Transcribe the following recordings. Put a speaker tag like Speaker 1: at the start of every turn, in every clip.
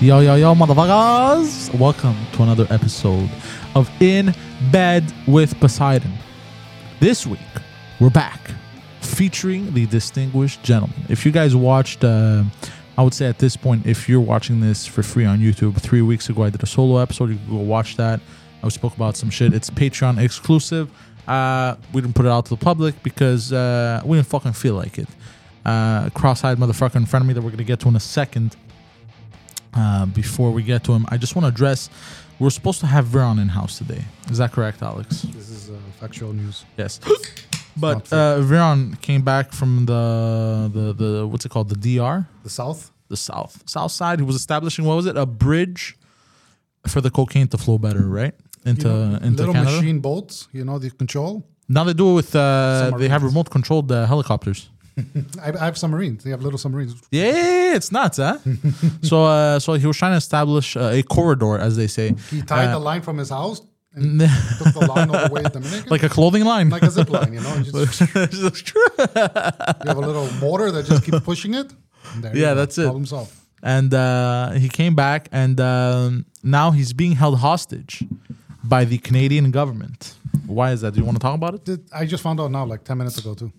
Speaker 1: Yo, yo, yo, motherfuckers! Welcome to another episode of In Bed with Poseidon. This week, we're back featuring the distinguished gentleman. If you guys watched, uh, I would say at this point, if you're watching this for free on YouTube, three weeks ago I did a solo episode. You can go watch that. I spoke about some shit. It's Patreon exclusive. Uh, we didn't put it out to the public because uh, we didn't fucking feel like it. Uh, cross-eyed motherfucker in front of me that we're gonna get to in a second uh, before we get to him, I just want to address. We're supposed to have Veron in house today. Is that correct, Alex?
Speaker 2: This is uh, factual news.
Speaker 1: Yes. But uh, Veron came back from the, the the what's it called? The DR,
Speaker 2: The South?
Speaker 1: the South South Side. Who was establishing what was it? A bridge for the cocaine to flow better, right?
Speaker 2: You
Speaker 1: Into
Speaker 2: know,
Speaker 1: into
Speaker 2: little
Speaker 1: Canada.
Speaker 2: machine boats, you know, the control.
Speaker 1: Now they do it with uh, they have
Speaker 2: Submarines.
Speaker 1: remote controlled uh, helicopters.
Speaker 2: I, I have submarines. They have little submarines.
Speaker 1: Yeah, it's nuts, huh? so uh, so he was trying to establish uh, a corridor, as they say,
Speaker 2: He
Speaker 1: Uh,
Speaker 2: tied the line from his house and took the line all the way to Dominican.
Speaker 1: like a clothing line.
Speaker 2: like a zip line, you know. You, just, you have a little motor that just keeps pushing it. and there you
Speaker 1: Yeah,
Speaker 2: go.
Speaker 1: that's it.
Speaker 2: Problem solved.
Speaker 1: and uh, he came back, and um, now he's being held hostage by the Canadian government. Why is that? Do you want to talk about it?
Speaker 2: Did, I just found out now, like 10 minutes ago, too.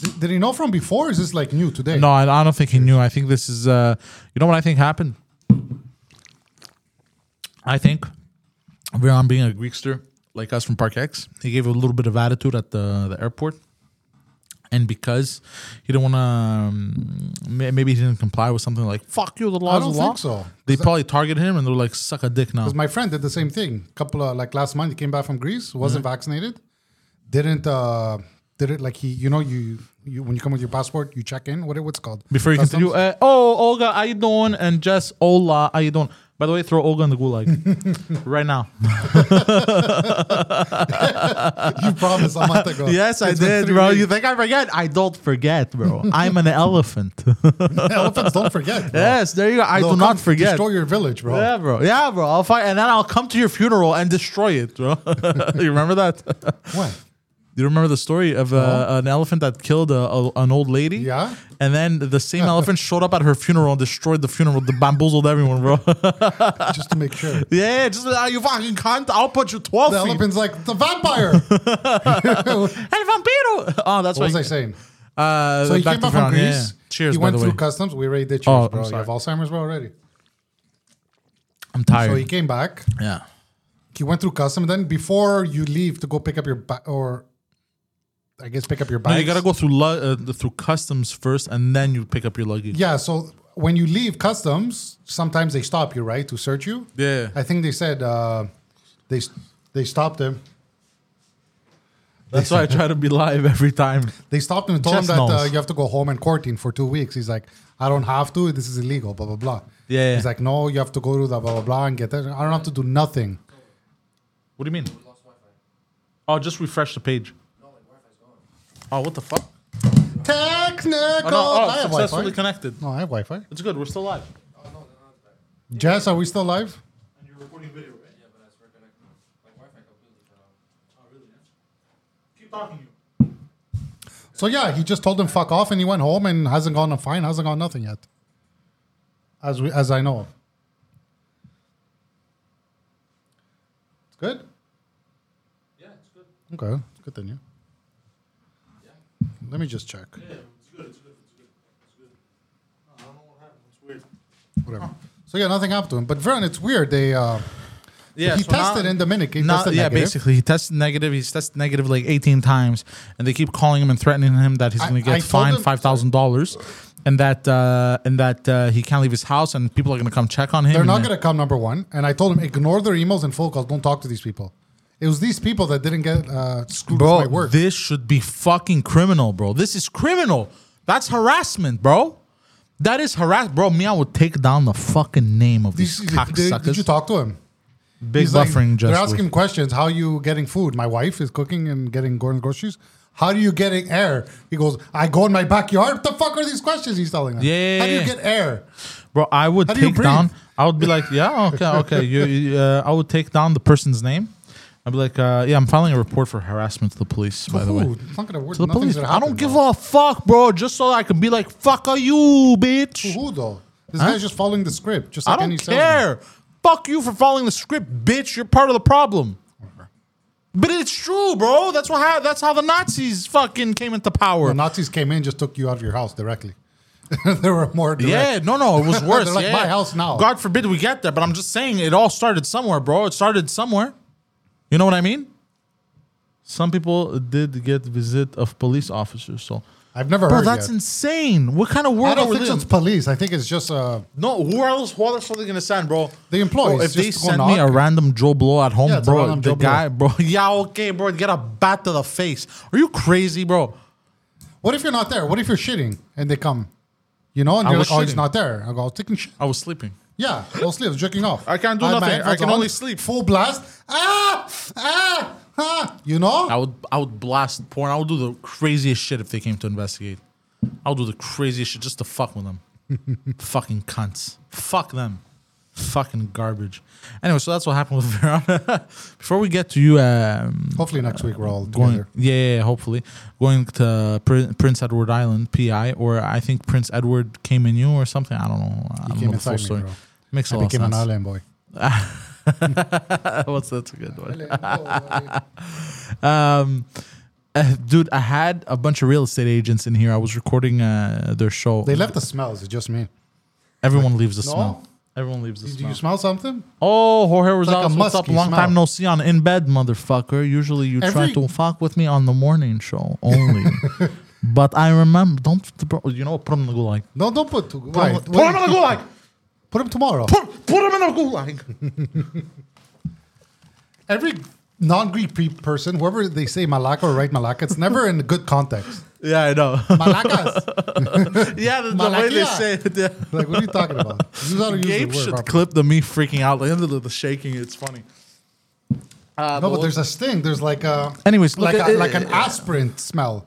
Speaker 2: Did, did he know from before? or Is this like new today?
Speaker 1: No, I, I don't think he knew. I think this is, uh, you know, what I think happened. I think Viron, being a Greekster like us from Park X, he gave a little bit of attitude at the the airport. And because he didn't want to, um, may- maybe he didn't comply with something like "fuck you," the laws
Speaker 2: I don't
Speaker 1: of law.
Speaker 2: think so.
Speaker 1: They probably target him and they're like, "Suck a dick now."
Speaker 2: Because my friend did the same thing. couple of like last month, he came back from Greece, wasn't
Speaker 1: Mm-hmm.
Speaker 2: vaccinated, didn't uh, did it like he, you know, you, you when you come with your passport, you check in, whatever it's called.
Speaker 1: Before you
Speaker 2: Customs.
Speaker 1: continue, uh, oh Olga, how you doing? And just Ola, how you doing? By the way, throw Olga in the gulag right now.
Speaker 2: you promised a month ago.
Speaker 1: uh, Yes, I
Speaker 2: It's been
Speaker 1: did,
Speaker 2: three
Speaker 1: bro.
Speaker 2: weeks.
Speaker 1: You think I forget? I don't forget, bro. I'm an elephant.
Speaker 2: Elephants don't forget. Bro.
Speaker 1: yes, there you go. I
Speaker 2: They'll
Speaker 1: do
Speaker 2: come
Speaker 1: not forget.
Speaker 2: Destroy your village, bro.
Speaker 1: Yeah, bro. Yeah, bro. I'll fight, and then I'll come to your funeral and destroy it, bro. you remember that? Do
Speaker 2: What?
Speaker 1: you remember the story of uh, an elephant that killed a, a, an old lady?
Speaker 2: Yeah.
Speaker 1: And then the same elephant showed up at her funeral and destroyed the funeral, the bamboozled everyone, bro.
Speaker 2: Just to make sure.
Speaker 1: yeah, just uh, you fucking cunt. I'll put you twelve
Speaker 2: The
Speaker 1: feet.
Speaker 2: elephant's like the vampire. what
Speaker 1: Hey, vampiro. Oh, that's
Speaker 2: was
Speaker 1: what
Speaker 2: I saying?
Speaker 1: Uh,
Speaker 2: So he
Speaker 1: back
Speaker 2: came
Speaker 1: to
Speaker 2: back from
Speaker 1: Veron, yeah,
Speaker 2: Greece.
Speaker 1: yeah. Cheers.
Speaker 2: He
Speaker 1: by
Speaker 2: went
Speaker 1: the
Speaker 2: through
Speaker 1: way.
Speaker 2: customs. We already did cheers,
Speaker 1: Oh, I'm
Speaker 2: bro. You
Speaker 1: sorry.
Speaker 2: have Alzheimer's, bro, already.
Speaker 1: I'm
Speaker 2: So
Speaker 1: tired.
Speaker 2: he came back.
Speaker 1: yeah.
Speaker 2: he went through custom. Then before you leave to go pick up your ba- or I guess pick up your
Speaker 1: No,
Speaker 2: bags.
Speaker 1: you gotta go through lu- uh, the- through customs first, and then you pick up your luggage.
Speaker 2: Yeah. So when you leave customs, sometimes they stop you, right, to search you.
Speaker 1: Yeah.
Speaker 2: I think they said uh, they they stopped him.
Speaker 1: That's why I try to be live every time.
Speaker 2: They stopped him and told
Speaker 1: Just
Speaker 2: him that uh,
Speaker 1: knows.
Speaker 2: you have to go home and quarantine for two weeks. He's like, I don't have to. This is illegal. Blah blah blah.
Speaker 1: Yeah, yeah.
Speaker 2: He's like, no, you have to go to the blah blah blah and get that. I don't have to do nothing.
Speaker 1: What do you mean? Oh, just refresh the page. Oh, what the fuck?
Speaker 2: Technical.
Speaker 1: Oh, no, oh,
Speaker 2: I have
Speaker 1: successfully
Speaker 2: Wi-Fi.
Speaker 1: connected.
Speaker 2: No, I have Wi-Fi.
Speaker 1: It's good. We're still live.
Speaker 2: Jess, are we still live?
Speaker 3: Oh,
Speaker 1: Keep talking. You.
Speaker 2: So yeah, he just told him fuck off, and he went home and hasn't gone a fine, hasn't gone nothing yet, as we as I know. of. It's good.
Speaker 3: Yeah, it's good.
Speaker 2: Okay, it's good then. Yeah. Let me just check.
Speaker 3: Yeah, it's good. It's good. It's good. It's good. Oh, I don't know what happened. It's weird.
Speaker 2: Whatever. So yeah, nothing happened to him. But Vern, it's weird. They uh,
Speaker 1: Yeah.
Speaker 2: he
Speaker 1: so now-
Speaker 2: tested in Dominic. He
Speaker 1: Now,
Speaker 2: tested
Speaker 1: yeah,
Speaker 2: negative.
Speaker 1: basically, he tested negative. He's tested negative like 18 times, and they keep calling him and threatening him that he's
Speaker 2: I-
Speaker 1: going to
Speaker 2: I
Speaker 1: get
Speaker 2: told
Speaker 1: fined
Speaker 2: him-
Speaker 1: five thousand dollars, and that uh, and that uh, he can't leave his house, and people are going to come check on him.
Speaker 2: They're
Speaker 1: and
Speaker 2: not
Speaker 1: then-
Speaker 2: going to come number one. And I told him ignore their emails and phone calls. Don't talk to these people. It was these people that didn't get uh, screwed
Speaker 1: Bro,
Speaker 2: with my work.
Speaker 1: this should be fucking criminal, bro. This is criminal. That's harassment, bro. That is harass, bro. Me, I would take down the fucking name of
Speaker 2: These-
Speaker 1: these
Speaker 2: did- did,
Speaker 1: cocksuckers.
Speaker 2: you talk to him?
Speaker 1: Big
Speaker 2: He's like-
Speaker 1: buffering
Speaker 2: They're
Speaker 1: just.
Speaker 2: asking
Speaker 1: with-
Speaker 2: questions. How you getting food? My wife is cooking and getting going groceries. How do you getting air? He goes, I go in my backyard. What the fuck are these questions he's telling us?
Speaker 1: Yeah,
Speaker 2: How do
Speaker 1: yeah,
Speaker 2: you
Speaker 1: yeah.
Speaker 2: get air?
Speaker 1: Bro, I would
Speaker 2: How do you
Speaker 1: take
Speaker 2: breathe?
Speaker 1: down. I would be like, yeah, okay, okay. You, you, uh, I would take down the person's name. I'd be like, uh, yeah, I'm filing a report for harassment to the police. By the way,
Speaker 2: Ooh, it's not gonna work.
Speaker 1: to the
Speaker 2: Nothing's
Speaker 1: police.
Speaker 2: gonna
Speaker 1: I
Speaker 2: happen,
Speaker 1: don't give
Speaker 2: bro.
Speaker 1: a fuck, bro. Just so I can be like, fuck are you, bitch.
Speaker 2: Who though? This guy's just following the script, just
Speaker 1: I
Speaker 2: like
Speaker 1: don't
Speaker 2: any salesman.
Speaker 1: care. Fuck you for following the script, bitch. You're part of the problem. But it's true, bro. That's what. hap- That's how the Nazis fucking came into power.
Speaker 2: The Nazis came in, just took you out of your house directly. there were more. Direct.
Speaker 1: Yeah, no, no, it was worse.
Speaker 2: They're like,
Speaker 1: yeah.
Speaker 2: "My house now."
Speaker 1: God forbid we get there, but I'm just saying it all started somewhere, bro. It started somewhere. You know what I mean? Some people did get visit of police officers. So,
Speaker 2: I've never
Speaker 1: bro,
Speaker 2: heard.
Speaker 1: that's
Speaker 2: yet.
Speaker 1: insane. What kind of world
Speaker 2: I don't
Speaker 1: are we
Speaker 2: think so
Speaker 1: living?
Speaker 2: it's police. I think it's just uh,
Speaker 1: No, who else? Who else are they gonna send, bro?
Speaker 2: The employees,
Speaker 1: Bro, if they
Speaker 2: just go
Speaker 1: send me a
Speaker 2: knock.
Speaker 1: random Joe Blow at home,
Speaker 2: Yeah, it's a
Speaker 1: bro,
Speaker 2: random
Speaker 1: the
Speaker 2: Joe Blow.
Speaker 1: guy, bro, yeah, okay, bro, get a bat to the face. Are you crazy, bro?
Speaker 2: What if you're not there? What if you're shitting and they come? You know, and
Speaker 1: I
Speaker 2: you're
Speaker 1: was
Speaker 2: like, oh, he's
Speaker 1: shitting.
Speaker 2: not there. I go, I was taking shit.
Speaker 1: I was sleeping.
Speaker 2: Yeah, I was sleeping, jerking off.
Speaker 1: I can't do
Speaker 2: had my
Speaker 1: nothing. I
Speaker 2: headphones
Speaker 1: can only sleep.
Speaker 2: Full blast. Ah, ah, ah. You know?
Speaker 1: I would I would blast porn. I would do the craziest shit if they came to investigate. I would do the craziest shit just to fuck with them. Fucking cunts. Fuck them. Fucking garbage. Anyway, so that's what happened with Verona. Before we get to you, um,
Speaker 2: Hopefully next week we're all
Speaker 1: going
Speaker 2: together.
Speaker 1: yeah, yeah, yeah, hopefully going to Prin- Prince Edward Island, PI, or I think Prince Edward came in you or something. I don't know. I don't
Speaker 2: came
Speaker 1: know the
Speaker 2: inside
Speaker 1: full
Speaker 2: me,
Speaker 1: story.
Speaker 2: bro.
Speaker 1: Makes a
Speaker 2: I
Speaker 1: lot
Speaker 2: became
Speaker 1: of
Speaker 2: an
Speaker 1: sense.
Speaker 2: island boy.
Speaker 1: What's that's a good one.
Speaker 2: Island boy.
Speaker 1: Um, uh, dude, I had a bunch of real estate agents in here. I was recording uh, their show.
Speaker 2: they left the smells. It's just me.
Speaker 1: Everyone leaves the
Speaker 2: No?
Speaker 1: smell. Everyone leaves the
Speaker 2: Do
Speaker 1: smell.
Speaker 2: you smell something?
Speaker 1: oh, Jorge Rosales,
Speaker 2: a
Speaker 1: what's up?
Speaker 2: musky
Speaker 1: Long
Speaker 2: smell.
Speaker 1: time no see on In Bed, motherfucker. Usually you try
Speaker 2: Every-
Speaker 1: to fuck with me on the morning show only. but I remember, don't, bro, you know, put him in the gulag.
Speaker 2: No, don't put too.
Speaker 1: Put
Speaker 2: Why?
Speaker 1: him, put him in the gulag.
Speaker 2: Put him tomorrow.
Speaker 1: Put, put him in the gulag.
Speaker 2: Every non-Greek pe- person, whoever they say Malacca or write Malacca, it's never in good context.
Speaker 1: yeah, I know.
Speaker 2: Malakas.
Speaker 1: yeah, the, the way they
Speaker 2: Malakia.
Speaker 1: say it. Yeah.
Speaker 2: like, what are you talking about? You gotta use the
Speaker 1: Gabe
Speaker 2: word
Speaker 1: should
Speaker 2: properly.
Speaker 1: clip the me freaking out. Like, the, the shaking, it's funny. Uh,
Speaker 2: No,
Speaker 1: but
Speaker 2: but there's a sting. There's like a
Speaker 1: Anyways, look
Speaker 2: like
Speaker 1: at-
Speaker 2: a,
Speaker 1: uh,
Speaker 2: like an
Speaker 1: uh,
Speaker 2: aspirin smell.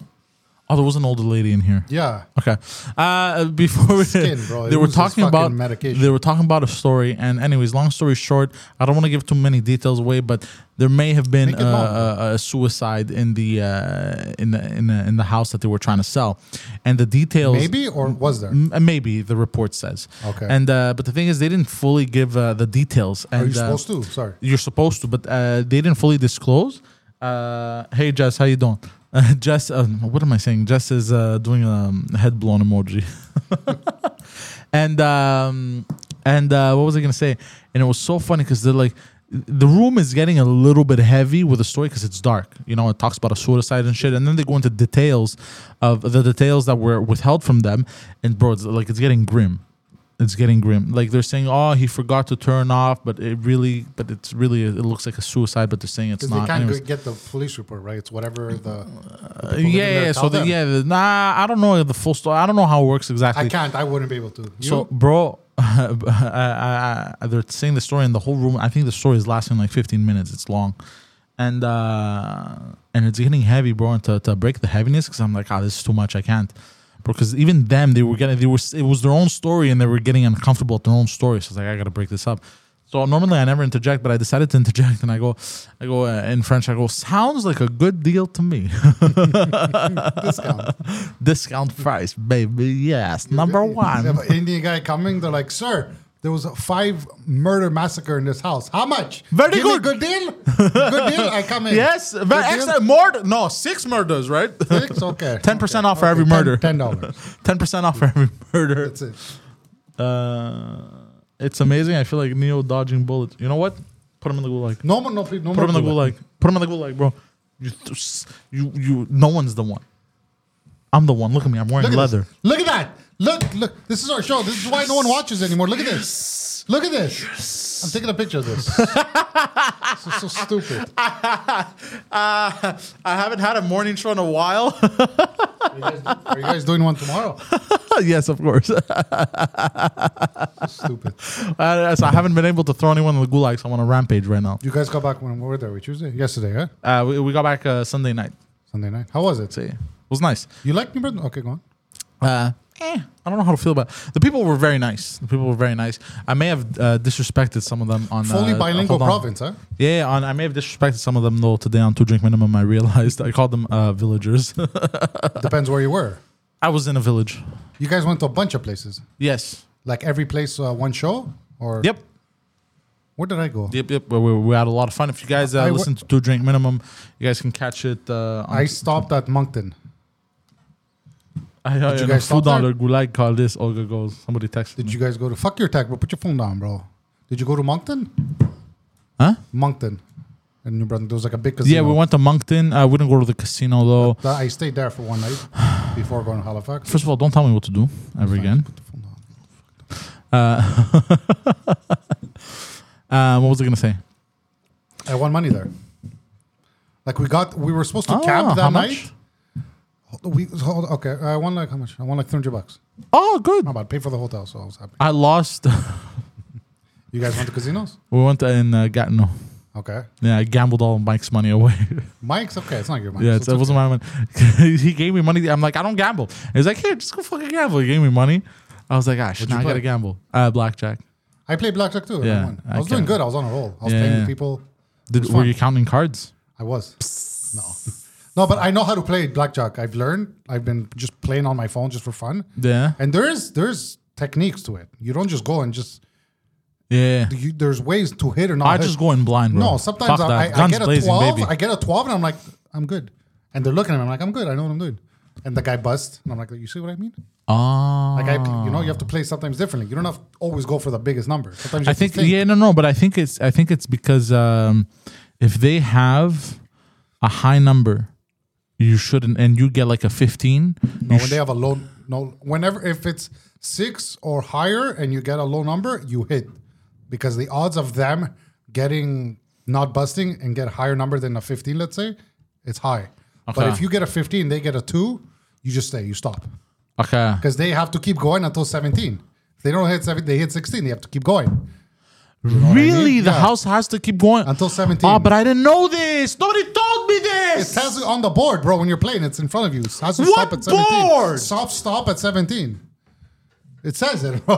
Speaker 1: Oh, there was an older lady in here.
Speaker 2: Yeah,
Speaker 1: Okay. Uh, before we,
Speaker 2: Skin, bro.
Speaker 1: they
Speaker 2: It
Speaker 1: were
Speaker 2: was his
Speaker 1: talking
Speaker 2: fucking
Speaker 1: about
Speaker 2: medication.
Speaker 1: they were talking about a story. And anyways, long story short, I don't want to give too many details away, but there may have been
Speaker 2: Make it long,
Speaker 1: uh, a, a suicide in the uh, in the in the in the house that they were trying to sell, and the details
Speaker 2: maybe or was there?
Speaker 1: M- uh, maybe the report says.
Speaker 2: Okay.
Speaker 1: And uh, but the thing is, they didn't fully give uh, the details. And,
Speaker 2: Are you
Speaker 1: uh,
Speaker 2: supposed to? Sorry.
Speaker 1: you're supposed to, but uh, they didn't fully disclose. Uh, hey, Jess, how you doing? Uh, Jess, um, what am I saying? Jess is uh, doing a um, head blown emoji. and um, and uh, what was I gonna say? And it was so funny because they're like, the room is getting a little bit heavy with the story because it's dark. You know, it talks about a suicide and shit, and then they go into details of the details that were withheld from them. And bro, it's like it's getting grim it's getting grim. Like they're saying, oh, he forgot to turn off, but it really, but it's really, it looks like a suicide. But they're saying it's
Speaker 2: Because they
Speaker 1: not.
Speaker 2: can't
Speaker 1: Anyways,
Speaker 2: g- get the police report, right? It's whatever the.
Speaker 1: uh,
Speaker 2: people living
Speaker 1: yeah,
Speaker 2: there
Speaker 1: yeah.
Speaker 2: tell
Speaker 1: So the,
Speaker 2: them.
Speaker 1: yeah, the, nah, I don't know the full story. I don't know how it works exactly.
Speaker 2: I can't. I wouldn't be able to. You?
Speaker 1: So, bro, I, I, I, they're saying the story in the whole room. I think the story is lasting like 15 minutes. It's long, and uh, and it's getting heavy, bro. And to, to break the heaviness, because I'm like, ah, this is too much. I can't, bro. Because even them, they were getting, they were, it was their own story, and they were getting uncomfortable at their own story. So it's like, I gotta break this up. So normally I never interject, but I decided to interject, and I go, I go uh, in French. I go, sounds like a good deal to me.
Speaker 2: discount.
Speaker 1: Discount price, baby. Yes, number one.
Speaker 2: Yeah, but Indian guy coming. They're like, sir. There was a five murder massacre in this house. How much?
Speaker 1: Very
Speaker 2: Give me a
Speaker 1: good.
Speaker 2: good deal. Good deal. I come in.
Speaker 1: Yes,
Speaker 2: Good
Speaker 1: but
Speaker 2: deal?
Speaker 1: extra murder. No, six murders, right?
Speaker 2: Six? Okay.
Speaker 1: 10%
Speaker 2: Okay.
Speaker 1: off for every
Speaker 2: Okay,
Speaker 1: murder.
Speaker 2: Ten dollars.
Speaker 1: Ten percent off for every murder.
Speaker 2: That's it.
Speaker 1: Uh, it's amazing. I feel like Neo dodging bullets. You know what? Put him in the gulag.
Speaker 2: No more. No. Please, no
Speaker 1: Put
Speaker 2: more.
Speaker 1: him in the
Speaker 2: Google.
Speaker 1: gulag. Put him in the gulag, bro. You, th- you, you. No one's the one. I'm the one. Look at me. I'm wearing
Speaker 2: Look at
Speaker 1: leather.
Speaker 2: This. Look at that. Look, look. This is our show. This is why no one watches anymore. Look at this. Look at this. I'm taking a picture of this. this is so stupid.
Speaker 1: Uh, I haven't had a morning show in a while.
Speaker 2: Are you guys, are you guys doing one tomorrow?
Speaker 1: yes, of course.
Speaker 2: So stupid.
Speaker 1: Uh, so I haven't been able to throw anyone in the gulag. So I'm on a rampage right now.
Speaker 2: You guys got back when were there? We Tuesday? Yesterday, huh?
Speaker 1: Uh, we, we got back uh, Sunday night.
Speaker 2: Sunday night. How was it?
Speaker 1: So yeah, it was nice.
Speaker 2: You like New Britain? Okay, go on.
Speaker 1: uh, eh, I don't know how to feel about it. The people were very nice. The people were very nice. I may have uh, disrespected some of them on
Speaker 2: Fully
Speaker 1: uh,
Speaker 2: bilingual
Speaker 1: hold on.
Speaker 2: province, huh?
Speaker 1: Yeah, on, I may have disrespected some of them though today on two drink minimum. I realized I called them uh, villagers.
Speaker 2: Depends where you were.
Speaker 1: I was in a village.
Speaker 2: You guys went to a bunch of places.
Speaker 1: Yes,
Speaker 2: Like every place, uh, one show? Or
Speaker 1: Yep.
Speaker 2: Where did I go?
Speaker 1: Yep, yep. We, we, we had a lot of fun. If you guys uh,
Speaker 2: I wa-
Speaker 1: listen to Two Drink Minimum, you guys can catch it. Uh, on
Speaker 2: I stopped at Moncton.
Speaker 1: I, I,
Speaker 2: you
Speaker 1: you
Speaker 2: guys
Speaker 1: guys
Speaker 2: stop
Speaker 1: food on
Speaker 2: there?
Speaker 1: the gulag called this. Olga goes. Somebody texted me.
Speaker 2: Did you guys go to fuck your tech, bro? Put your phone down, bro. Did you go to Moncton?
Speaker 1: Huh?
Speaker 2: Moncton, in New Brunswick. There was like a big casino.
Speaker 1: Yeah, we went to Moncton. I wouldn't go to the casino though.
Speaker 2: That- I stayed there for one night before going to Halifax.
Speaker 1: First of all, don't tell me what to do ever again.
Speaker 2: Put the phone down.
Speaker 1: Uh, uh, what was I gonna say?
Speaker 2: I won money there. Like we got, we were supposed to
Speaker 1: Oh,
Speaker 2: camp
Speaker 1: how
Speaker 2: that
Speaker 1: much?
Speaker 2: night. Hold- We hold, okay. I won like how much? I won like three hundred bucks.
Speaker 1: Oh, good.
Speaker 2: Not bad. Pay for the hotel, so I was happy.
Speaker 1: I lost.
Speaker 2: You guys went to casinos?
Speaker 1: we went in uh, Gatineau.
Speaker 2: Okay.
Speaker 1: Yeah, I gambled all Mike's money away.
Speaker 2: Mike's okay. It's not your Mike's.
Speaker 1: yeah, it's, it wasn't my money. he gave me money. I'm like, I don't gamble. He's like, here, just go fucking gamble. He gave me money. I was like, ah, shit,
Speaker 2: you
Speaker 1: now I
Speaker 2: play?
Speaker 1: gotta gamble. Uh, blackjack.
Speaker 2: I played blackjack too. and I,
Speaker 1: Yeah,
Speaker 2: won.
Speaker 1: I
Speaker 2: I was doing
Speaker 1: can't-
Speaker 2: good. I was on a roll. I was
Speaker 1: Yeah,
Speaker 2: playing
Speaker 1: yeah.
Speaker 2: with people.
Speaker 1: Did,
Speaker 2: was
Speaker 1: were
Speaker 2: fun.
Speaker 1: you counting cards?
Speaker 2: I was. No. No, but I know how to play blackjack. I've learned. I've been just playing on my phone just for fun.
Speaker 1: Yeah.
Speaker 2: And there's there's techniques to it. You don't just go and just.
Speaker 1: Yeah.
Speaker 2: You, there's ways to hit or not.
Speaker 1: I
Speaker 2: hit.
Speaker 1: just go in blind, bro.
Speaker 2: Oh, No, sometimes
Speaker 1: Fuck
Speaker 2: I,
Speaker 1: that.
Speaker 2: I, I
Speaker 1: Guns
Speaker 2: get a
Speaker 1: blazing,
Speaker 2: twelve.
Speaker 1: baby.
Speaker 2: I get a twelve, and I'm like, I'm good. And they're looking at me. I'm like, I'm good. I know what I'm doing. And the guy busts, and I'm like, you see what I mean?
Speaker 1: Ah.
Speaker 2: Like, I, you know, you have to play sometimes differently. You don't have to always go for the biggest number. Sometimes you
Speaker 1: I
Speaker 2: have to
Speaker 1: think yeah, no, no, but I think it's I think it's because um, if they have a high number, you shouldn't, and you get like a fifteen.
Speaker 2: No,
Speaker 1: you
Speaker 2: when
Speaker 1: sh-
Speaker 2: they have a low, no, whenever if it's six or higher, and you get a low number, you hit because the odds of them getting not busting and get a higher number than a fifteen, let's say, it's high. But
Speaker 1: Okay.
Speaker 2: if you get a fifteen, they get a two, you just stay, you stop.
Speaker 1: okay,
Speaker 2: because they have to keep going until 17. If they don't hit 17, they hit 16. They have to keep going
Speaker 1: really,
Speaker 2: mean?
Speaker 1: the
Speaker 2: Yeah.
Speaker 1: house has to keep going
Speaker 2: until 17.
Speaker 1: Oh, but I didn't know this. Nobody told me
Speaker 2: it
Speaker 1: this.
Speaker 2: says it on the board, bro. When you're playing, it's in front of you. It has to
Speaker 1: What
Speaker 2: stop at 17.
Speaker 1: board?
Speaker 2: Stop, stop at 17. It says it, bro.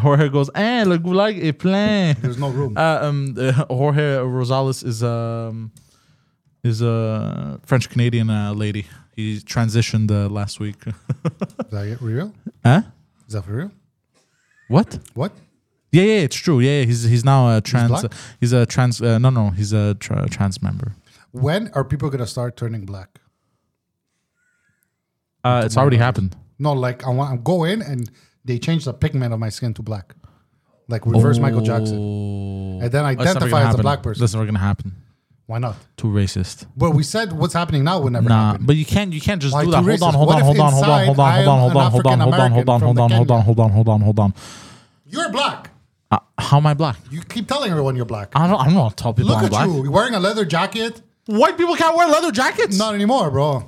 Speaker 1: Jorge goes, eh, le goulag est plein.
Speaker 2: There's no room.
Speaker 1: Uh, um, uh, Jorge Rosales is um is a French Canadian uh, lady. He transitioned uh, last week.
Speaker 2: Is that it real?
Speaker 1: huh?
Speaker 2: Is that for real?
Speaker 1: What?
Speaker 2: What?
Speaker 1: Yeah, yeah, it's true. Yeah, yeah, he's he's now a trans.
Speaker 2: black?
Speaker 1: He's, a trans. Uh, no, no, he's a tra- trans member.
Speaker 2: When are people gonna start turning black?
Speaker 1: Uh, it's already happened.
Speaker 2: No, like I want I go in and they change the pigment of my skin to black, like reverse Michael Jackson,
Speaker 1: Oh.
Speaker 2: and then
Speaker 1: That's never
Speaker 2: identify
Speaker 1: gonna
Speaker 2: as a
Speaker 1: happen.
Speaker 2: black person.
Speaker 1: That's never gonna happen.
Speaker 2: Why not?
Speaker 1: Too racist.
Speaker 2: But we said what's happening now would never
Speaker 1: Nah,
Speaker 2: happen.
Speaker 1: but you can't. You can't just
Speaker 2: Why
Speaker 1: do
Speaker 2: too
Speaker 1: that. Hold on,
Speaker 2: racist?
Speaker 1: hold
Speaker 2: What
Speaker 1: on,
Speaker 2: if
Speaker 1: hold on, hold on,
Speaker 2: inside
Speaker 1: hold on,
Speaker 2: I
Speaker 1: hold on,
Speaker 2: am
Speaker 1: hold
Speaker 2: an
Speaker 1: on, hold on, hold on, hold on,
Speaker 2: African-American
Speaker 1: hold on,
Speaker 2: from
Speaker 1: hold on,
Speaker 2: Kenya?
Speaker 1: hold on, hold on, hold on,
Speaker 2: You're black.
Speaker 1: Uh, how am I black?
Speaker 2: You keep telling everyone you're black.
Speaker 1: I don't. I'm not tell people
Speaker 2: Look
Speaker 1: I'm
Speaker 2: at
Speaker 1: black.
Speaker 2: you. You're wearing a leather jacket.
Speaker 1: White people can't wear leather jackets.
Speaker 2: Not anymore, bro.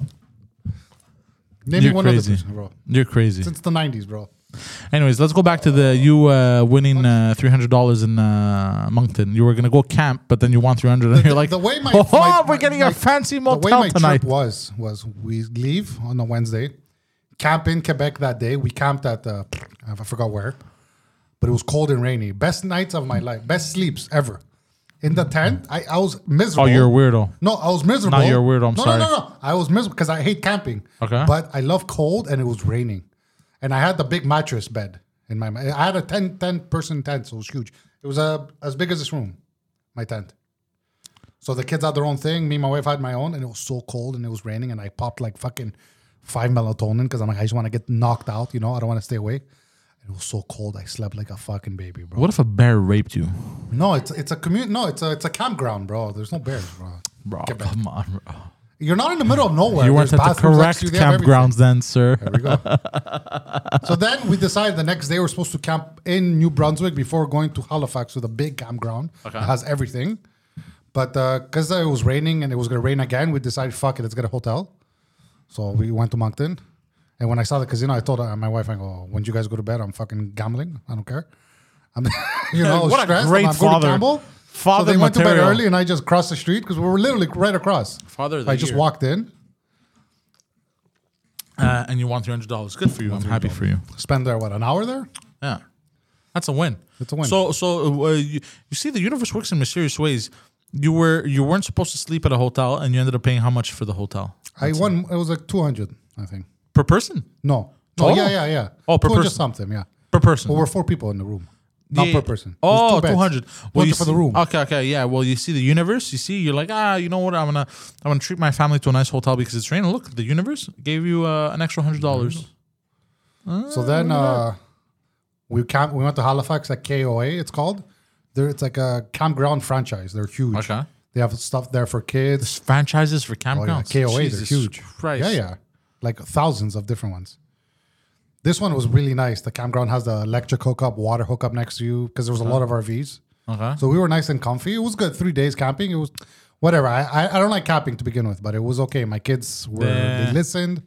Speaker 2: Name me
Speaker 1: You're
Speaker 2: one
Speaker 1: crazy.
Speaker 2: other person, bro.
Speaker 1: You're crazy.
Speaker 2: Since the nineties, bro.
Speaker 1: Anyways, let's go back to the you uh, winning uh, three hundred dollars in uh, Moncton. You were gonna go camp, but then you won three hundred, and you're like,
Speaker 2: the way my-
Speaker 1: oh,
Speaker 2: my-
Speaker 1: we're getting a
Speaker 2: my-
Speaker 1: fancy
Speaker 2: The way
Speaker 1: motel
Speaker 2: my
Speaker 1: tonight."
Speaker 2: trip was was we leave on a Wednesday, camp in Quebec that day. We camped at uh, I forgot where, but it was cold and rainy. Best nights of my life, best sleeps ever. In the tent, I, I was miserable.
Speaker 1: oh, you're a weirdo.
Speaker 2: No, I was miserable.
Speaker 1: No, you're a weirdo. I'm
Speaker 2: no,
Speaker 1: sorry.
Speaker 2: No, no, no. I was miserable because I hate camping.
Speaker 1: Okay.
Speaker 2: But I love cold and it was raining. And I had the big mattress bed in my I had a 10, 10 person tent, so it was huge. It was uh, as big as this room, my tent. So the kids had their own thing. Me and my wife had my own, and it was so cold and it was raining. And I popped like fucking five melatonin because I'm like, I just want to get knocked out, you know? I don't want to stay awake. It was so cold. I slept like a fucking baby, bro.
Speaker 1: What if a bear raped you,
Speaker 2: No, it's it's a community. No, it's a it's a campground, bro. There's no bears, bro.
Speaker 1: bro? Come on, bro.
Speaker 2: You're not in the middle of nowhere.
Speaker 1: You weren't
Speaker 2: There's
Speaker 1: at the
Speaker 2: bathrooms
Speaker 1: correct
Speaker 2: next to you. They have
Speaker 1: campgrounds then, sir.
Speaker 2: everything. There we go. so then we decided the next day we're supposed to camp in New Brunswick before going to Halifax with a big campground that has everything. But because it was raining and it was going to rain again, we decided, fuck it, let's get a hotel. So we went to Moncton. And when I saw the casino, I told uh, my wife, I go, when you guys go to bed, I'm fucking gambling. I don't care. I'm, you know, I was
Speaker 1: What a
Speaker 2: stressed. I'm
Speaker 1: great
Speaker 2: like, "I'm going to
Speaker 1: father.
Speaker 2: gamble."
Speaker 1: Father
Speaker 2: so they went to
Speaker 1: material.
Speaker 2: bed early and I just crossed the street because we were literally right across.
Speaker 1: Father of the
Speaker 2: I just
Speaker 1: year.
Speaker 2: walked in.
Speaker 1: Uh, and you won three hundred dollars. Good for you. I'm happy for you.
Speaker 2: spend there what an hour there
Speaker 1: Yeah, that's a win.
Speaker 2: It's a win.
Speaker 1: So, so uh, you, you see, the universe works in mysterious ways. You were you weren't supposed to sleep at a hotel, and you ended up paying how much for the hotel
Speaker 2: i won it was like 200 i think
Speaker 1: per person?
Speaker 2: no no
Speaker 1: Oh.
Speaker 2: yeah yeah yeah
Speaker 1: Oh, per
Speaker 2: 200
Speaker 1: person.
Speaker 2: something yeah
Speaker 1: Per per person.
Speaker 2: Well, we're four people in the room,
Speaker 1: Yeah,
Speaker 2: not per
Speaker 1: yeah.
Speaker 2: person. It was
Speaker 1: Oh,
Speaker 2: two beds.
Speaker 1: 200.
Speaker 2: One
Speaker 1: you
Speaker 2: for the
Speaker 1: see-
Speaker 2: room.
Speaker 1: Okay, okay, yeah. Well, you see the universe. You see, you're like, ah, you know what? I'm gonna, I'm gonna treat my family to a nice hotel because it's raining. Look, the universe gave you uh, an extra hundred dollars.
Speaker 2: So
Speaker 1: Mm.
Speaker 2: then uh, we camp, we went to Halifax at KOA. It's called. There, it's like a campground franchise. They're huge.
Speaker 1: Okay.
Speaker 2: They have stuff there for kids.
Speaker 1: Franchises for
Speaker 2: Oh, yeah.
Speaker 1: campgrounds.
Speaker 2: KOA,
Speaker 1: Jesus
Speaker 2: they're huge.
Speaker 1: Christ.
Speaker 2: Yeah, yeah. Like thousands of different ones. This one was really nice. The campground has the electric hookup, water hookup next to you because there was a lot of RVs.
Speaker 1: Okay.
Speaker 2: So we were nice and comfy. It was good. Three days camping. It was whatever. I, I, I don't like camping to begin with, but it was okay. My kids were,
Speaker 1: Yeah.
Speaker 2: they listened.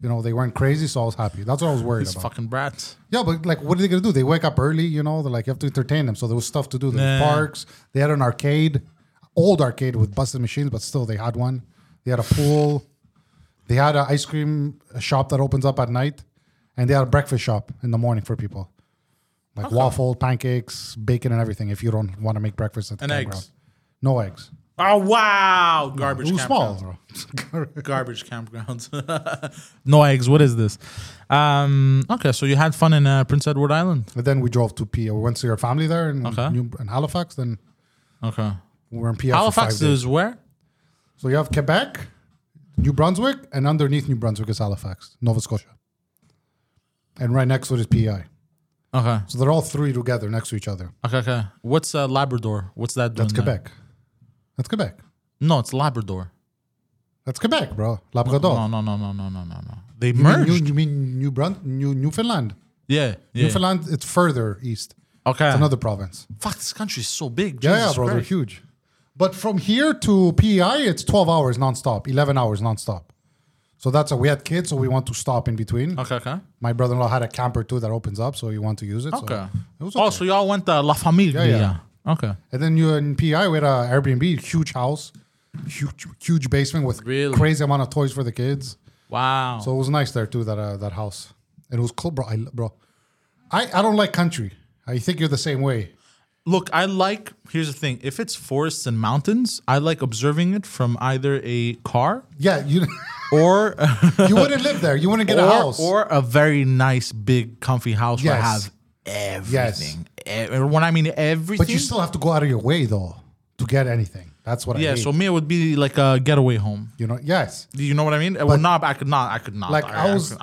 Speaker 2: You know, they weren't crazy, so I was happy. That's what I was worried
Speaker 1: These
Speaker 2: about.
Speaker 1: fucking brats.
Speaker 2: Yeah, but like, what are they gonna do? They wake up early, you know. They're like, you have to entertain them. So there was stuff to do. There was
Speaker 1: Nah.
Speaker 2: parks. They had an arcade, old arcade with busted machines, but still they had one. They had a pool. They had an ice cream shop that opens up at night, and they had a breakfast shop in the morning for people, like waffle, pancakes, bacon, and everything. If you don't want to make breakfast at the
Speaker 1: And
Speaker 2: campground.
Speaker 1: eggs.
Speaker 2: no eggs.
Speaker 1: Oh wow! Garbage.
Speaker 2: It was small.
Speaker 1: campgrounds.
Speaker 2: Bro.
Speaker 1: Garbage campgrounds. no eggs. What is this? Um. Okay, so you had fun in uh, Prince Edward Island.
Speaker 2: But then we drove to PA. We went to your family there in,
Speaker 1: Okay.
Speaker 2: New, in Halifax. Then
Speaker 1: Okay.
Speaker 2: we were in PA. for
Speaker 1: Halifax
Speaker 2: five days.
Speaker 1: is where?
Speaker 2: So you have Quebec, New Brunswick, and underneath New Brunswick is Halifax, Nova Scotia. And right next to it is PEI.
Speaker 1: Okay.
Speaker 2: So they're all three together next to each other.
Speaker 1: Okay. Okay. What's uh, Labrador? What's that doing?
Speaker 2: That's
Speaker 1: there?
Speaker 2: Quebec. That's Quebec.
Speaker 1: No, it's Labrador.
Speaker 2: That's Quebec, bro. Labrador.
Speaker 1: No, no, no, no, no, no, no, no. They
Speaker 2: You mean
Speaker 1: merged.
Speaker 2: New, you mean New Brun New Newfoundland?
Speaker 1: yeah, yeah.
Speaker 2: Newfoundland, it's further east.
Speaker 1: Okay.
Speaker 2: It's another province.
Speaker 1: Fuck, this country is so big.
Speaker 2: Yeah,
Speaker 1: Jesus
Speaker 2: yeah, bro. They're
Speaker 1: Christ.
Speaker 2: huge. But from here to PEI, it's 12 hours nonstop, 11 hours nonstop. So that's a, we had kids, so we want to stop in between.
Speaker 1: Okay, okay.
Speaker 2: My brother-in-law had a camper too that opens up, so you want to use it. so
Speaker 1: Okay.
Speaker 2: it was
Speaker 1: Oh,
Speaker 2: okay.
Speaker 1: so y'all went to La Familia.
Speaker 2: Yeah,
Speaker 1: Okay.
Speaker 2: and then you in PI we had a Airbnb, huge house, huge huge basement with
Speaker 1: Really?
Speaker 2: crazy amount of toys for the kids.
Speaker 1: Wow.
Speaker 2: So it was nice there too that uh, that house. And it was cool, bro. I, lo- bro, I I don't like country. I think you're the same way.
Speaker 1: Look, I like, here's the thing if it's forests and mountains, I like observing it from either a car
Speaker 2: Yeah, you
Speaker 1: or.
Speaker 2: you wouldn't live there. You wouldn't get a
Speaker 1: or,
Speaker 2: house.
Speaker 1: or a very nice, big, comfy house where I
Speaker 2: Yes.
Speaker 1: have everything. E- when I mean everything.
Speaker 2: but you still have to go out of your way though to get anything. That's what I
Speaker 1: yeah,
Speaker 2: hate.
Speaker 1: so me, it would be like a getaway home.
Speaker 2: you know, yes.
Speaker 1: Do you know what I mean? well, not I could not. I could not.
Speaker 2: Like, I was-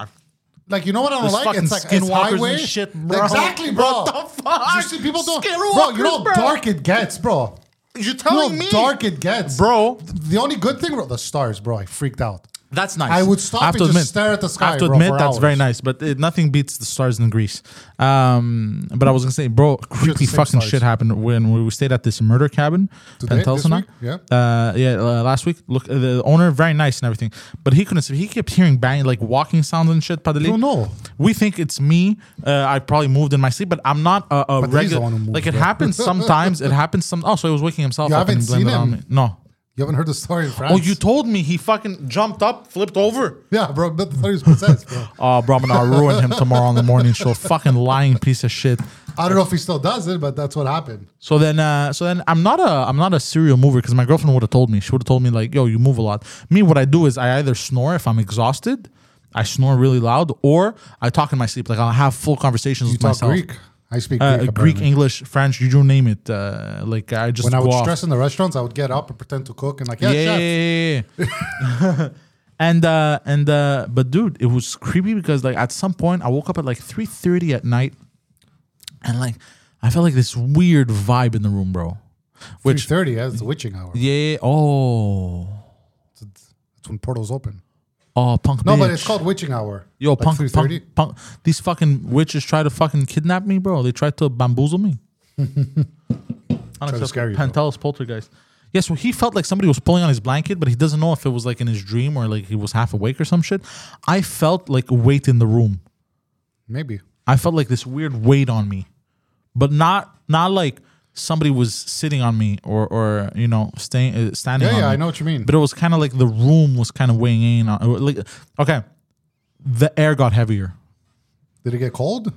Speaker 2: Like you know what I don't
Speaker 1: There's
Speaker 2: like?
Speaker 1: fucking
Speaker 2: It's like it's
Speaker 1: skinwalkers and
Speaker 2: highway
Speaker 1: shit, bro.
Speaker 2: Exactly, bro.
Speaker 1: What the fuck?
Speaker 2: You see people don't. Bro,
Speaker 1: Skinwalkers,
Speaker 2: you know how
Speaker 1: bro.
Speaker 2: dark it gets, bro.
Speaker 1: you're
Speaker 2: You know
Speaker 1: telling
Speaker 2: how
Speaker 1: me,
Speaker 2: dark it gets,
Speaker 1: bro.
Speaker 2: The only good thing, bro, the stars, bro. I freaked out.
Speaker 1: That's nice.
Speaker 2: I would stop and just stare at the
Speaker 1: I
Speaker 2: sky,
Speaker 1: have to
Speaker 2: bro,
Speaker 1: admit
Speaker 2: for
Speaker 1: that's very
Speaker 2: hours.
Speaker 1: nice, but it, nothing beats the stars in Greece. Um, but I was gonna say, bro, creepy
Speaker 2: same
Speaker 1: fucking
Speaker 2: stars.
Speaker 1: shit happened when we stayed at this murder cabin,
Speaker 2: Today?
Speaker 1: Pentelsona.
Speaker 2: This week?
Speaker 1: uh, yeah, uh, last week. Look, uh, the owner very nice and everything, but he couldn't. sleep. He kept hearing banging, like walking sounds and shit. Padeli.
Speaker 2: don't know.
Speaker 1: We think it's me. Uh, I probably moved in my sleep, but I'm not a, a
Speaker 2: But he's the
Speaker 1: regular.
Speaker 2: one who moves,
Speaker 1: Like it
Speaker 2: bro.
Speaker 1: happens sometimes. it happens some. Oh, so he was waking himself
Speaker 2: You
Speaker 1: up and
Speaker 2: haven't
Speaker 1: blamed
Speaker 2: seen
Speaker 1: it on
Speaker 2: him?
Speaker 1: me. No.
Speaker 2: You haven't heard the story in France?
Speaker 1: Oh, you told me he fucking jumped up, flipped over.
Speaker 2: yeah, bro. But the story's possessed, bro.
Speaker 1: Oh, bro, I'm gonna ruin him tomorrow on the morning show. Fucking lying piece of shit.
Speaker 2: I don't know if he still does it, but that's what happened.
Speaker 1: So then, uh, so then, I'm not a, I'm not a serial mover because my girlfriend would have told me. She would have told me like, yo, you move a lot. Me, what I do is I either snore if I'm exhausted, I snore really loud, or I talk in my sleep. Like I'll have full conversations
Speaker 2: You
Speaker 1: with
Speaker 2: talk
Speaker 1: myself.
Speaker 2: Greek. I speak
Speaker 1: Uh,
Speaker 2: Greek.
Speaker 1: Greek,
Speaker 2: apparently.
Speaker 1: English, French, you, you name it. Uh, like I just
Speaker 2: When I
Speaker 1: go
Speaker 2: would
Speaker 1: off.
Speaker 2: stress in the restaurants, I would get up and pretend to cook and like, yeah,
Speaker 1: yeah,
Speaker 2: chef.
Speaker 1: yeah, yeah, yeah. and uh and uh but dude it was creepy because like at some point i woke up at like 3.30 at night and like i felt like this weird vibe in the room bro
Speaker 2: Which
Speaker 1: which
Speaker 2: thirty? Yeah, it's the witching hour.
Speaker 1: yeah oh
Speaker 2: That's when portals open.
Speaker 1: oh punk
Speaker 2: No,
Speaker 1: bitch.
Speaker 2: but it's called witching hour.
Speaker 1: yo
Speaker 2: like
Speaker 1: punk,
Speaker 2: 3:30.
Speaker 1: punk punk these fucking witches try to fucking kidnap me bro they tried to bamboozle me Unacceptable.
Speaker 2: scare you, bro.
Speaker 1: Pantelis poltergeist yeah, so he felt like somebody was pulling on his blanket, but he doesn't know if it was like in his dream or like he was half awake or some shit. I felt like a weight in the room.
Speaker 2: Maybe.
Speaker 1: I felt like this weird weight on me, but not not like somebody was sitting on me or or you know staying uh, standing.
Speaker 2: Yeah,
Speaker 1: on
Speaker 2: yeah,
Speaker 1: me.
Speaker 2: I know what you mean.
Speaker 1: But it was kind of like the room was kind of weighing in on. Like, okay, the air got heavier.
Speaker 2: Did it get cold?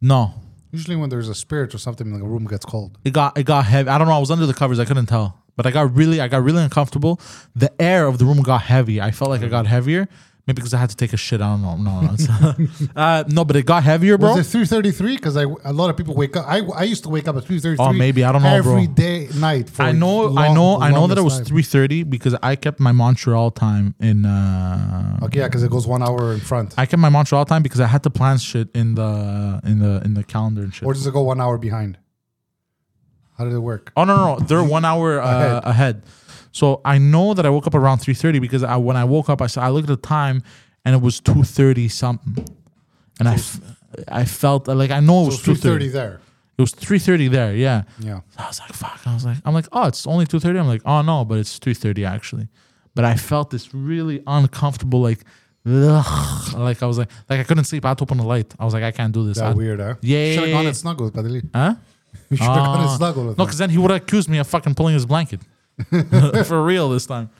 Speaker 1: No,
Speaker 2: Usually, when there's a spirit or something, like a room gets cold.
Speaker 1: it got it got heavy. I don't know. I was under the covers. I couldn't tell. But I got really I got really uncomfortable. The air of the room got heavy. I felt like I got heavier. Maybe because I had to take a shit. I don't know. No, no, it's- uh, no. But it got heavier, bro.
Speaker 2: Was it 3:33? Because I a lot of people wake up. I, I used to wake up at 3:33.
Speaker 1: Oh, maybe. I don't know, bro.
Speaker 2: Every day, night. For
Speaker 1: I know, I
Speaker 2: long-
Speaker 1: know, I know that it
Speaker 2: longest
Speaker 1: was
Speaker 2: time.
Speaker 1: three thirty because I kept my Montreal time in. Uh,
Speaker 2: Okay, yeah, because it goes one hour in front,
Speaker 1: I kept my Montreal time because I had to plan shit in the in the in the calendar and shit.
Speaker 2: or does it go one hour behind? How did it work?
Speaker 1: oh no, no, no, they're one hour uh, ahead.
Speaker 2: Mm-hmm. Ahead.
Speaker 1: So I know that I woke up around three thirty because I when I woke up I saw I looked at the time and it was two thirty something, and I f- I felt like I know it
Speaker 2: It
Speaker 1: was two
Speaker 2: was 3:30
Speaker 1: thirty.
Speaker 2: there.
Speaker 1: It was three thirty there, yeah.
Speaker 2: Yeah.
Speaker 1: I was like, fuck. I was like, I'm like, oh, it's only two thirty. I'm like, oh no, but it's two thirty actually. But I felt this really uncomfortable, like, ugh, like I was like, like I couldn't sleep. I had to open the light. I was like, I can't do this.
Speaker 2: That
Speaker 1: I-
Speaker 2: weird, huh?
Speaker 1: Yeah, yeah,
Speaker 2: Should have
Speaker 1: yeah,
Speaker 2: gone
Speaker 1: yeah.
Speaker 2: and snuggled with Padilla.
Speaker 1: Huh?
Speaker 2: You should have gone and
Speaker 1: Ah.
Speaker 2: snuggled with
Speaker 1: No,
Speaker 2: him.
Speaker 1: because then he would have accused me of fucking pulling his blanket for real this time.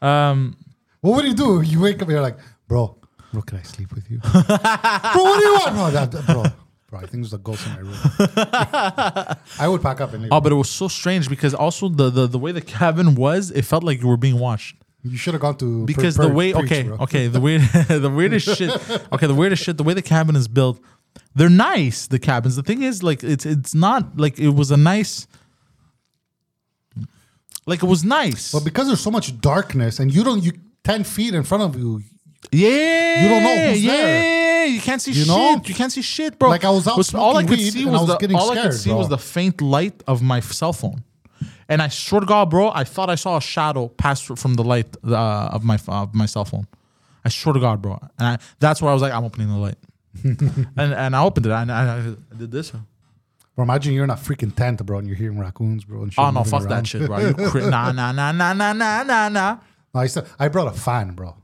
Speaker 1: Um,
Speaker 2: What would you do? You wake up, you're like, bro, bro, can I sleep with you? bro, what do you want? No, that, bro, bro, I think there's a ghost in my room. I would pack up and leave.
Speaker 1: oh, but it was so strange because also the, the the way the cabin was, it felt like you were being watched.
Speaker 2: you should have gone to pre-
Speaker 1: because the way
Speaker 2: pre- preach,
Speaker 1: okay
Speaker 2: bro.
Speaker 1: okay the weird the weirdest shit okay the weirdest shit the way the cabin is built they're nice the cabins the thing is like it's it's not like it was a nice like it was nice
Speaker 2: But because there's so much darkness and you don't, you ten feet in front of you.
Speaker 1: yeah
Speaker 2: You don't know who's
Speaker 1: yeah
Speaker 2: there.
Speaker 1: you can't see
Speaker 2: You
Speaker 1: shit
Speaker 2: know?
Speaker 1: you can't see shit bro
Speaker 2: Like, I was out
Speaker 1: Was- all I
Speaker 2: smoking
Speaker 1: could
Speaker 2: weed
Speaker 1: see
Speaker 2: and
Speaker 1: was,
Speaker 2: I was
Speaker 1: the,
Speaker 2: getting
Speaker 1: all I could
Speaker 2: scared,
Speaker 1: see
Speaker 2: bro.
Speaker 1: was the faint light of my f- cell phone and I swear to God bro I thought I saw a shadow pass fr- from the light uh, of my f- of my cell phone I swear to God bro and I, that's where I was like I'm opening the light and and I opened it. And I, I did this.
Speaker 2: Bro, imagine you're in a freaking tent, bro, and you're hearing raccoons, bro. And shit
Speaker 1: Oh no,
Speaker 2: moving
Speaker 1: fuck
Speaker 2: around.
Speaker 1: that shit, bro. You cri- nah, nah, nah, nah, nah, nah, nah, nah.
Speaker 2: No, I, said, I brought a fan, bro.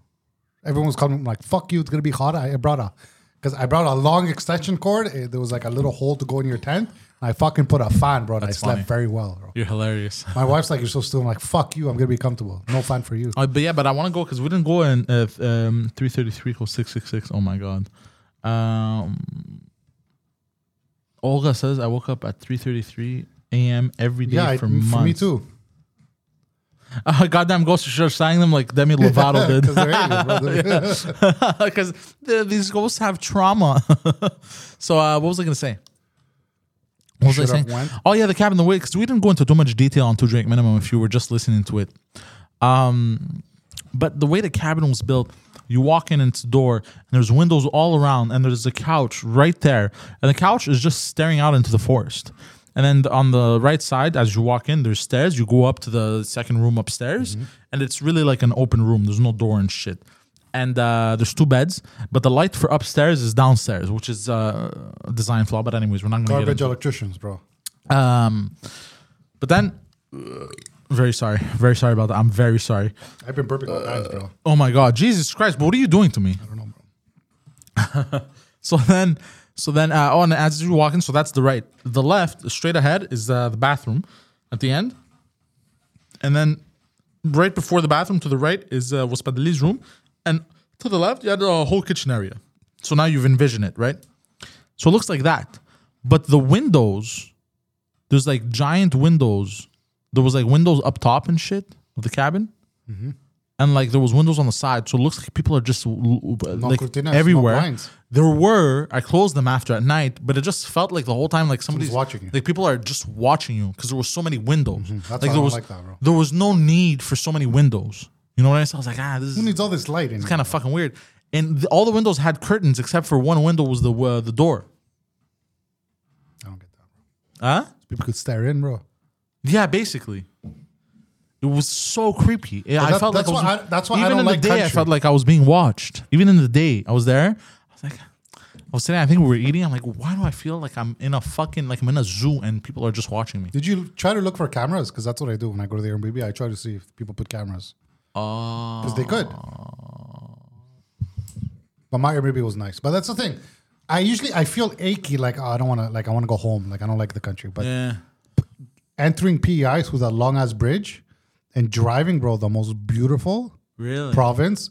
Speaker 2: Everyone's coming like, fuck you, it's gonna be hot. I I brought a, because I brought a long extension cord. eh, there was like a little hole to go in your tent. And I fucking put a fan, bro, and I slept
Speaker 1: funny.
Speaker 2: very well, bro.
Speaker 1: You're hilarious.
Speaker 2: My wife's like, you're so still. I'm like, fuck you. I'm gonna be comfortable. No fan for you.
Speaker 1: Uh, but yeah, but I want to go because we didn't go in uh, th- um, 333 or 666. Oh my god. Um, Olga says I woke up at 3:33 a.m. every day
Speaker 2: Yeah, I, mm,
Speaker 1: for
Speaker 2: for
Speaker 1: months.
Speaker 2: me too.
Speaker 1: Uh, goddamn ghosts should have sang them like Demi Lovato did.
Speaker 2: 'Cause they're aliens, bro. They're-
Speaker 1: because these ghosts have trauma. so uh, what was I gonna say? What was I
Speaker 2: Should
Speaker 1: saying?
Speaker 2: have went.
Speaker 1: Oh yeah, the cabin in the way because we didn't go into too much detail on two drink minimum if you were just listening to it. Um, but the way the cabin was built, you walk in its door and there's windows all around and there's a couch right there and the couch is just staring out into the forest. And then on the right side, as you walk in, there's stairs. You go up to the second room upstairs, and it's really like an open room. There's no door and shit. And uh, there's two beds, but the light for upstairs is downstairs, which is uh, a design flaw. But anyways, we're not going to get
Speaker 2: Garbage
Speaker 1: into
Speaker 2: electricians, bro.
Speaker 1: um, but then, very sorry, very sorry about that. I'm very sorry.
Speaker 2: I've been burping all night, bro.
Speaker 1: Oh my God, Jesus Christ! What are you doing to me?
Speaker 2: I don't know, bro.
Speaker 1: So then, so then, uh, oh, and as you walk in, so that's the right. The left, straight ahead, is uh, the bathroom at the end, and then right before the bathroom to the right is uh, was Padeli's room, and to the left you had a whole kitchen area. So now you've envisioned it, right? So it looks like that, but the windows, there's like giant windows. There was like windows up top and shit of the cabin.
Speaker 2: Mm-hmm.
Speaker 1: And like there was windows on the side, so it looks like people are just l- l- like
Speaker 2: cortinas, no
Speaker 1: everywhere.
Speaker 2: blinds.
Speaker 1: There were. I closed them after at night, but it just felt like the whole time, like somebody's
Speaker 2: watching you. Mm-hmm.
Speaker 1: Like people are just watching you because there were so many windows.
Speaker 2: That's why I
Speaker 1: like there
Speaker 2: don't
Speaker 1: was
Speaker 2: like that, bro.
Speaker 1: there was no need for so many windows. You know what I mean? I was like, ah, this
Speaker 2: Who
Speaker 1: is
Speaker 2: needs all this light in here?
Speaker 1: kind of fucking weird. And th- all the windows had curtains except for one window was the uh, the door.
Speaker 2: I don't get that, bro.
Speaker 1: Huh?
Speaker 2: People could stare in, bro.
Speaker 1: Yeah, basically. It was so creepy. Yeah, I
Speaker 2: that-
Speaker 1: felt like
Speaker 2: that's
Speaker 1: I was,
Speaker 2: why I- that's why I
Speaker 1: even
Speaker 2: don't
Speaker 1: in
Speaker 2: like
Speaker 1: the day I
Speaker 2: country.
Speaker 1: felt like I was being watched. Even in the day I was there, I was like, I was sitting. I think we were eating. I'm like, why do I feel like I'm in a fucking like I'm in a zoo and people are just watching me?
Speaker 2: Did you try to look for cameras? Because that's what I do when I go to the Airbnb. I try to see if people put cameras.
Speaker 1: Oh,
Speaker 2: Because they could. But my Airbnb was nice. But that's the thing. I usually I feel achy, like oh, I don't want to, like I want to go home, like I don't like the country. But
Speaker 1: yeah.
Speaker 2: entering PEI through that long ass bridge and driving, bro, the most beautiful
Speaker 1: Really?
Speaker 2: province,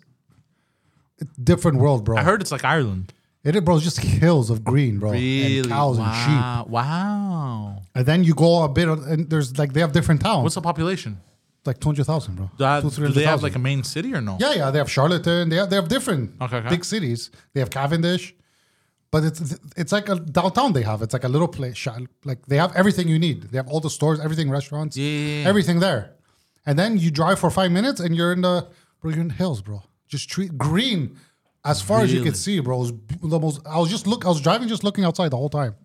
Speaker 2: different world, bro.
Speaker 1: I heard it's like Ireland.
Speaker 2: it, is, bro, it's just hills of green, bro, and cows
Speaker 1: wow.
Speaker 2: and sheep.
Speaker 1: Wow.
Speaker 2: And then you go a bit, of- and there's like they have different towns.
Speaker 1: What's the population?
Speaker 2: like 200,000, bro.
Speaker 1: Do,
Speaker 2: Two,
Speaker 1: do they have
Speaker 2: 300,000.
Speaker 1: like a main city or no?
Speaker 2: Yeah, yeah, they have Charlottetown. They have, they have different
Speaker 1: Okay, okay.
Speaker 2: big cities. They have Cavendish, but it's it's like a downtown. They have it's like a little place. sh- Like they have everything you need. They have all the stores, everything, restaurants,
Speaker 1: Yeah, yeah, yeah.
Speaker 2: everything there. And then you drive for five minutes, and you're in the bro, you're in the hills, bro. Just tree green as far as you
Speaker 1: Really?
Speaker 2: can see, bro. It was b- the most. I was just look. I was driving, just looking outside the whole time.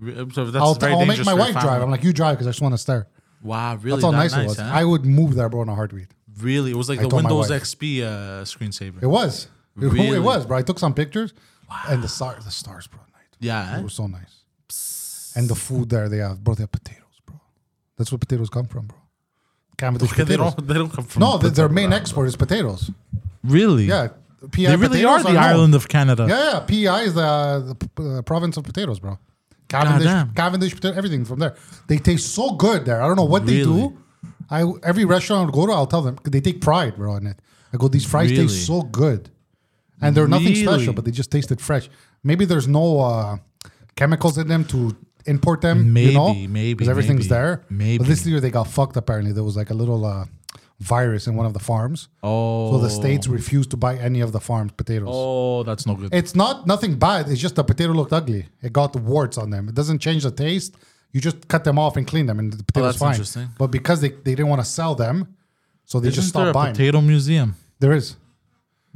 Speaker 1: uh, So that's
Speaker 2: I'll,
Speaker 1: very
Speaker 2: I'll make
Speaker 1: dangerous
Speaker 2: my
Speaker 1: for your
Speaker 2: wife drive.
Speaker 1: family.
Speaker 2: I'm like, you drive because I just want to stare.
Speaker 1: wow, really?
Speaker 2: That's how
Speaker 1: that
Speaker 2: nice, it was.
Speaker 1: huh?
Speaker 2: I would move there, bro, in a heartbeat.
Speaker 1: really, it was like the
Speaker 2: told my
Speaker 1: Windows
Speaker 2: wife.
Speaker 1: XP uh, screensaver.
Speaker 2: It was. It, was-
Speaker 1: Really?
Speaker 2: it was, bro. I took some pictures, and the stars, the stars, bro. at Night.
Speaker 1: yeah, eh?
Speaker 2: It was so nice. And the food there, they have, bro. They have potatoes, bro. That's where potatoes come from, bro. Cavendish
Speaker 1: Okay, they
Speaker 2: potatoes.
Speaker 1: don't they don't come from
Speaker 2: no, th- their main export is potatoes.
Speaker 1: really.
Speaker 2: Yeah, PI
Speaker 1: they really are
Speaker 2: potatoes
Speaker 1: the
Speaker 2: known.
Speaker 1: island of Canada.
Speaker 2: Yeah, yeah. PI is the, the p- uh, province of potatoes, bro. Cavendish,
Speaker 1: Goddamn.
Speaker 2: Cavendish potato, everything from there. They taste so good there. I don't know what they
Speaker 1: Really?
Speaker 2: do. I every restaurant I go to, I'll tell them they take pride, bro, in it. I go, these fries
Speaker 1: Really?
Speaker 2: taste so good, and they're nothing
Speaker 1: Really?
Speaker 2: special, but they just tasted fresh. Maybe there's no uh, chemicals in them to import them.
Speaker 1: Maybe,
Speaker 2: you know?
Speaker 1: maybe,
Speaker 2: 'Cause everything's
Speaker 1: maybe,
Speaker 2: there.
Speaker 1: maybe.
Speaker 2: but this year they got fucked. Apparently, there was like a little uh, virus in one of the farms.
Speaker 1: Oh,
Speaker 2: So the states refused to buy any of the farmed potatoes.
Speaker 1: Oh, that's no good.
Speaker 2: It's not nothing bad. It's just the potato looked ugly. It got warts on them. It doesn't change the taste. You just cut them off and clean them, and the potato's
Speaker 1: that's
Speaker 2: fine.
Speaker 1: interesting.
Speaker 2: But because they, they didn't want to sell them, so they
Speaker 1: Isn't
Speaker 2: just
Speaker 1: there
Speaker 2: stopped
Speaker 1: a
Speaker 2: buying.
Speaker 1: potato museum?
Speaker 2: There is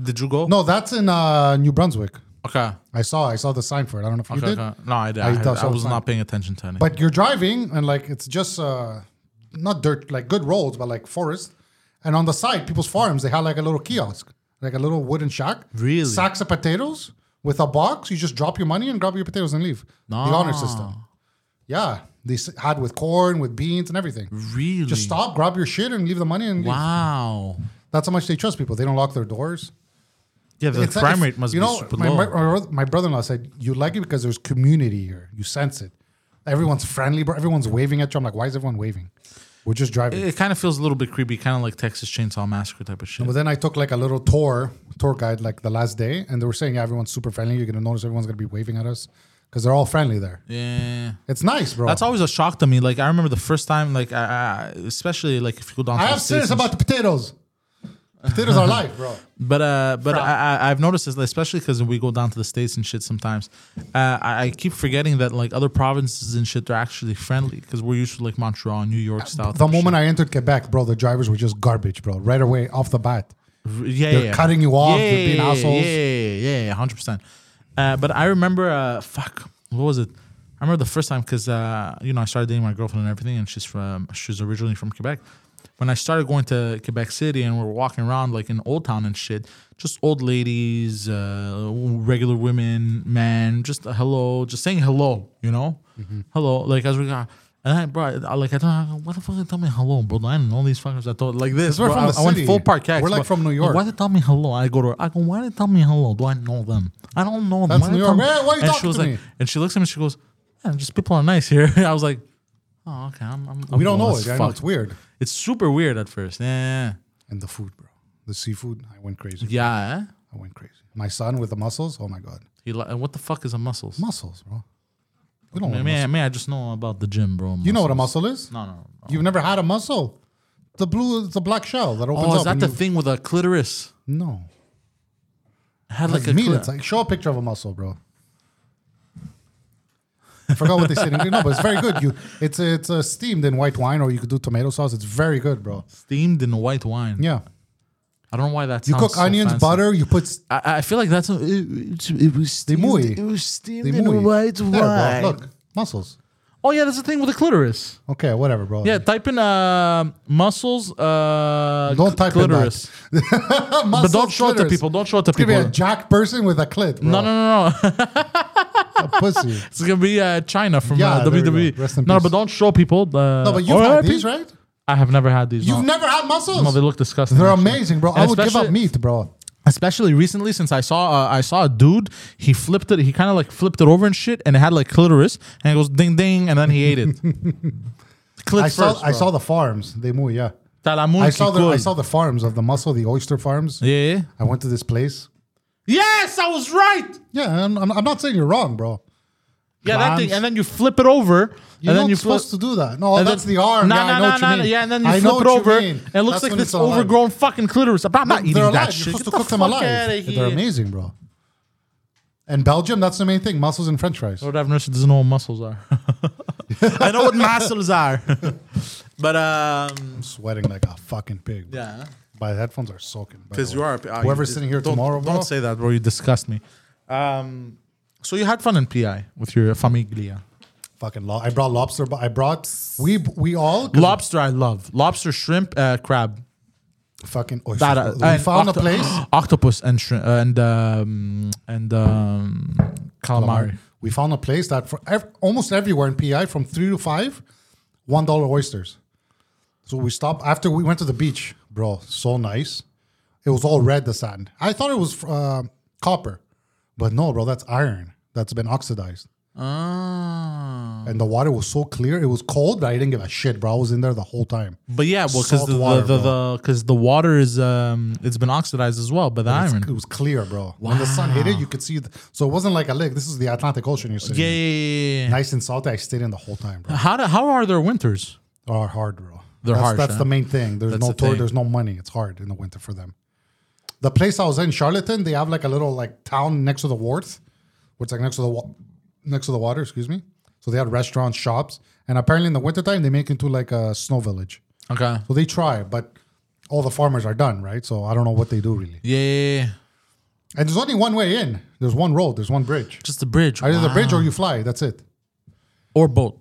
Speaker 1: Did you go?
Speaker 2: no. That's in uh, New Brunswick.
Speaker 1: Okay.
Speaker 2: I saw I saw the sign for it. I don't know if you
Speaker 1: Okay,
Speaker 2: did.
Speaker 1: okay. No, I, did.
Speaker 2: I
Speaker 1: I,
Speaker 2: thought
Speaker 1: I
Speaker 2: so,
Speaker 1: was
Speaker 2: fine.
Speaker 1: not paying attention to anything.
Speaker 2: But you're driving and like it's just uh, not dirt, like good roads, but like forest. And on the side, people's farms, they had like a little kiosk, like a little wooden shack.
Speaker 1: Really?
Speaker 2: Sacks of potatoes with a box. You just drop your money and grab your potatoes and leave. The honor system. Yeah. They s- had with corn, with beans, and everything.
Speaker 1: really?
Speaker 2: Just stop, grab your shit, and leave the money and leave.
Speaker 1: Wow.
Speaker 2: That's how much they trust people. They don't lock their doors.
Speaker 1: Yeah, the
Speaker 2: It's like-
Speaker 1: crime
Speaker 2: it's-
Speaker 1: rate must
Speaker 2: you
Speaker 1: be
Speaker 2: know,
Speaker 1: super
Speaker 2: my,
Speaker 1: low.
Speaker 2: my- my bro- my brother-in-law said you like it because there's community here. You sense it. Everyone's friendly, bro. Everyone's waving at you. I'm like, why is everyone waving? We're just driving.
Speaker 1: it kind of feels a little bit creepy, kind of like Texas Chainsaw Massacre type of shit.
Speaker 2: But then I took like a little tour, tour guide, like the last day, and they were saying yeah, everyone's super friendly. You're gonna notice everyone's gonna be waving at us because they're all friendly there.
Speaker 1: yeah.
Speaker 2: It's nice, bro.
Speaker 1: That's always a shock to me. Like I remember the first time, like I, I, especially like if you go down.
Speaker 2: I
Speaker 1: to
Speaker 2: am
Speaker 1: the
Speaker 2: serious
Speaker 1: States and
Speaker 2: about the potatoes. Potatoes are life, bro.
Speaker 1: But uh, but
Speaker 2: Fra-
Speaker 1: I, I I've noticed this, especially because we go down to the states and shit. Sometimes, uh, I, I keep forgetting that like other provinces and shit, they're actually friendly because we're used to like Montreal, New York style.
Speaker 2: Uh, The moment I entered Quebec, bro, the drivers were just garbage, bro. Right away, off the bat.
Speaker 1: I, yeah,
Speaker 2: they're
Speaker 1: yeah.
Speaker 2: cutting you off, they're being assholes.
Speaker 1: Yeah, yeah, yeah, hundred percent. Uh, but I remember, uh, fuck, what was it? I remember the first time because uh, you know I started dating my girlfriend and everything, and she's from she's originally from Quebec. When I started going to Quebec City and we're walking around like in Old Town and shit, just old ladies, uh, regular women, men, just a hello, just saying hello, you know,
Speaker 2: Mm-hmm.
Speaker 1: hello, like as we got. And I brought, I, like, I don't, what the fuck they tell me hello, bro? I didn't know these fuckers. I thought, like, this.
Speaker 2: we're
Speaker 1: bro,
Speaker 2: from
Speaker 1: I,
Speaker 2: the
Speaker 1: I went
Speaker 2: city.
Speaker 1: full Parkex.
Speaker 2: We're, like,
Speaker 1: but-
Speaker 2: from New York.
Speaker 1: Why they tell me hello. I go to her. I go, why they tell me hello? Do I know them? I don't know them.
Speaker 2: That's
Speaker 1: Why they
Speaker 2: New
Speaker 1: tell
Speaker 2: York.
Speaker 1: me-"
Speaker 2: Man, why you
Speaker 1: and she
Speaker 2: talking
Speaker 1: was
Speaker 2: to
Speaker 1: like,
Speaker 2: me?
Speaker 1: and she looks at me. She goes, yeah, just people are nice here. I was like, oh okay. I'm, I'm, I'm
Speaker 2: We don't
Speaker 1: cool
Speaker 2: know
Speaker 1: as
Speaker 2: it. I know
Speaker 1: fuck."
Speaker 2: it's weird.
Speaker 1: It's super weird at first. Yeah, yeah,
Speaker 2: And the food, bro. The seafood, I went crazy.
Speaker 1: yeah. eh?
Speaker 2: I went crazy. My son with the muscles, oh my god,
Speaker 1: He li- what the fuck is a muscles?
Speaker 2: muscles, bro. You don't.
Speaker 1: Man,
Speaker 2: want
Speaker 1: man, I just know about the gym, bro.
Speaker 2: you know what a
Speaker 1: muscles.
Speaker 2: muscle is?
Speaker 1: No, no. no.
Speaker 2: You've never had a muscle. The blue, the black shell that opens
Speaker 1: Oh,
Speaker 2: up.
Speaker 1: is that
Speaker 2: and
Speaker 1: the
Speaker 2: you-
Speaker 1: thing with a clitoris?
Speaker 2: No,
Speaker 1: It had like
Speaker 2: like
Speaker 1: a
Speaker 2: meat.
Speaker 1: cli-
Speaker 2: It's like show a picture of a muscle, bro. I forgot what they said. in Greek. No, but it's very good. You, it's it's uh, steamed in white wine, or you could do tomato sauce. It's very good, bro.
Speaker 1: steamed in white wine.
Speaker 2: Yeah,
Speaker 1: I don't know why that
Speaker 2: you
Speaker 1: sounds
Speaker 2: cook
Speaker 1: so
Speaker 2: onions,
Speaker 1: fancy.
Speaker 2: butter. You put s-
Speaker 1: I, I feel like that's it, it, it was steamed,
Speaker 2: mouille.
Speaker 1: it was steamed
Speaker 2: they
Speaker 1: in
Speaker 2: mouille.
Speaker 1: white
Speaker 2: There,
Speaker 1: wine.
Speaker 2: bro. Look, muscles.
Speaker 1: Oh yeah, that's the thing with the clitoris.
Speaker 2: Okay, whatever, bro.
Speaker 1: Yeah, type in uh, muscles. Uh,
Speaker 2: Don't
Speaker 1: cl-
Speaker 2: type in that.
Speaker 1: clitoris. But
Speaker 2: Muscles,
Speaker 1: don't show it to
Speaker 2: clitoris.
Speaker 1: people. Don't show it to
Speaker 2: It's
Speaker 1: people.
Speaker 2: gonna be a jack person with a clit. Bro.
Speaker 1: no, no, no, no.
Speaker 2: a pussy.
Speaker 1: It's gonna be uh, China from
Speaker 2: Yeah,
Speaker 1: uh,
Speaker 2: there we go.
Speaker 1: WWE.
Speaker 2: Rest in
Speaker 1: no,
Speaker 2: peace.
Speaker 1: but don't show people. uh, The
Speaker 2: No, but you've
Speaker 1: Or
Speaker 2: had
Speaker 1: RIP.
Speaker 2: these, right?
Speaker 1: I have never had these.
Speaker 2: You've
Speaker 1: no.
Speaker 2: never had muscles.
Speaker 1: No, they look disgusting.
Speaker 2: They're
Speaker 1: actually.
Speaker 2: amazing, bro. I
Speaker 1: And
Speaker 2: would give
Speaker 1: especially-
Speaker 2: up meat, bro.
Speaker 1: Especially recently, since I saw uh, I saw a dude, he flipped it. He kind of like flipped it over and shit, and it had like clitoris, and it goes ding ding, and then he ate it. Clit
Speaker 2: I saw
Speaker 1: first,
Speaker 2: I
Speaker 1: bro.
Speaker 2: saw the farms. They move, yeah.
Speaker 1: Talamun
Speaker 2: I saw the I
Speaker 1: Kikul.
Speaker 2: saw the farms of the mussel, the oyster farms.
Speaker 1: Yeah.
Speaker 2: I went to this place.
Speaker 1: Yes, I was right.
Speaker 2: Yeah, I'm, I'm, I'm not saying you're wrong, bro.
Speaker 1: Yeah, that thing,
Speaker 2: Arms.
Speaker 1: and then you flip it over,
Speaker 2: You're
Speaker 1: and
Speaker 2: not
Speaker 1: then you flip.
Speaker 2: supposed to do that. No,
Speaker 1: and
Speaker 2: that's
Speaker 1: then-
Speaker 2: the arm.
Speaker 1: No,
Speaker 2: yeah,
Speaker 1: no,
Speaker 2: I know
Speaker 1: no,
Speaker 2: what you
Speaker 1: no,
Speaker 2: mean.
Speaker 1: no, Yeah, and then
Speaker 2: I
Speaker 1: you
Speaker 2: know
Speaker 1: flip it
Speaker 2: what you
Speaker 1: over.
Speaker 2: mean.
Speaker 1: and It looks
Speaker 2: That's
Speaker 1: like
Speaker 2: when
Speaker 1: this
Speaker 2: it's alive.
Speaker 1: overgrown fucking clitoris. But I'm not eating
Speaker 2: They're alive.
Speaker 1: that
Speaker 2: You're
Speaker 1: shit. Get
Speaker 2: supposed to
Speaker 1: the
Speaker 2: cook them
Speaker 1: fuck outta
Speaker 2: alive. They're
Speaker 1: here.
Speaker 2: amazing, bro. In Belgium, that's the main thing: mussels and French fries.
Speaker 1: Lord have mercy doesn't know what muscles are. I know what muscles are. but um
Speaker 2: Sweating like a fucking pig. bro.
Speaker 1: yeah.
Speaker 2: My headphones are soaking. by
Speaker 1: Because
Speaker 2: the
Speaker 1: you
Speaker 2: way.
Speaker 1: are a- ah,
Speaker 2: Whoever's
Speaker 1: you-
Speaker 2: sitting here
Speaker 1: don't-
Speaker 2: tomorrow, bro.
Speaker 1: Don't say that, bro. You disgust me. Um so you had fun in PI with your famiglia.
Speaker 2: Fucking lo- I brought lobster, but I brought we we all
Speaker 1: Lobster I love. Lobster, shrimp, uh, crab.
Speaker 2: fucking oysters.
Speaker 1: That, uh,
Speaker 2: we
Speaker 1: and
Speaker 2: found
Speaker 1: octo-
Speaker 2: a place.
Speaker 1: Octopus and shrimp uh, and um and um calamari.
Speaker 2: We found a place that for ev- almost everywhere in PI from three to five, one dollar oysters. So we stopped after we went to the beach, bro. So nice. It was all red, the sand. I thought it was uh, copper, but no, bro, that's iron that's been oxidized.
Speaker 1: Ah.
Speaker 2: And the water was so clear. It was cold, but I didn't give a shit, bro. I was in there the whole time.
Speaker 1: But yeah, well, because
Speaker 2: Salt
Speaker 1: the
Speaker 2: water,
Speaker 1: the the because the, water is um it's been oxidized as well by the
Speaker 2: It's-
Speaker 1: iron.
Speaker 2: It was clear, bro. When the sun hit it, you could see. The, so it wasn't like a lake. This is the Atlantic Ocean. You're sitting
Speaker 1: Yeah, yeah,
Speaker 2: in.
Speaker 1: yeah, yeah, yeah.
Speaker 2: nice and salty. I stayed in the whole time, bro.
Speaker 1: How do, how are their winters?
Speaker 2: Are hard, bro.
Speaker 1: They're
Speaker 2: that's,
Speaker 1: harsh,
Speaker 2: That's
Speaker 1: huh?
Speaker 2: the main thing. There's
Speaker 1: That's
Speaker 2: no
Speaker 1: the
Speaker 2: tour.
Speaker 1: thing.
Speaker 2: There's no money. It's hard in the winter for them. The place I was in, Charlatan, they have like a little like town next to the wharf, which like next to the wa- next to the water. Excuse me. So they had restaurants, shops, and apparently in the wintertime they make into like a snow village.
Speaker 1: Okay. Yeah,
Speaker 2: So they try, but all the farmers are done, right? So I don't know what they do really.
Speaker 1: yeah, yeah, yeah.
Speaker 2: And there's only one way in. There's one road. There's one bridge.
Speaker 1: just the bridge
Speaker 2: Either the
Speaker 1: Wow.
Speaker 2: bridge or you fly. That's it.
Speaker 1: or boat,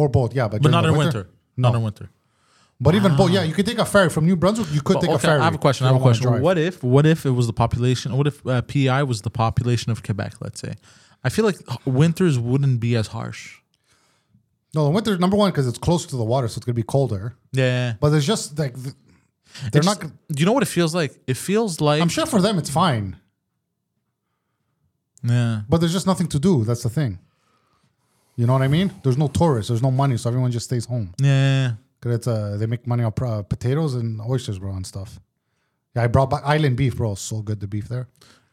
Speaker 2: Or both. Yeah, but,
Speaker 1: but
Speaker 2: during
Speaker 1: not
Speaker 2: the
Speaker 1: in winter.
Speaker 2: No,
Speaker 1: Not in winter.
Speaker 2: But even both, yeah, you could take a ferry from New Brunswick. You could
Speaker 1: But
Speaker 2: take a
Speaker 1: okay,
Speaker 2: ferry.
Speaker 1: I have a question. I
Speaker 2: You
Speaker 1: have a
Speaker 2: don't
Speaker 1: question.
Speaker 2: wanna drive.
Speaker 1: What if what if it was the population? What if uh, PI was the population of Quebec? Let's say. I feel like winters wouldn't be as harsh.
Speaker 2: No, the winter number one because it's closer to the water, so it's gonna be colder.
Speaker 1: Yeah.
Speaker 2: But it's just like th- they're
Speaker 1: It's-
Speaker 2: not. gonna-
Speaker 1: Do you know what it feels like? It feels like.
Speaker 2: I'm sure for them it's fine,
Speaker 1: Yeah.
Speaker 2: but there's just nothing to do. That's the thing. You know what I mean? There's no tourists. There's no money, so everyone just stays home.
Speaker 1: Yeah.
Speaker 2: Cause it's uh, they make money on pro- uh, potatoes and oysters, bro, and stuff. Yeah, I brought back island beef, bro. So good the beef there.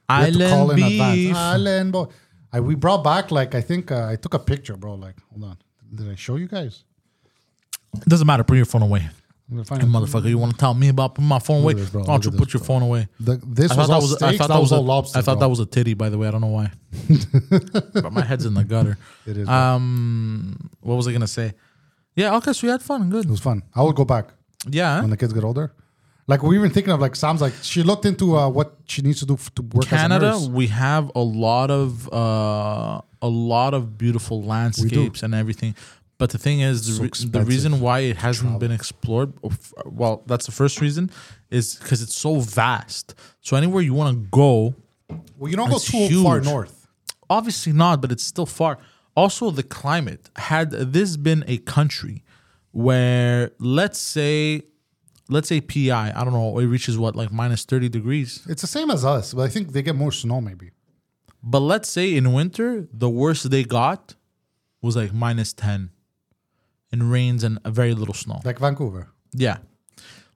Speaker 2: We had to call
Speaker 1: Island
Speaker 2: in advance.
Speaker 1: beef.
Speaker 2: Island boy. I, we brought back like I think uh, I took a picture, bro. Like, hold on, did I show you guys?
Speaker 1: Doesn't matter. Put your phone away.
Speaker 2: I'm gonna find
Speaker 1: Hey,
Speaker 2: it.
Speaker 1: motherfucker, you want to tell me about putting my phone away?
Speaker 2: at this, bro.
Speaker 1: Why don't
Speaker 2: Look
Speaker 1: you
Speaker 2: at
Speaker 1: put
Speaker 2: this,
Speaker 1: your phone away?
Speaker 2: The, this
Speaker 1: I
Speaker 2: was
Speaker 1: thought,
Speaker 2: all
Speaker 1: that was,
Speaker 2: steaks.
Speaker 1: I thought
Speaker 2: that, was
Speaker 1: a-
Speaker 2: all lobster.
Speaker 1: I thought
Speaker 2: bro.
Speaker 1: that was a titty, by the way. I don't know why. but my head's in the gutter.
Speaker 2: It is, bro.
Speaker 1: Um, what was I gonna say? Yeah, okay, so you had fun,
Speaker 2: It
Speaker 1: good.
Speaker 2: was fun. I would go back
Speaker 1: Yeah,
Speaker 2: when the kids get older. Like we were even thinking of like Sam's like she looked into uh, what she needs to do f- to work
Speaker 1: Canada,
Speaker 2: as a nurse.
Speaker 1: we have a lot of uh, a lot of beautiful landscapes and everything. But the thing is, the, re- the
Speaker 2: expensive.
Speaker 1: reason why it hasn't been explored, of- well, that's the first reason, is because it's so vast. So anywhere you want to go,
Speaker 2: Well, you don't go
Speaker 1: It's
Speaker 2: too far
Speaker 1: huge.
Speaker 2: north.
Speaker 1: obviously not, but it's still far. Also, the climate. Had this been a country where, let's say, let's say PI, I don't know, it reaches what like minus thirty degrees.
Speaker 2: It's the same as us, but I think they get more snow maybe.
Speaker 1: But let's say in winter, the worst they got was like minus ten, and rains and very little snow.
Speaker 2: Like Vancouver.
Speaker 1: Yeah.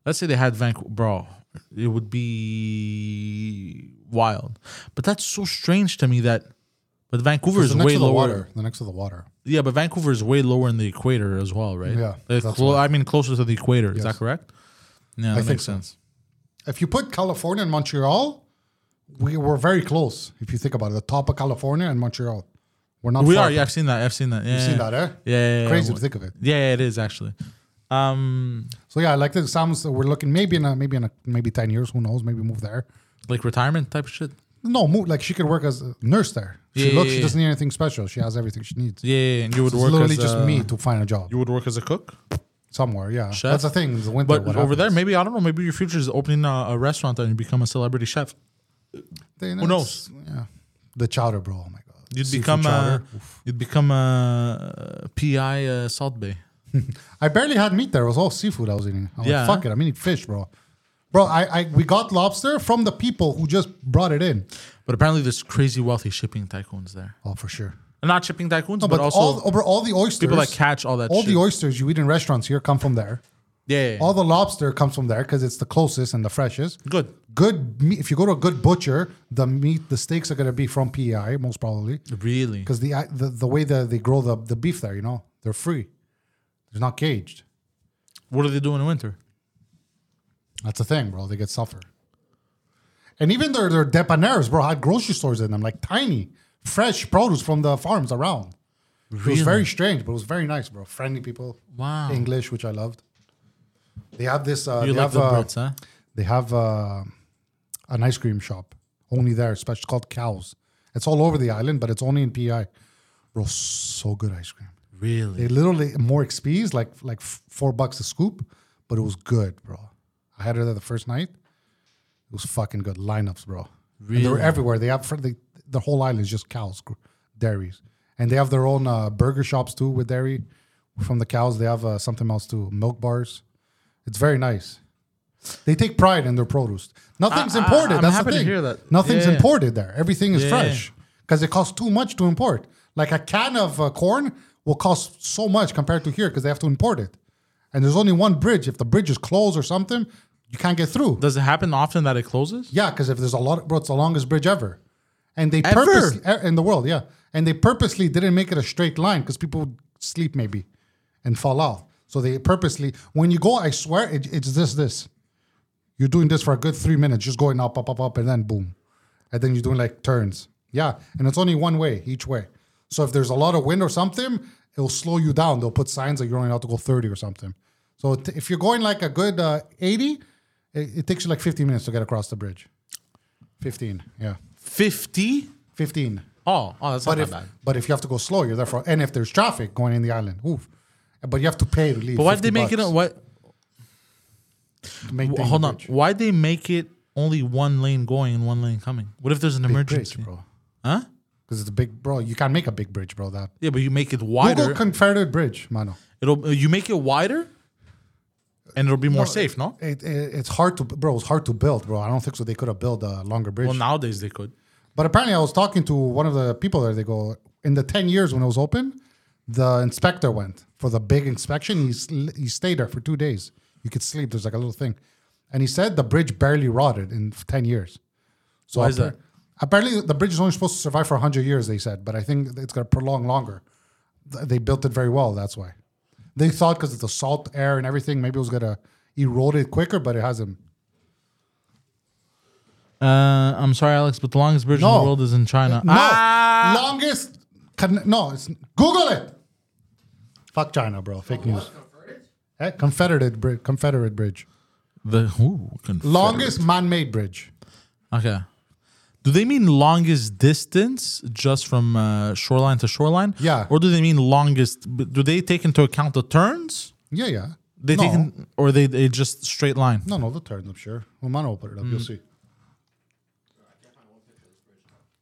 Speaker 1: Let's say they had Vancouver, bro. It would be wild. But that's so strange to me that. But Vancouver
Speaker 2: It's
Speaker 1: is
Speaker 2: the next
Speaker 1: way
Speaker 2: to the
Speaker 1: lower.
Speaker 2: water. The next to the water.
Speaker 1: Yeah, but Vancouver is way lower in the equator as well, right?
Speaker 2: Yeah,
Speaker 1: Uh,
Speaker 2: that's
Speaker 1: clo-
Speaker 2: why.
Speaker 1: I mean, closer to the equator. Is that
Speaker 2: Yes.
Speaker 1: correct? Yeah, that
Speaker 2: think
Speaker 1: makes
Speaker 2: so.
Speaker 1: sense.
Speaker 2: If you put California and Montreal, we were very close. If you think about it, the top of California and Montreal, we're not.
Speaker 1: We
Speaker 2: far
Speaker 1: are. Yeah, I've seen that. I've seen that. Yeah,
Speaker 2: You've seen that, eh?
Speaker 1: Yeah, yeah, yeah.
Speaker 2: Crazy to think of it.
Speaker 1: Yeah, yeah, it is actually. Um,
Speaker 2: So yeah, like the sounds that we're looking maybe in a maybe in a maybe ten years, who knows? Maybe move there.
Speaker 1: like retirement type of shit.
Speaker 2: No, move like she could work as a nurse there. She
Speaker 1: Yeah, yeah,
Speaker 2: looks.
Speaker 1: yeah.
Speaker 2: She doesn't need anything special. She has everything she needs.
Speaker 1: Yeah, yeah, yeah. and you would
Speaker 2: It's
Speaker 1: work
Speaker 2: literally
Speaker 1: as
Speaker 2: just
Speaker 1: a-
Speaker 2: me to find a job
Speaker 1: You would work as a cook,
Speaker 2: somewhere. Yeah,
Speaker 1: Chef?
Speaker 2: that's the thing. The winter,
Speaker 1: but
Speaker 2: what
Speaker 1: over there,
Speaker 2: happens.
Speaker 1: maybe I don't know. Maybe your future is opening a, a restaurant and you become a celebrity chef.
Speaker 2: They-
Speaker 1: who knows?
Speaker 2: it's- Yeah, the chowder, bro. Oh my god,
Speaker 1: You'd
Speaker 2: Seafood
Speaker 1: become a,
Speaker 2: chowder. Oof.
Speaker 1: you'd become a uh, PI uh, Salt Bay.
Speaker 2: I barely had meat there. It was all seafood I was eating. I'm
Speaker 1: Yeah.
Speaker 2: like, fuck it. I'm eating fish, bro. Bro, I, I we got lobster from the people who just brought it in.
Speaker 1: But apparently, there's crazy wealthy shipping tycoons there.
Speaker 2: Oh, for sure.
Speaker 1: Not shipping tycoons,
Speaker 2: No,
Speaker 1: but,
Speaker 2: but,
Speaker 1: also
Speaker 2: all over all the oysters,
Speaker 1: people that catch all that
Speaker 2: all
Speaker 1: shit.
Speaker 2: the oysters you eat in restaurants here come from there.
Speaker 1: Yeah, yeah, yeah.
Speaker 2: All the lobster comes from there because it's the closest and the freshest.
Speaker 1: Good.
Speaker 2: Good meat. If you go to a good butcher, the meat, the steaks are gonna be from PEI most probably
Speaker 1: Really?
Speaker 2: because the, the the way that they grow the the beef there, you know, they're free. They're not caged.
Speaker 1: What do they do in winter?
Speaker 2: That's the thing, bro. They get suffer. And even their their depaneras, bro, had grocery stores in them, like tiny, fresh produce from the farms around. It was very strange, but it was very nice, bro. Friendly people.
Speaker 1: Wow.
Speaker 2: English, which I loved. They have this. Uh,
Speaker 1: You
Speaker 2: they
Speaker 1: like
Speaker 2: have,
Speaker 1: the
Speaker 2: uh,
Speaker 1: Brits, huh?
Speaker 2: They have uh, an ice cream shop only there, special it's called Cows. It's all over the island, but it's only in PI. Bro, so good ice cream.
Speaker 1: Really?
Speaker 2: They literally more XPs, like like f- four bucks a scoop, but it was good, bro. I had it there the first night. It was fucking good lineups, bro. And they were
Speaker 1: Really?
Speaker 2: everywhere. They have fr- they, the whole island is just cows, gr- dairies, and they have their own uh, burger shops too with dairy from the cows. They have uh, something else too, milk bars. It's very nice. They take pride in their produce. Nothing's
Speaker 1: I- I-
Speaker 2: imported.
Speaker 1: I'm
Speaker 2: That's
Speaker 1: happy
Speaker 2: the
Speaker 1: to
Speaker 2: thing.
Speaker 1: hear that.
Speaker 2: Nothing's
Speaker 1: Yeah, yeah.
Speaker 2: imported there. Everything is
Speaker 1: Yeah,
Speaker 2: fresh because it costs too much to import. Like a can of uh, corn will cost so much compared to here because they have to import it. And there's only one bridge. If the bridge is closed or something, you can't get through.
Speaker 1: Does it happen often that it closes?
Speaker 2: Yeah, because if there's a lot, bro, it's the longest bridge ever, and they
Speaker 1: Ever?
Speaker 2: purposely e- in the world, yeah, and they purposely didn't make it a straight line because people would sleep maybe and fall off. So they purposely, when you go, I swear, it, it's this, this. You're doing this for a good three minutes, just going up, up, up, up, and then boom, and then you're doing like turns. Yeah, and it's only one way each way. So if there's a lot of wind or something, it'll slow you down. They'll put signs that you're only allowed to go 30 or something. So t- if you're going like a good uh, 80, it, it takes you like 15 minutes to get across the bridge. 15, yeah.
Speaker 1: 50?
Speaker 2: 15.
Speaker 1: Oh, oh, that's
Speaker 2: But
Speaker 1: not
Speaker 2: if,
Speaker 1: that bad.
Speaker 2: but if you have to go slow, you're there for, and if there's traffic going in the island, oof. But you have to pay to leave.
Speaker 1: But why'd they
Speaker 2: 50
Speaker 1: make it?
Speaker 2: bucks
Speaker 1: What?
Speaker 2: to maintain
Speaker 1: hold
Speaker 2: the
Speaker 1: on.
Speaker 2: bridge.
Speaker 1: Why'd they make it only one lane going and one lane coming? What if there's an emergency?
Speaker 2: Bridge, bro.
Speaker 1: Huh?
Speaker 2: Because it's a big, bro. You can't make a big bridge, bro. That.
Speaker 1: Yeah, but you make it
Speaker 2: Google
Speaker 1: wider.
Speaker 2: Confederate Bridge, mano.
Speaker 1: it'll you make it wider, and it'll be more safe. No.
Speaker 2: It, it, it's hard to, bro. It's hard to build, bro. I don't think so. They could have built a longer bridge.
Speaker 1: Well, nowadays they could.
Speaker 2: But apparently, I was talking to one of the people there. They go in the ten years when it was open, the inspector went for the big inspection. He sl- he stayed there for two days. You could sleep. There's like a little thing, and he said the bridge barely rotted in ten years. So
Speaker 1: Why is
Speaker 2: appar-
Speaker 1: that?
Speaker 2: Apparently, the bridge is only supposed to survive for hundred years. They said, but I think it's going to prolong longer. Th- They built it very well. That's why they thought because of the salt air and everything, maybe it was going to erode it quicker, but it hasn't.
Speaker 1: Uh, I'm sorry, Alex, but the longest bridge in
Speaker 2: No.
Speaker 1: the world is in China.
Speaker 2: No,
Speaker 1: Ah!
Speaker 2: longest. Con- no, it's Google it. Fuck China, bro. Fake news. Eh, Confederate bridge. Confederate bridge.
Speaker 1: The ooh, Confederate.
Speaker 2: Longest man-made bridge.
Speaker 1: Okay. Do they mean longest distance just from uh, shoreline to shoreline?
Speaker 2: Yeah.
Speaker 1: Or do they mean longest? b- Do they take into account the turns?
Speaker 2: Yeah, yeah.
Speaker 1: They
Speaker 2: no,
Speaker 1: take in, or they, they just straight line.
Speaker 2: no, no. The turns up. Sure, Romano will put it up.
Speaker 1: Mm.
Speaker 2: You'll see.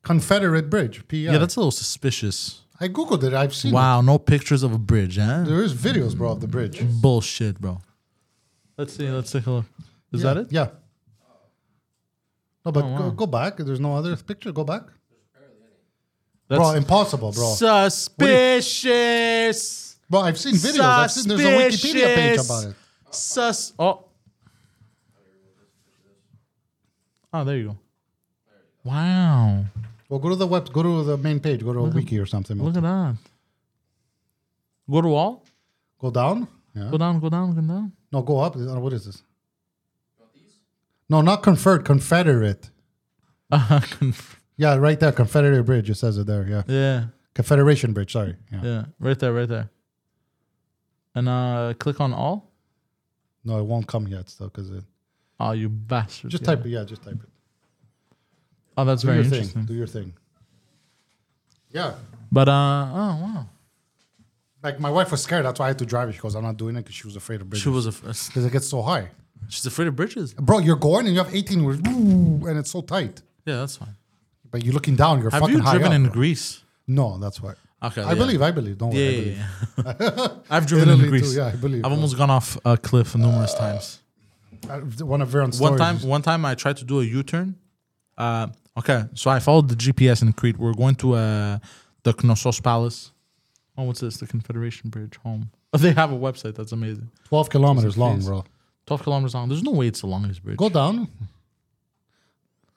Speaker 2: Confederate bridge. PI.
Speaker 1: Yeah, that's a little suspicious.
Speaker 2: I googled it. I've seen. it.
Speaker 1: Wow, no pictures of a bridge, huh?
Speaker 2: There is videos, bro, of the bridge.
Speaker 1: Bullshit, bro. Let's see. Let's take a look. Is that it? Oh,
Speaker 2: Yeah. No, but go, go back. There's no other picture. Go back,
Speaker 1: That's
Speaker 2: bro. Impossible, bro.
Speaker 1: suspicious.
Speaker 2: Bro, I've seen videos. I've seen, there's a Wikipedia page
Speaker 1: Suspicious.
Speaker 2: about it.
Speaker 1: Sus. Oh. Oh, there you go. Wow.
Speaker 2: Well, go to the web. Go to the main page. Go to a wiki or something.
Speaker 1: Look at that. Go to wall.
Speaker 2: Go down. Yeah.
Speaker 1: Go down, go down, go down.
Speaker 2: No, go up. Uh, What is this? No, not conferred. Confederate.
Speaker 1: Uh, conf-
Speaker 2: Yeah, right there. Confederate Bridge. It says it there. Yeah.
Speaker 1: yeah,
Speaker 2: Confederation Bridge. Sorry. Yeah.
Speaker 1: yeah. Right there, right there. And uh click on all.
Speaker 2: No, it won't come yet still because it.
Speaker 1: Oh, you bastard.
Speaker 2: Just
Speaker 1: yeah.
Speaker 2: type it. Yeah, just type it.
Speaker 1: Oh, that's
Speaker 2: Do
Speaker 1: very
Speaker 2: your
Speaker 1: interesting.
Speaker 2: thing. Do your thing. Yeah.
Speaker 1: But uh oh wow.
Speaker 2: Like my wife was scared. That's why I had to drive it. She goes, I'm not doing it because she was afraid of
Speaker 1: She was
Speaker 2: bridges.
Speaker 1: af-
Speaker 2: Because it gets so high.
Speaker 1: she's afraid of bridges.
Speaker 2: Bro, you're going and you have 18 wheels, and it's so tight.
Speaker 1: Yeah, that's fine.
Speaker 2: But you're looking down. You're
Speaker 1: Have
Speaker 2: fucking
Speaker 1: you
Speaker 2: high
Speaker 1: driven
Speaker 2: up,
Speaker 1: in
Speaker 2: bro.
Speaker 1: Greece?
Speaker 2: No, that's why.
Speaker 1: Okay,
Speaker 2: I
Speaker 1: yeah.
Speaker 2: believe, I believe. Don't worry.
Speaker 1: Yeah,
Speaker 2: I believe.
Speaker 1: yeah, yeah. I've driven in
Speaker 2: Italy too,
Speaker 1: Greece.
Speaker 2: yeah, I believe.
Speaker 1: I've almost gone off a cliff numerous times.
Speaker 2: I- one of Veron's
Speaker 1: One time,
Speaker 2: stories.
Speaker 1: one time I tried to do a U-turn. Uh, okay, so I followed the GPS in Crete. We're going to uh, the Knossos Palace. Oh, what's this? The Confederation Bridge home. They have a website that's amazing.
Speaker 2: 12 kilometers long,
Speaker 1: please.
Speaker 2: bro.
Speaker 1: 12 kilometers long. There's no way it's the longest bridge.
Speaker 2: Go down.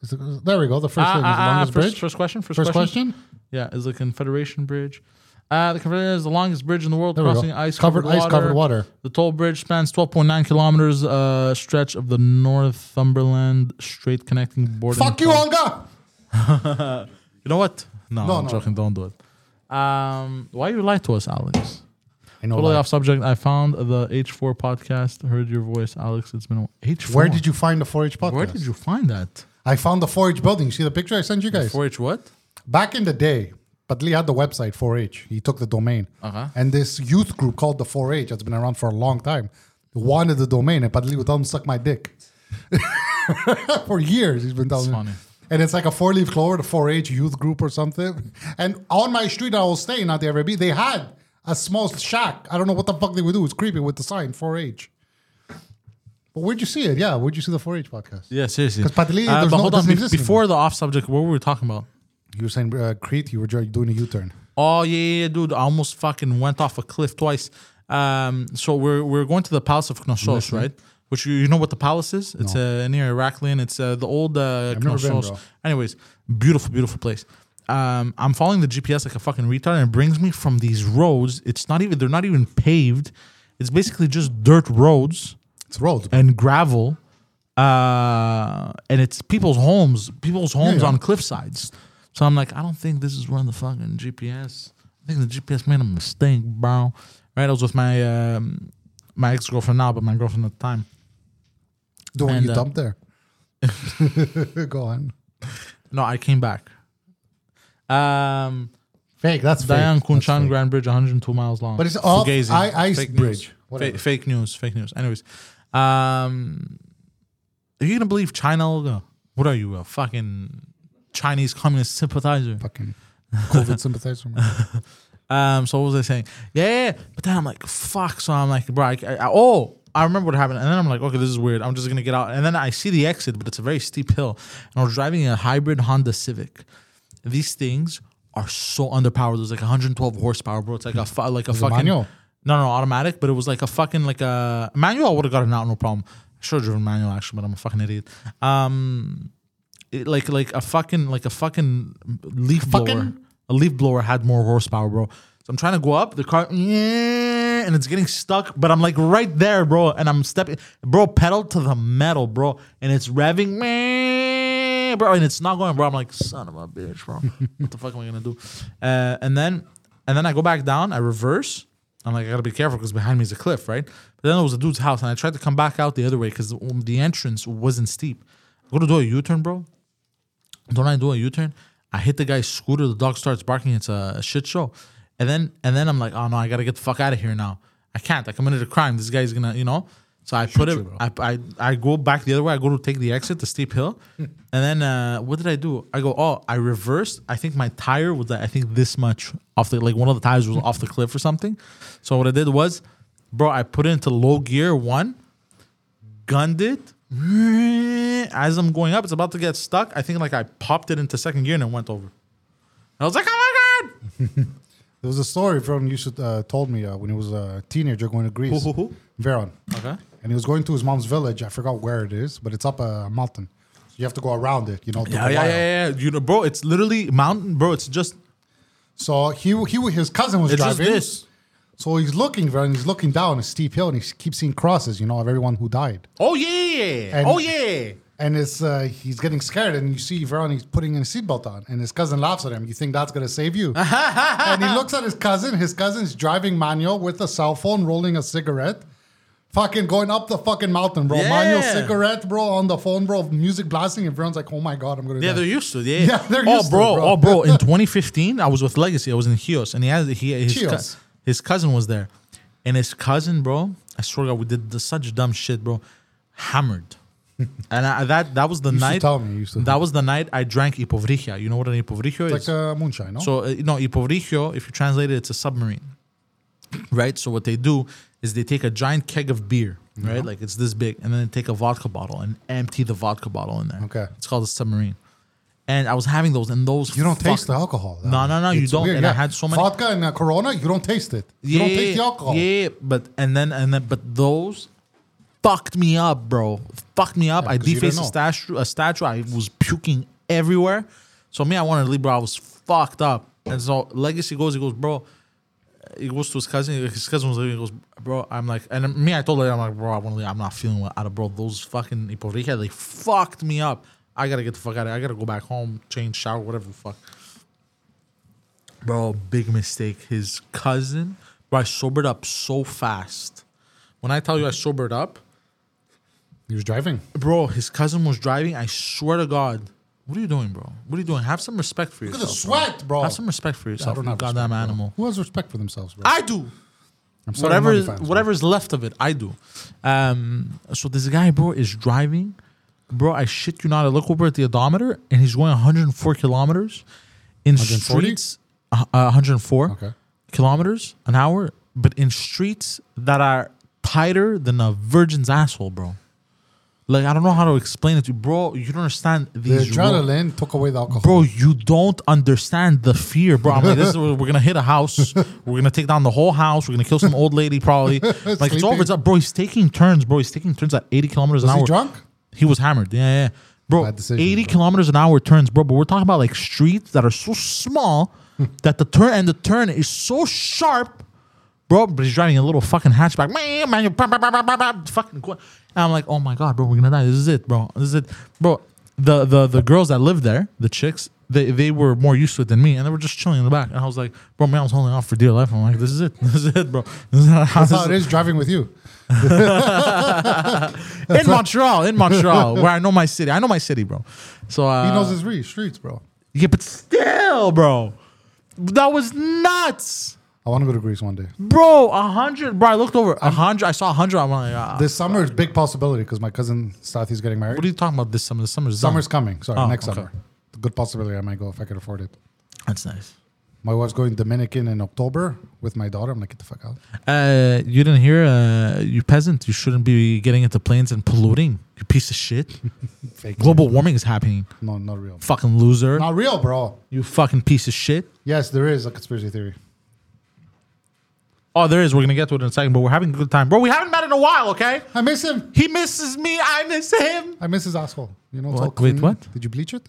Speaker 2: Is it- There we go. The first
Speaker 1: Ah,
Speaker 2: thing is the
Speaker 1: ah, ah,
Speaker 2: longest
Speaker 1: first,
Speaker 2: bridge.
Speaker 1: First question. First,
Speaker 2: First
Speaker 1: question.
Speaker 2: question.
Speaker 1: Yeah, is the Confederation Bridge. Uh, the Confederation is the longest bridge in the world,
Speaker 2: There we
Speaker 1: crossing
Speaker 2: go.
Speaker 1: ice
Speaker 2: Covered
Speaker 1: covered,
Speaker 2: ice, covered water.
Speaker 1: The toll bridge spans 12.9 kilometers, uh, stretch of the Northumberland Strait connecting Borden.
Speaker 2: Fuck you, Olga.
Speaker 1: You know what? No,
Speaker 2: No,
Speaker 1: I'm
Speaker 2: no.
Speaker 1: joking. Don't do it. Um, why you lie to us, Alex?
Speaker 2: I know.
Speaker 1: Totally
Speaker 2: that.
Speaker 1: off subject. I found the H4 podcast. Heard your voice, Alex. It's been a H4.
Speaker 2: Where did you find the 4-H podcast?
Speaker 1: Where did you find that?
Speaker 2: I found the 4-H building. You see the picture I sent you guys?
Speaker 1: 4-H what?
Speaker 2: Back in the day, Badli had the website 4-H. He took the domain.
Speaker 1: Uh-huh.
Speaker 2: And this youth group called the 4-H that's been around for a long time wanted the domain, and Badli would tell him, suck my dick. for years, he's been telling
Speaker 1: That's
Speaker 2: me.
Speaker 1: funny.
Speaker 2: And it's like a four-leaf clover, the 4-H youth group or something. And on my street I was staying at the RB, they had a small shack. I don't know what the fuck they would do. It's creepy with the sign 4-H. But where'd you see it? Yeah, where'd you see the 4-H podcast?
Speaker 1: Yeah, seriously.
Speaker 2: 'Cause Padilla,
Speaker 1: Uh,
Speaker 2: there's
Speaker 1: but
Speaker 2: no-
Speaker 1: hold on.
Speaker 2: doesn't
Speaker 1: be-
Speaker 2: exist
Speaker 1: before the off subject, what were we talking about?
Speaker 2: You were saying uh, Crete, you were jo- doing a U-turn.
Speaker 1: Oh yeah, yeah, yeah, dude! I almost fucking went off a cliff twice. Um, so we're we're going to the Palace of Knossos, right? Which you, you know what the palace is? It's uh, near Heraklion. It's uh, the old uh,
Speaker 2: never been,
Speaker 1: Knossos.
Speaker 2: bro.
Speaker 1: Anyways, beautiful, beautiful place. Um, I'm following the GPS like a fucking retard, and it brings me from these roads. It's not even they're not even paved. It's basically just dirt roads
Speaker 2: It's roads.
Speaker 1: and gravel, uh, and it's people's homes, people's homes
Speaker 2: yeah.
Speaker 1: on cliff sides. So I'm like, I don't think this is running the fucking GPS. I think the GPS made a mistake, bro. Right? I was with my um, my ex girlfriend now, but my girlfriend at the time.
Speaker 2: The one
Speaker 1: And,
Speaker 2: you
Speaker 1: uh,
Speaker 2: dumped there. Go on.
Speaker 1: No, I came back. Um,
Speaker 2: Fake. That's
Speaker 1: Diane
Speaker 2: fake. That's
Speaker 1: Kunshan
Speaker 2: fake.
Speaker 1: Grand Bridge, 102 miles long.
Speaker 2: But it's off
Speaker 1: Fugazi.
Speaker 2: I- ice
Speaker 1: Fake
Speaker 2: bridge.
Speaker 1: News.
Speaker 2: Whatever.
Speaker 1: Fake, fake news. Fake news. Anyways, um, are you gonna believe China? Olga? What are you, a fucking Chinese communist sympathizer?
Speaker 2: Fucking COVID sympathizer. man.
Speaker 1: Um, so what was I saying? Yeah, yeah, yeah. But then I'm like, fuck. So I'm like, bro, I, I- oh, I remember what happened. And then I'm like, okay, this is weird. I'm just gonna get out. And then I see the exit, but it's a very steep hill. And I was driving a hybrid Honda Civic. These things are so underpowered. There's like 112 horsepower, bro. It's like a fu- like a
Speaker 2: Hmm. it
Speaker 1: fucking
Speaker 2: manual?
Speaker 1: No, no, automatic. But it was like a fucking like a manual. I would have gotten out, no problem. I should have driven manual actually, but I'm a fucking idiot. Um, it, like like a fucking like a fucking leaf blower.
Speaker 2: Fucking?
Speaker 1: A leaf blower had more horsepower, bro. So I'm trying to go up the car, yeah, and it's getting stuck. But I'm like right there, bro, and I'm stepping, bro, pedal to the metal, bro, and it's revving, meh, bro, and it's not going, bro. I'm like, son of a bitch, bro. what the fuck am I gonna do? Uh, and then and then I go back down, I reverse. I'm like, I gotta be careful because behind me is a cliff, right? But then there was a dude's house, and I tried to come back out the other way because the, the entrance wasn't steep. I go to do a U-turn, bro don't I do a U-turn? I hit the guy's scooter. The dog starts barking. It's a shit show. And then and then I'm like, oh no, I gotta get the fuck out of here now. I can't. I committed a crime. This guy's gonna, you know. So I put it. I, I I go back the other way. I go to take the exit, the steep hill, and then uh, what did I do? I go, oh, I reversed. I think my tire was, I think this much off the like one of the tires was off the cliff or something. So what I did was, bro, I put it into low gear one, gunned it. As I'm going up, it's about to get stuck. I think like I popped it into second gear and it went over. And I was like, oh my god!
Speaker 2: there was a story from you should, uh, told me uh, when he was a teenager going to Greece.
Speaker 1: Who, who, who?
Speaker 2: Veron.
Speaker 1: Okay.
Speaker 2: And he was going to his mom's village. I forgot where it is, but it's up a mountain. So you have to go around it, you know.
Speaker 1: Yeah, yeah, yeah, yeah. You know, bro, it's literally mountain, bro. It's just,
Speaker 2: So he, he his cousin was
Speaker 1: it's just
Speaker 2: driving.
Speaker 1: this.
Speaker 2: So he's looking, Veron. He's looking down a steep hill, and he keeps seeing crosses, you know, of everyone who died.
Speaker 1: Oh yeah!
Speaker 2: And-
Speaker 1: oh yeah!
Speaker 2: And it's uh, he's getting scared, and you see Veron, he's putting his seatbelt on, and his cousin laughs at him. You think that's gonna save you? and he looks at his cousin. His cousin's driving manual with a cell phone, rolling a cigarette, fucking going up the fucking mountain, bro. Manual
Speaker 1: Yeah.
Speaker 2: cigarette, bro, on the phone, bro. Music blasting, and Veron's like, "Oh my god, I'm gonna."
Speaker 1: Yeah,
Speaker 2: die.
Speaker 1: they're used to. Yeah,
Speaker 2: Yeah, they're
Speaker 1: oh,
Speaker 2: used to,
Speaker 1: bro,
Speaker 2: bro.
Speaker 1: Oh, bro. In 2015, I was with Legacy. I was in Hios, and he had he, his, cou-
Speaker 2: Chios.
Speaker 1: his cousin was there, and his cousin, bro. I swear to God, we did the, such dumb shit, bro. Hammered, and I, that that was the
Speaker 2: used to
Speaker 1: night.
Speaker 2: tell me, you used to-
Speaker 1: that was the night I drank ipovrichia. You know what an ipovrichia is?
Speaker 2: It's Uh-huh. like uh, moonshine, no?
Speaker 1: So uh, no, ipovrichio, if you translate it, it's a submarine, right? So what they do is they take a giant keg of beer, right? Like it's this big, and then they take a vodka bottle and empty the vodka bottle in there.
Speaker 2: Okay.
Speaker 1: it's called a submarine. and I was having those, and those
Speaker 2: You don't
Speaker 1: fuck-
Speaker 2: taste the alcohol. though.
Speaker 1: No, no, no, you don't, and I had so many-
Speaker 2: vodka and uh, Corona. You don't taste it. You don't taste the alcohol.
Speaker 1: Yeah, but and then and then but those fucked me up, bro. Fucked me up. I
Speaker 2: 'cause you
Speaker 1: defaced a
Speaker 2: don't
Speaker 1: statue. A statue. I was puking everywhere. So me, I wanted to leave, bro. I was fucked up. And so Legacy goes, he goes, bro. He goes to his cousin. His cousin was leaving. He goes, bro. I'm like, and me, I told her, I'm like, bro, I want to leave. I'm not feeling well. Out of bro, those fucking Iporica, they fucked me up. I gotta get the fuck out of here. I gotta go back home, change, shower, whatever the fuck. Bro, big mistake. His cousin, bro, I sobered up so fast. When I tell you I sobered up,
Speaker 2: He was driving.
Speaker 1: bro, his cousin was driving. I swear to God. What are you doing, bro? What are you doing? Have some respect for
Speaker 2: Look at the
Speaker 1: yourself. bro.
Speaker 2: sweat, bro.
Speaker 1: Have some respect for yourself,
Speaker 2: don't
Speaker 1: you
Speaker 2: have
Speaker 1: goddamn
Speaker 2: respect, bro.
Speaker 1: animal.
Speaker 2: Who has respect for themselves, bro?
Speaker 1: I do.
Speaker 2: I'm sorry,
Speaker 1: Whatever
Speaker 2: Monty
Speaker 1: is,
Speaker 2: fans, bro.
Speaker 1: whatever is left of it, I do. Um, so this guy, bro, is driving. Bro, I shit you not. I look over at the odometer and he's going 104 kilometers in
Speaker 2: 140?
Speaker 1: streets. Uh, uh, 104
Speaker 2: Okay.
Speaker 1: kilometers an hour, but in streets that are tighter than a virgin's asshole, bro. Like I don't know how to explain it to you, bro. You don't understand
Speaker 2: The
Speaker 1: these. ro-
Speaker 2: adrenaline took away the alcohol.
Speaker 1: bro you don't understand the fear bro i'm like this is where we're gonna hit a house we're gonna take down the whole house we're gonna kill some old lady probably like it's over
Speaker 2: Sleeping.
Speaker 1: it's up bro he's taking turns bro he's taking turns at 80 kilometers an
Speaker 2: Was
Speaker 1: hour
Speaker 2: he drunk?
Speaker 1: he was hammered yeah yeah, yeah. bro
Speaker 2: Bad decision,
Speaker 1: 80
Speaker 2: bro.
Speaker 1: kilometers an hour turns bro but we're talking about like streets that are so small that the turn and the turn is so sharp bro but he's driving a little fucking hatchback fucking going. and i'm like oh my god bro we're gonna die this is it bro this is it bro the the the girls that lived there the chicks they, they were more used to it than me, and they were just chilling in the back. And I was like, "Bro, man, I was holding off for dear life." I'm like, "This is it, this is it, bro." This is how
Speaker 2: That's
Speaker 1: this
Speaker 2: how it is driving with you.
Speaker 1: in Montreal, in Montreal, where I know my city. I know my city, bro. So uh,
Speaker 2: He knows his re- streets, bro.
Speaker 1: yeah, but still, bro, that was nuts,
Speaker 2: I want to go to Greece one day.
Speaker 1: bro. A hundred, bro. I looked over a hundred. I saw a hundred. I'm like, ah,
Speaker 2: This summer is big possibility because my cousin Sathi's getting married.
Speaker 1: what are you talking about this summer? The summer's done.
Speaker 2: Summer's coming. Sorry,
Speaker 1: Oh,
Speaker 2: next
Speaker 1: okay.
Speaker 2: summer. Good possibility I might go if I can afford it.
Speaker 1: That's nice.
Speaker 2: My wife's going Dominican in October with my daughter. I'm like, get the fuck out.
Speaker 1: Uh, you didn't hear, uh, you peasant. You shouldn't be getting into planes and polluting. You piece of shit.
Speaker 2: Fake.
Speaker 1: Global warming is happening.
Speaker 2: No, not real.
Speaker 1: Fucking loser.
Speaker 2: Not real, bro.
Speaker 1: You fucking piece of shit.
Speaker 2: Yes, there is a conspiracy theory.
Speaker 1: Oh, there is. We're gonna get to it in a second, but we're having a good time, bro. We haven't met in a while, okay?
Speaker 2: I miss him.
Speaker 1: He misses me. I miss him.
Speaker 2: I miss his asshole. You know, it's
Speaker 1: What?
Speaker 2: all clean.
Speaker 1: Wait, what?
Speaker 2: Did you bleach it?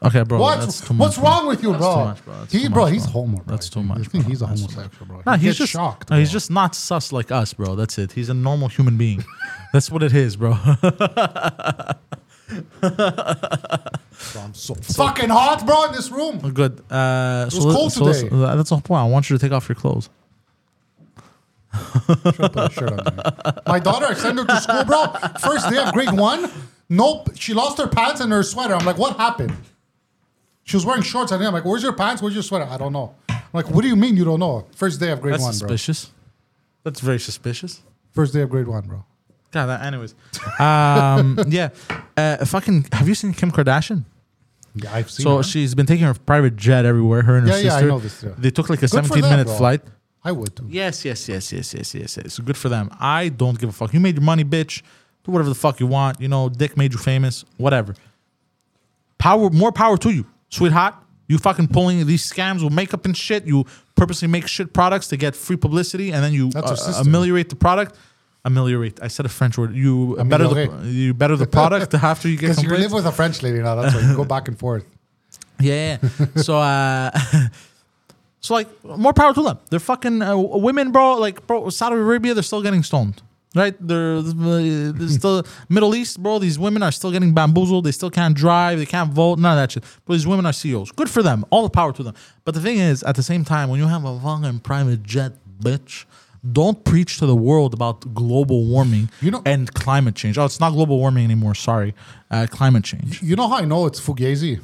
Speaker 1: Okay, bro. that's
Speaker 2: What?
Speaker 1: too much,
Speaker 2: What's wrong with you, bro?
Speaker 1: too much, bro. That's
Speaker 2: he,
Speaker 1: too
Speaker 2: bro,
Speaker 1: much,
Speaker 2: he's
Speaker 1: bro.
Speaker 2: homo. Bro.
Speaker 1: That's too
Speaker 2: You
Speaker 1: much,
Speaker 2: think
Speaker 1: bro.
Speaker 2: he's a
Speaker 1: That's too
Speaker 2: homosexual, bro?
Speaker 1: No,
Speaker 2: He
Speaker 1: he's
Speaker 2: gets
Speaker 1: just
Speaker 2: shocked.
Speaker 1: No, he's
Speaker 2: bro.
Speaker 1: just not sus like us, bro. That's it. He's a normal human being. That's what it is, bro.
Speaker 2: Bro, I'm so fucking hot, bro, in this room.
Speaker 1: Good. Uh, so
Speaker 2: was
Speaker 1: let-
Speaker 2: cold
Speaker 1: so let's-
Speaker 2: today.
Speaker 1: that's the whole point. I want you to take off your clothes.
Speaker 2: Should put a shirt on there. My daughter, I send her to school, bro. First day of grade one. Nope, she lost her pants and her sweater. I'm like, what happened? She was wearing shorts. And I'm like, where's your pants? Where's your sweater? I don't know. I'm like, what do you mean you don't know? First day of grade
Speaker 1: That's
Speaker 2: one, bro.
Speaker 1: suspicious. That's very suspicious.
Speaker 2: First day of grade one, bro.
Speaker 1: God, that, anyways. Um, yeah. Uh, fucking, have you seen Kim Kardashian?
Speaker 2: Yeah, I've seen.
Speaker 1: So
Speaker 2: her.
Speaker 1: she's been taking her private jet everywhere, her and her
Speaker 2: Yeah, yeah, I
Speaker 1: sister.
Speaker 2: know this, yeah.
Speaker 1: They took like a
Speaker 2: Good for
Speaker 1: 17
Speaker 2: them,
Speaker 1: minute
Speaker 2: bro.
Speaker 1: flight.
Speaker 2: I would too.
Speaker 1: Yes, yes, yes, yes, yes, yes, yes. Good for them. I don't give a fuck. You made your money, bitch. Do whatever the fuck you want. You know, dick made you famous. Whatever. Power, more power to you, sweetheart. You fucking pulling these scams with makeup and shit. You purposely make shit products to get free publicity, and then you
Speaker 2: That's her
Speaker 1: uh,
Speaker 2: sister.
Speaker 1: ameliorate the product. Ameliorate. I said a French word. You better the
Speaker 2: Ameliorate.
Speaker 1: you better the product after you get
Speaker 2: Because you
Speaker 1: complaints.
Speaker 2: live with a French lady now, that's why you go back and forth.
Speaker 1: Yeah. yeah. so, uh, so like more power to them. They're fucking uh, women, bro. Like, bro, Saudi Arabia, they're still getting stoned, right? They're, uh, they're still Middle East, bro. These women are still getting bamboozled. They still can't drive. They can't vote. None of that shit. But these women are CEOs. Good for them. All the power to them. But the thing is, at the same time, when you have a fucking private jet, bitch. Don't preach to the world about global warming
Speaker 2: You know-
Speaker 1: and climate change. Oh, it's not global warming anymore. Sorry, uh, climate change.
Speaker 2: You know how I know it's Fugazi?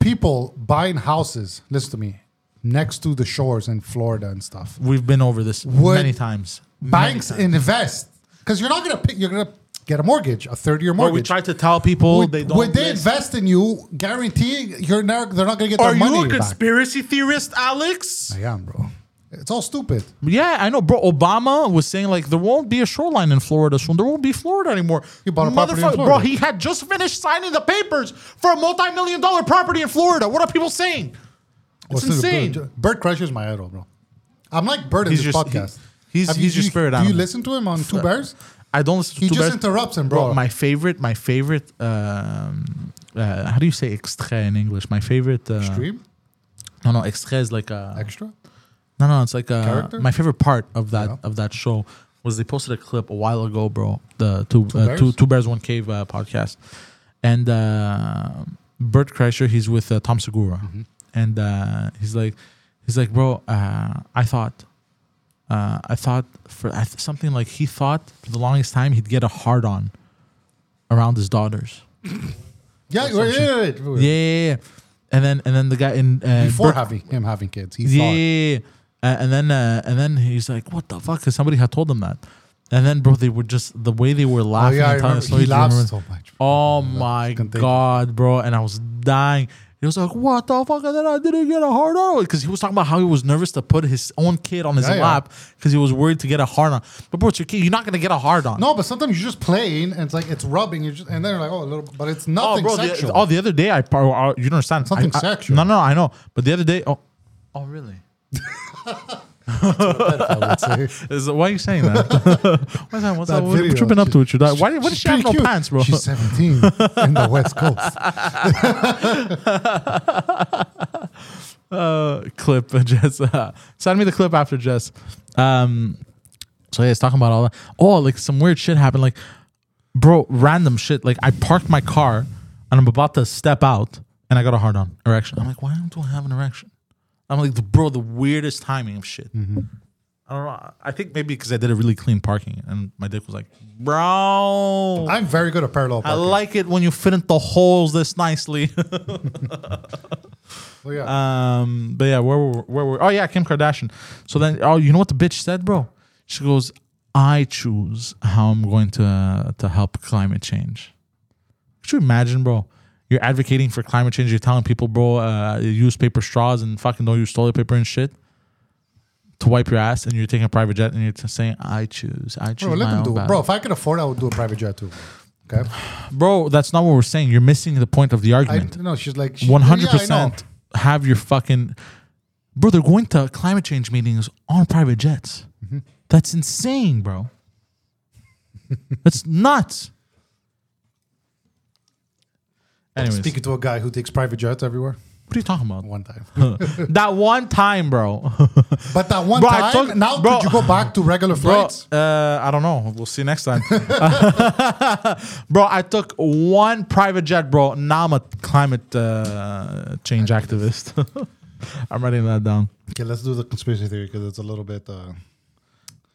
Speaker 2: People buying houses, listen to me, next to the shores in Florida and stuff.
Speaker 1: We've been over this
Speaker 2: Would-
Speaker 1: many times.
Speaker 2: Banks invest because you're not gonna pick. You're gonna get a mortgage, a third year
Speaker 1: Or Oh, we
Speaker 2: mortgage.
Speaker 1: try to tell people
Speaker 2: would
Speaker 1: they don't.
Speaker 2: would they
Speaker 1: listen.
Speaker 2: invest in you, guaranteeing you're not, they're not gonna get
Speaker 1: Are
Speaker 2: their money
Speaker 1: you a
Speaker 2: back?
Speaker 1: conspiracy theorist, Alex?
Speaker 2: I am, bro. It's all stupid.
Speaker 1: Yeah, I know, bro. Obama was saying like there won't be a shoreline in Florida soon. There won't be Florida anymore.
Speaker 2: He bought a property in
Speaker 1: Motherfucker-
Speaker 2: Florida.
Speaker 1: bro. He had just finished signing the papers for a multi-million dollar property in Florida. What are people saying? It's
Speaker 2: Well, still,
Speaker 1: insane.
Speaker 2: Bert, Bert Crusher's my idol, bro. I'm like Bert in
Speaker 1: He's
Speaker 2: this
Speaker 1: your-
Speaker 2: podcast.
Speaker 1: he- he's-
Speaker 2: Have you-
Speaker 1: he's your
Speaker 2: you-
Speaker 1: spirit
Speaker 2: Do you
Speaker 1: animal.
Speaker 2: listen to him on Two Bears?
Speaker 1: I don't listen to
Speaker 2: He
Speaker 1: Two
Speaker 2: just
Speaker 1: Bears.
Speaker 2: interrupts him, bro.
Speaker 1: bro. My favorite, my favorite. Um, uh, how do you say extra in English? My favorite. Uh,
Speaker 2: Stream
Speaker 1: No, no, extra is like a.
Speaker 2: extra.
Speaker 1: No, no, it's like uh,
Speaker 2: Character?
Speaker 1: my favorite part of that
Speaker 2: Yeah.
Speaker 1: of that show was they posted a clip a while ago, bro. The two two, uh,
Speaker 2: Bears?
Speaker 1: two, two bears one cave uh, podcast, and uh, Bert Kreischer he's with uh, Tom Segura,
Speaker 2: Mm-hmm.
Speaker 1: and uh, he's like he's like bro, uh, I thought. Uh, I thought for I th- something like he thought for the longest time he'd get a hard on around his daughters.
Speaker 2: Yeah, wait, wait, wait, wait, wait.
Speaker 1: Yeah, yeah, yeah. and then and then the guy in uh,
Speaker 2: Before
Speaker 1: Bert-
Speaker 2: having him having kids, he
Speaker 1: yeah,
Speaker 2: thought.
Speaker 1: yeah, yeah. Uh, and then uh, and then he's like, "What the fuck?" Because somebody had told him that. And then, bro, they were just the way they were
Speaker 2: Oh
Speaker 1: laughing.
Speaker 2: yeah, I
Speaker 1: and telling
Speaker 2: remember.
Speaker 1: the story,
Speaker 2: He
Speaker 1: do you remember?
Speaker 2: laughs so much.
Speaker 1: Oh my
Speaker 2: contagious.
Speaker 1: god, bro! And I was dying. He was like, "What the fuck?" And then I didn't get a hard on because he was talking about how he was nervous to put his own kid on his
Speaker 2: Yeah, yeah.
Speaker 1: lap because he was worried to get a hard on. But bro, it's your kid. You're not gonna get a hard on.
Speaker 2: No, but sometimes you're just playing and it's like it's rubbing. You just and then you're like, oh, a little, but it's
Speaker 1: Oh,
Speaker 2: nothing
Speaker 1: bro. The,
Speaker 2: sexual.
Speaker 1: oh, the other day I. par- uh, You don't understand. I-
Speaker 2: Something
Speaker 1: I-
Speaker 2: sexual.
Speaker 1: No, no, I know. But the other day, oh, oh, really?
Speaker 2: I would say.
Speaker 1: Is, why are you saying that? what's that? What's that?
Speaker 2: That
Speaker 1: What,
Speaker 2: video,
Speaker 1: what you been up
Speaker 2: she-
Speaker 1: to with your dad? Why, why does
Speaker 2: She's
Speaker 1: she have
Speaker 2: pretty
Speaker 1: no
Speaker 2: cute.
Speaker 1: pants, bro?
Speaker 2: She's 17 in the West Coast.
Speaker 1: uh, clip, Jess. Uh, send me the clip after Jess. Um, so yeah, it's talking about all that. Oh, like some weird shit happened. Like, bro, random shit. Like I parked my car and I'm about to step out and I got a hard on erection. I'm like, why do I have an erection? I'm like, bro, the weirdest timing of shit.
Speaker 2: Mm-hmm.
Speaker 1: I don't know. I think maybe because I did a really clean parking and my dick was like, bro.
Speaker 2: I'm very good at parallel
Speaker 1: I
Speaker 2: parking.
Speaker 1: like it when you fit in the holes this nicely.
Speaker 2: Oh, yeah.
Speaker 1: um, but yeah, where were where were? Oh yeah, Kim Kardashian. So then, oh, you know what the bitch said, bro? She goes, "I choose how I'm going to to help climate change." Could you imagine, bro? You're advocating for climate change. You're telling people, bro, uh, use paper straws and fucking don't use toilet paper and shit to wipe your ass. And you're taking a private jet and you're t- saying, "I choose, I choose
Speaker 2: bro, let
Speaker 1: my
Speaker 2: them
Speaker 1: own
Speaker 2: do it.
Speaker 1: battle."
Speaker 2: Bro, if I could afford it, I would do a private jet too. Okay.
Speaker 1: bro, that's not what we're saying. You're missing the point of the
Speaker 2: I
Speaker 1: argument.
Speaker 2: no, she's like she-
Speaker 1: One hundred
Speaker 2: yeah, I know.
Speaker 1: percent. Have your fucking bro. They're going to climate change meetings on private jets. That's insane, bro. That's nuts. Anyways,
Speaker 2: Speaking to a guy who takes private jets everywhere
Speaker 1: what are you talking about?
Speaker 2: one time.
Speaker 1: that one time, bro.
Speaker 2: but that one
Speaker 1: Bro, I
Speaker 2: time,
Speaker 1: took-
Speaker 2: now
Speaker 1: bro-
Speaker 2: could you go back to regular
Speaker 1: bro,
Speaker 2: flights?
Speaker 1: uh, I don't know. We'll see next time, bro. I took one private jet, bro. Now I'm a climate uh, change activist. I'm writing that down.
Speaker 2: Okay, let's do the conspiracy theory because it's a little bit. Uh,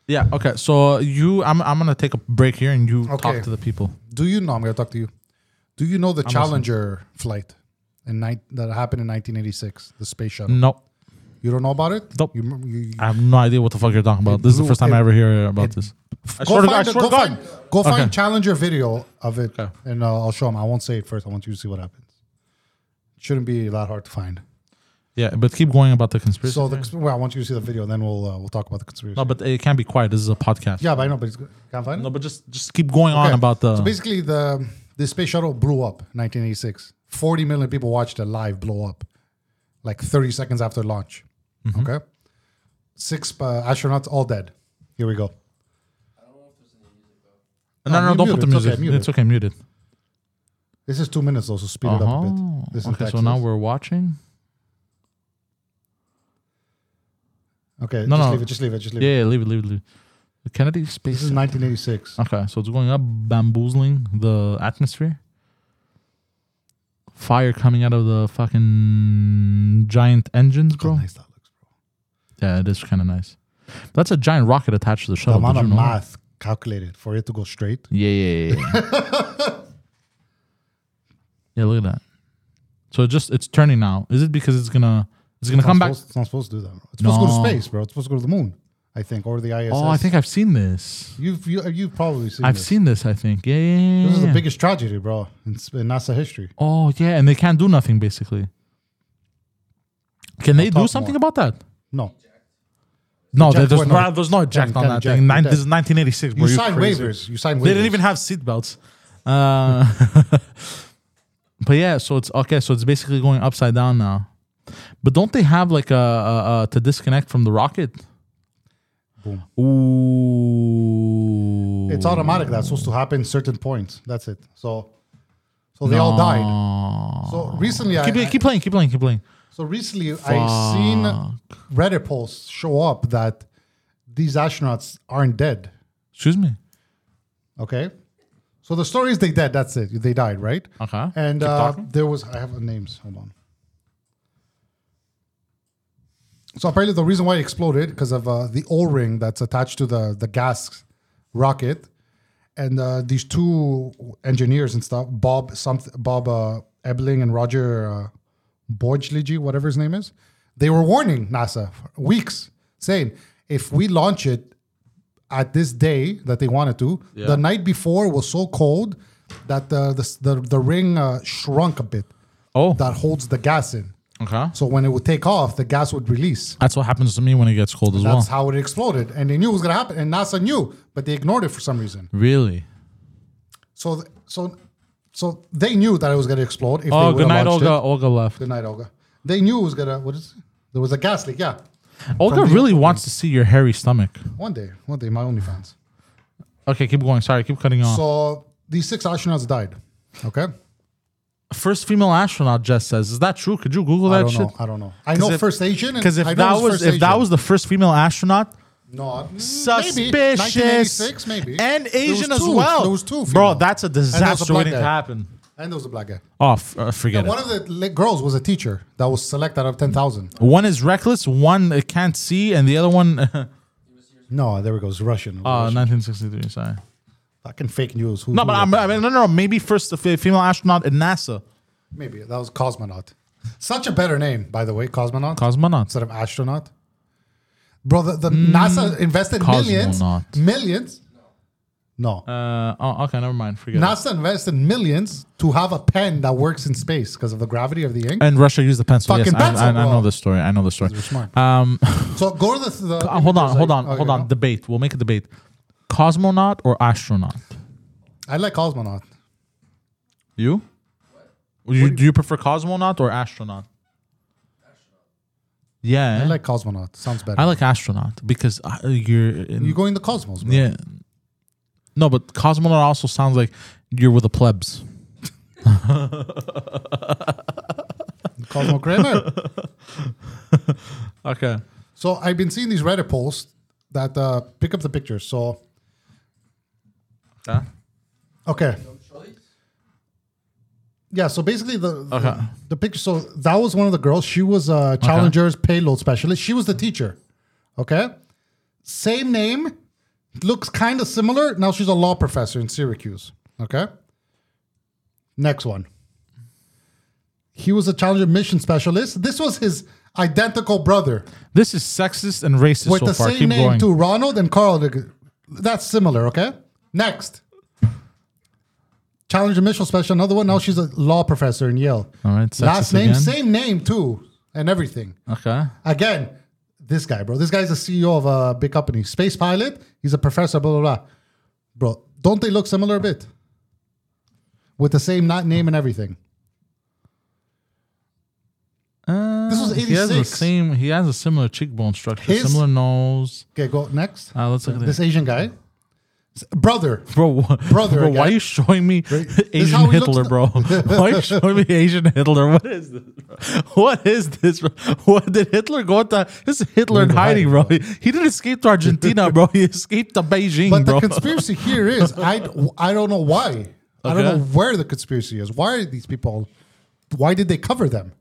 Speaker 1: Yeah. Okay. So you, I'm, I'm gonna take a break here, and you
Speaker 2: Okay.
Speaker 1: talk to the people.
Speaker 2: do you know? I'm gonna talk to you. Do you know the Challenger flight in nine that happened in 1986? The space shuttle.
Speaker 1: No,
Speaker 2: You don't know about it?
Speaker 1: Mm. Nope.
Speaker 2: You, m- you,
Speaker 1: I have no idea what the fuck you're talking about.
Speaker 2: It
Speaker 1: This is the
Speaker 2: blew-
Speaker 1: first time I
Speaker 2: it-
Speaker 1: ever hear about this. I swear to God. I
Speaker 2: the-
Speaker 1: swear to
Speaker 2: go
Speaker 1: God.
Speaker 2: find, go
Speaker 1: Okay.
Speaker 2: find Challenger video of it,
Speaker 1: Okay.
Speaker 2: and uh, I'll show them. I won't say it first. I want you to see what happens. shouldn't be that hard to find.
Speaker 1: Yeah, but keep going about the conspiracy.
Speaker 2: So the, cons- well, I want you to see the video, and then we'll uh, we'll talk about the conspiracy.
Speaker 1: no, but it can't be quiet. This is a podcast.
Speaker 2: yeah, but I know, but it's, good. can't find it.
Speaker 1: No, but just just keep going on
Speaker 2: Okay.
Speaker 1: about the.
Speaker 2: So basically, the the space shuttle blew up in 1986. 40 million people watched it live blow up, like 30 seconds after launch.
Speaker 1: Mm-hmm.
Speaker 2: Okay, six uh, astronauts all dead. Here we go.
Speaker 1: no, no,
Speaker 2: no,
Speaker 1: don't
Speaker 2: mute
Speaker 1: put the
Speaker 2: it. It's
Speaker 1: music.
Speaker 2: okay,
Speaker 1: It's okay,
Speaker 2: mute it.
Speaker 1: muted.
Speaker 2: This is two minutes though, so speed it up a
Speaker 1: Uh-huh.
Speaker 2: bit. This
Speaker 1: Okay,
Speaker 2: is
Speaker 1: so now
Speaker 2: Texas.
Speaker 1: we're watching.
Speaker 2: okay.
Speaker 1: No,
Speaker 2: just
Speaker 1: no.
Speaker 2: leave it. Just leave it. Just leave it.
Speaker 1: Yeah, yeah, leave it, leave it, leave it. The Kennedy Space.
Speaker 2: This is 1986.
Speaker 1: Okay, so it's going up, bamboozling the atmosphere. Fire coming out of the fucking giant engines,
Speaker 2: How
Speaker 1: bro.
Speaker 2: nice that looks, bro.
Speaker 1: Yeah, it is kind of nice. That's a giant rocket attached to the
Speaker 2: The
Speaker 1: shuttle.
Speaker 2: amount
Speaker 1: did
Speaker 2: of
Speaker 1: you know that?
Speaker 2: math calculated for it to go straight.
Speaker 1: Yeah, yeah, yeah. Yeah. yeah, look at that. So it just it's turning now. Is it because it's gonna it's gonna
Speaker 2: It's
Speaker 1: come
Speaker 2: not
Speaker 1: back?
Speaker 2: supposed- It's not supposed to do that. Bro. It's supposed to go
Speaker 1: No.
Speaker 2: to space, bro. It's supposed to go to the moon, I think, or the ISS.
Speaker 1: Oh, I think I've seen this.
Speaker 2: you've you, you've probably seen.
Speaker 1: I've
Speaker 2: this.
Speaker 1: seen this. I think. Yeah, yeah, yeah.
Speaker 2: This is
Speaker 1: yeah.
Speaker 2: the biggest tragedy, bro, in, s- in NASA history.
Speaker 1: Oh yeah, and they can't do nothing basically. Can they do
Speaker 2: talk
Speaker 1: something
Speaker 2: more.
Speaker 1: about that?
Speaker 2: No.
Speaker 1: No,
Speaker 2: Jack
Speaker 1: there- there's,
Speaker 2: went
Speaker 1: no,
Speaker 2: on.
Speaker 1: there's no eject
Speaker 2: Ten,
Speaker 1: on
Speaker 2: ten
Speaker 1: that
Speaker 2: eject,
Speaker 1: thing. Nine,
Speaker 2: ten.
Speaker 1: this is 1986, bro.
Speaker 2: You
Speaker 1: You're
Speaker 2: sign
Speaker 1: crazy.
Speaker 2: waivers. You sign waivers.
Speaker 1: They didn't even have seatbelts. Uh, but yeah, so it's okay. So it's basically going upside down now. But don't they have like a, a, a to disconnect from the rocket?
Speaker 2: Boom.
Speaker 1: Ooh,
Speaker 2: It's automatic. That's supposed to happen certain points. That's it. So, so they all died. So recently, I,
Speaker 1: Keep, keep playing, keep playing, keep playing.
Speaker 2: so recently I seen Reddit posts show up that these astronauts aren't dead.
Speaker 1: Excuse me.
Speaker 2: Okay, so the story is they dead. That's it. They died, right?
Speaker 1: Okay.
Speaker 2: And
Speaker 1: Keep
Speaker 2: uh,
Speaker 1: talking.
Speaker 2: there was I have names. Hold on. So apparently the reason why it exploded because of uh, the O-ring that's attached to the the gas rocket, and uh, these two engineers and stuff, Bob something, Bob uh, Ebling and Roger uh, Borgligi, whatever his name is, they were warning NASA for weeks, saying if we launch it at this day that they wanted to, the night before was so cold that the the the, the ring uh, shrunk a bit
Speaker 1: oh,
Speaker 2: that holds the gas in.
Speaker 1: okay.
Speaker 2: So when it would take off, the gas would release.
Speaker 1: That's what happens to me when it gets cold as well.
Speaker 2: That's how it exploded, and they knew it was gonna happen, and NASA knew, but they ignored it for some reason.
Speaker 1: really?
Speaker 2: So, th- so, so they knew that it was gonna explode. If
Speaker 1: Oh,
Speaker 2: they
Speaker 1: good
Speaker 2: would've
Speaker 1: night,
Speaker 2: launched
Speaker 1: Olga.
Speaker 2: It.
Speaker 1: Olga left.
Speaker 2: Good night, Olga. They knew it was gonna. What is? It? There was a gas leak. Yeah,
Speaker 1: Olga
Speaker 2: from the-
Speaker 1: really wants to see your hairy stomach.
Speaker 2: one day, one day, my OnlyFans.
Speaker 1: Okay, keep going. Sorry, keep cutting off.
Speaker 2: So these six astronauts died. Okay,
Speaker 1: first female astronaut Jess says. Is that true? Could you Google
Speaker 2: I
Speaker 1: that
Speaker 2: don't
Speaker 1: shit?
Speaker 2: know. I don't know. I know
Speaker 1: if-
Speaker 2: first Asian.
Speaker 1: Because if
Speaker 2: I
Speaker 1: that
Speaker 2: know it
Speaker 1: was
Speaker 2: first
Speaker 1: if that
Speaker 2: Asian.
Speaker 1: was the first fememe astronaut,
Speaker 2: no mm, maybe.
Speaker 1: suspicious
Speaker 2: 1986, maybe
Speaker 1: and
Speaker 2: There was
Speaker 1: Asian as
Speaker 2: two.
Speaker 1: well.
Speaker 2: There was two,
Speaker 1: bro.
Speaker 2: female.
Speaker 1: That's a
Speaker 2: there was a
Speaker 1: disaster
Speaker 2: black
Speaker 1: waiting to
Speaker 2: guy.
Speaker 1: happen.
Speaker 2: and there was a black guy.
Speaker 1: Oh, f- uh, forget
Speaker 2: One
Speaker 1: it.
Speaker 2: of the li- girls was a teacher that was selected out of ten thousand.
Speaker 1: One is reckless, one uh, can't see, and the other one. Uh,
Speaker 2: No, there we go. It's Russian. It was Russian.
Speaker 1: 1963. Sorry.
Speaker 2: Fucking fake news. Who,
Speaker 1: Oh, No,
Speaker 2: who
Speaker 1: but
Speaker 2: wrote
Speaker 1: I'm,
Speaker 2: that?
Speaker 1: I mean, no, no, no. Maybe first the f- female astronaut in NASA,
Speaker 2: Maybe that was cosmonaut. Such a better name, by the way, cosmonaut
Speaker 1: cosmonaut.
Speaker 2: instead of astronaut. Bro, the, the NASA invested millions,
Speaker 1: Hmm. cosmonaut.
Speaker 2: millions. No,
Speaker 1: Uh, oh, okay, never mind. Forget it.
Speaker 2: NASA invested millions to have a pen that works in space because of the gravity of the ink.
Speaker 1: And Russia used the pencil. Yes,
Speaker 2: Fucking
Speaker 1: I,
Speaker 2: pencil,
Speaker 1: I, I know
Speaker 2: bro.
Speaker 1: the story. I know the story.
Speaker 2: smart.
Speaker 1: Um,
Speaker 2: so go to the, the
Speaker 1: Uh, hold on,
Speaker 2: images,
Speaker 1: hold
Speaker 2: like- oh,
Speaker 1: on,
Speaker 2: okay,
Speaker 1: hold on.
Speaker 2: no?
Speaker 1: Debate. We'll make a debate. Cosmonaut or astronaut?
Speaker 2: I like cosmonaut.
Speaker 1: You? You do you prefer cosmonaut or astronaut? Yeah,
Speaker 2: I like cosmonaut. Sounds better.
Speaker 1: I like astronaut because uh, you're in,
Speaker 2: you go in the cosmos, bro.
Speaker 1: yeah. No, but cosmonaut also sounds like you're with the plebs.
Speaker 2: Cosmo Kramer.
Speaker 1: Okay.
Speaker 2: So I've been seeing these Reddit posts that uh, pick up the pictures. So okay, yeah. So basically, the the,
Speaker 1: Okay.
Speaker 2: the picture. So that was one of the girls. She was a Challenger's payload specialist. She was the teacher. Okay, same name, looks kind of similar. Now she's a law professor in Syracuse. Okay. Next one. He was a Challenger mission specialist. This was his identical brother.
Speaker 1: This is sexist and racist
Speaker 2: with
Speaker 1: so
Speaker 2: the
Speaker 1: far.
Speaker 2: same
Speaker 1: Keep
Speaker 2: name
Speaker 1: going.
Speaker 2: too, Ronald and Carl. They're- That's similar. Okay. Next, Challenger Mitchell special. Another one. Now she's a law professor in Yale.
Speaker 1: All right. Sexist
Speaker 2: Last name,
Speaker 1: again.
Speaker 2: same name too, and everything.
Speaker 1: Okay.
Speaker 2: Again, this guy, bro. This guy's a CEO of a big company, space pilot. He's a professor. Blah blah blah. Bro, don't they look similar a bit? With the same not name and everything.
Speaker 1: Uh,
Speaker 2: This was
Speaker 1: He has the
Speaker 2: 86.
Speaker 1: same. He has a similar cheekbone structure,
Speaker 2: His-
Speaker 1: similar nose.
Speaker 2: Okay, go next.
Speaker 1: Uh, let's look at this.
Speaker 2: This Asian guy, S- brother.
Speaker 1: Bro, wha-
Speaker 2: Brother
Speaker 1: bro,
Speaker 2: again.
Speaker 1: why are you showing me
Speaker 2: is
Speaker 1: Asian
Speaker 2: how he
Speaker 1: Hitler,
Speaker 2: looks
Speaker 1: bro? why are you showing me Asian Hitler? What is this? Bro? What is this? Bro? What did Hitler go to? This is Hitler in hiding,
Speaker 2: hiding,
Speaker 1: bro. He, he didn't escape to Argentina, bro. He escaped to Beijing,
Speaker 2: But
Speaker 1: bro.
Speaker 2: the conspiracy here is I I don't know why. I don't
Speaker 1: Okay.
Speaker 2: know where the conspiracy is. Why are these people? Why did they cover them?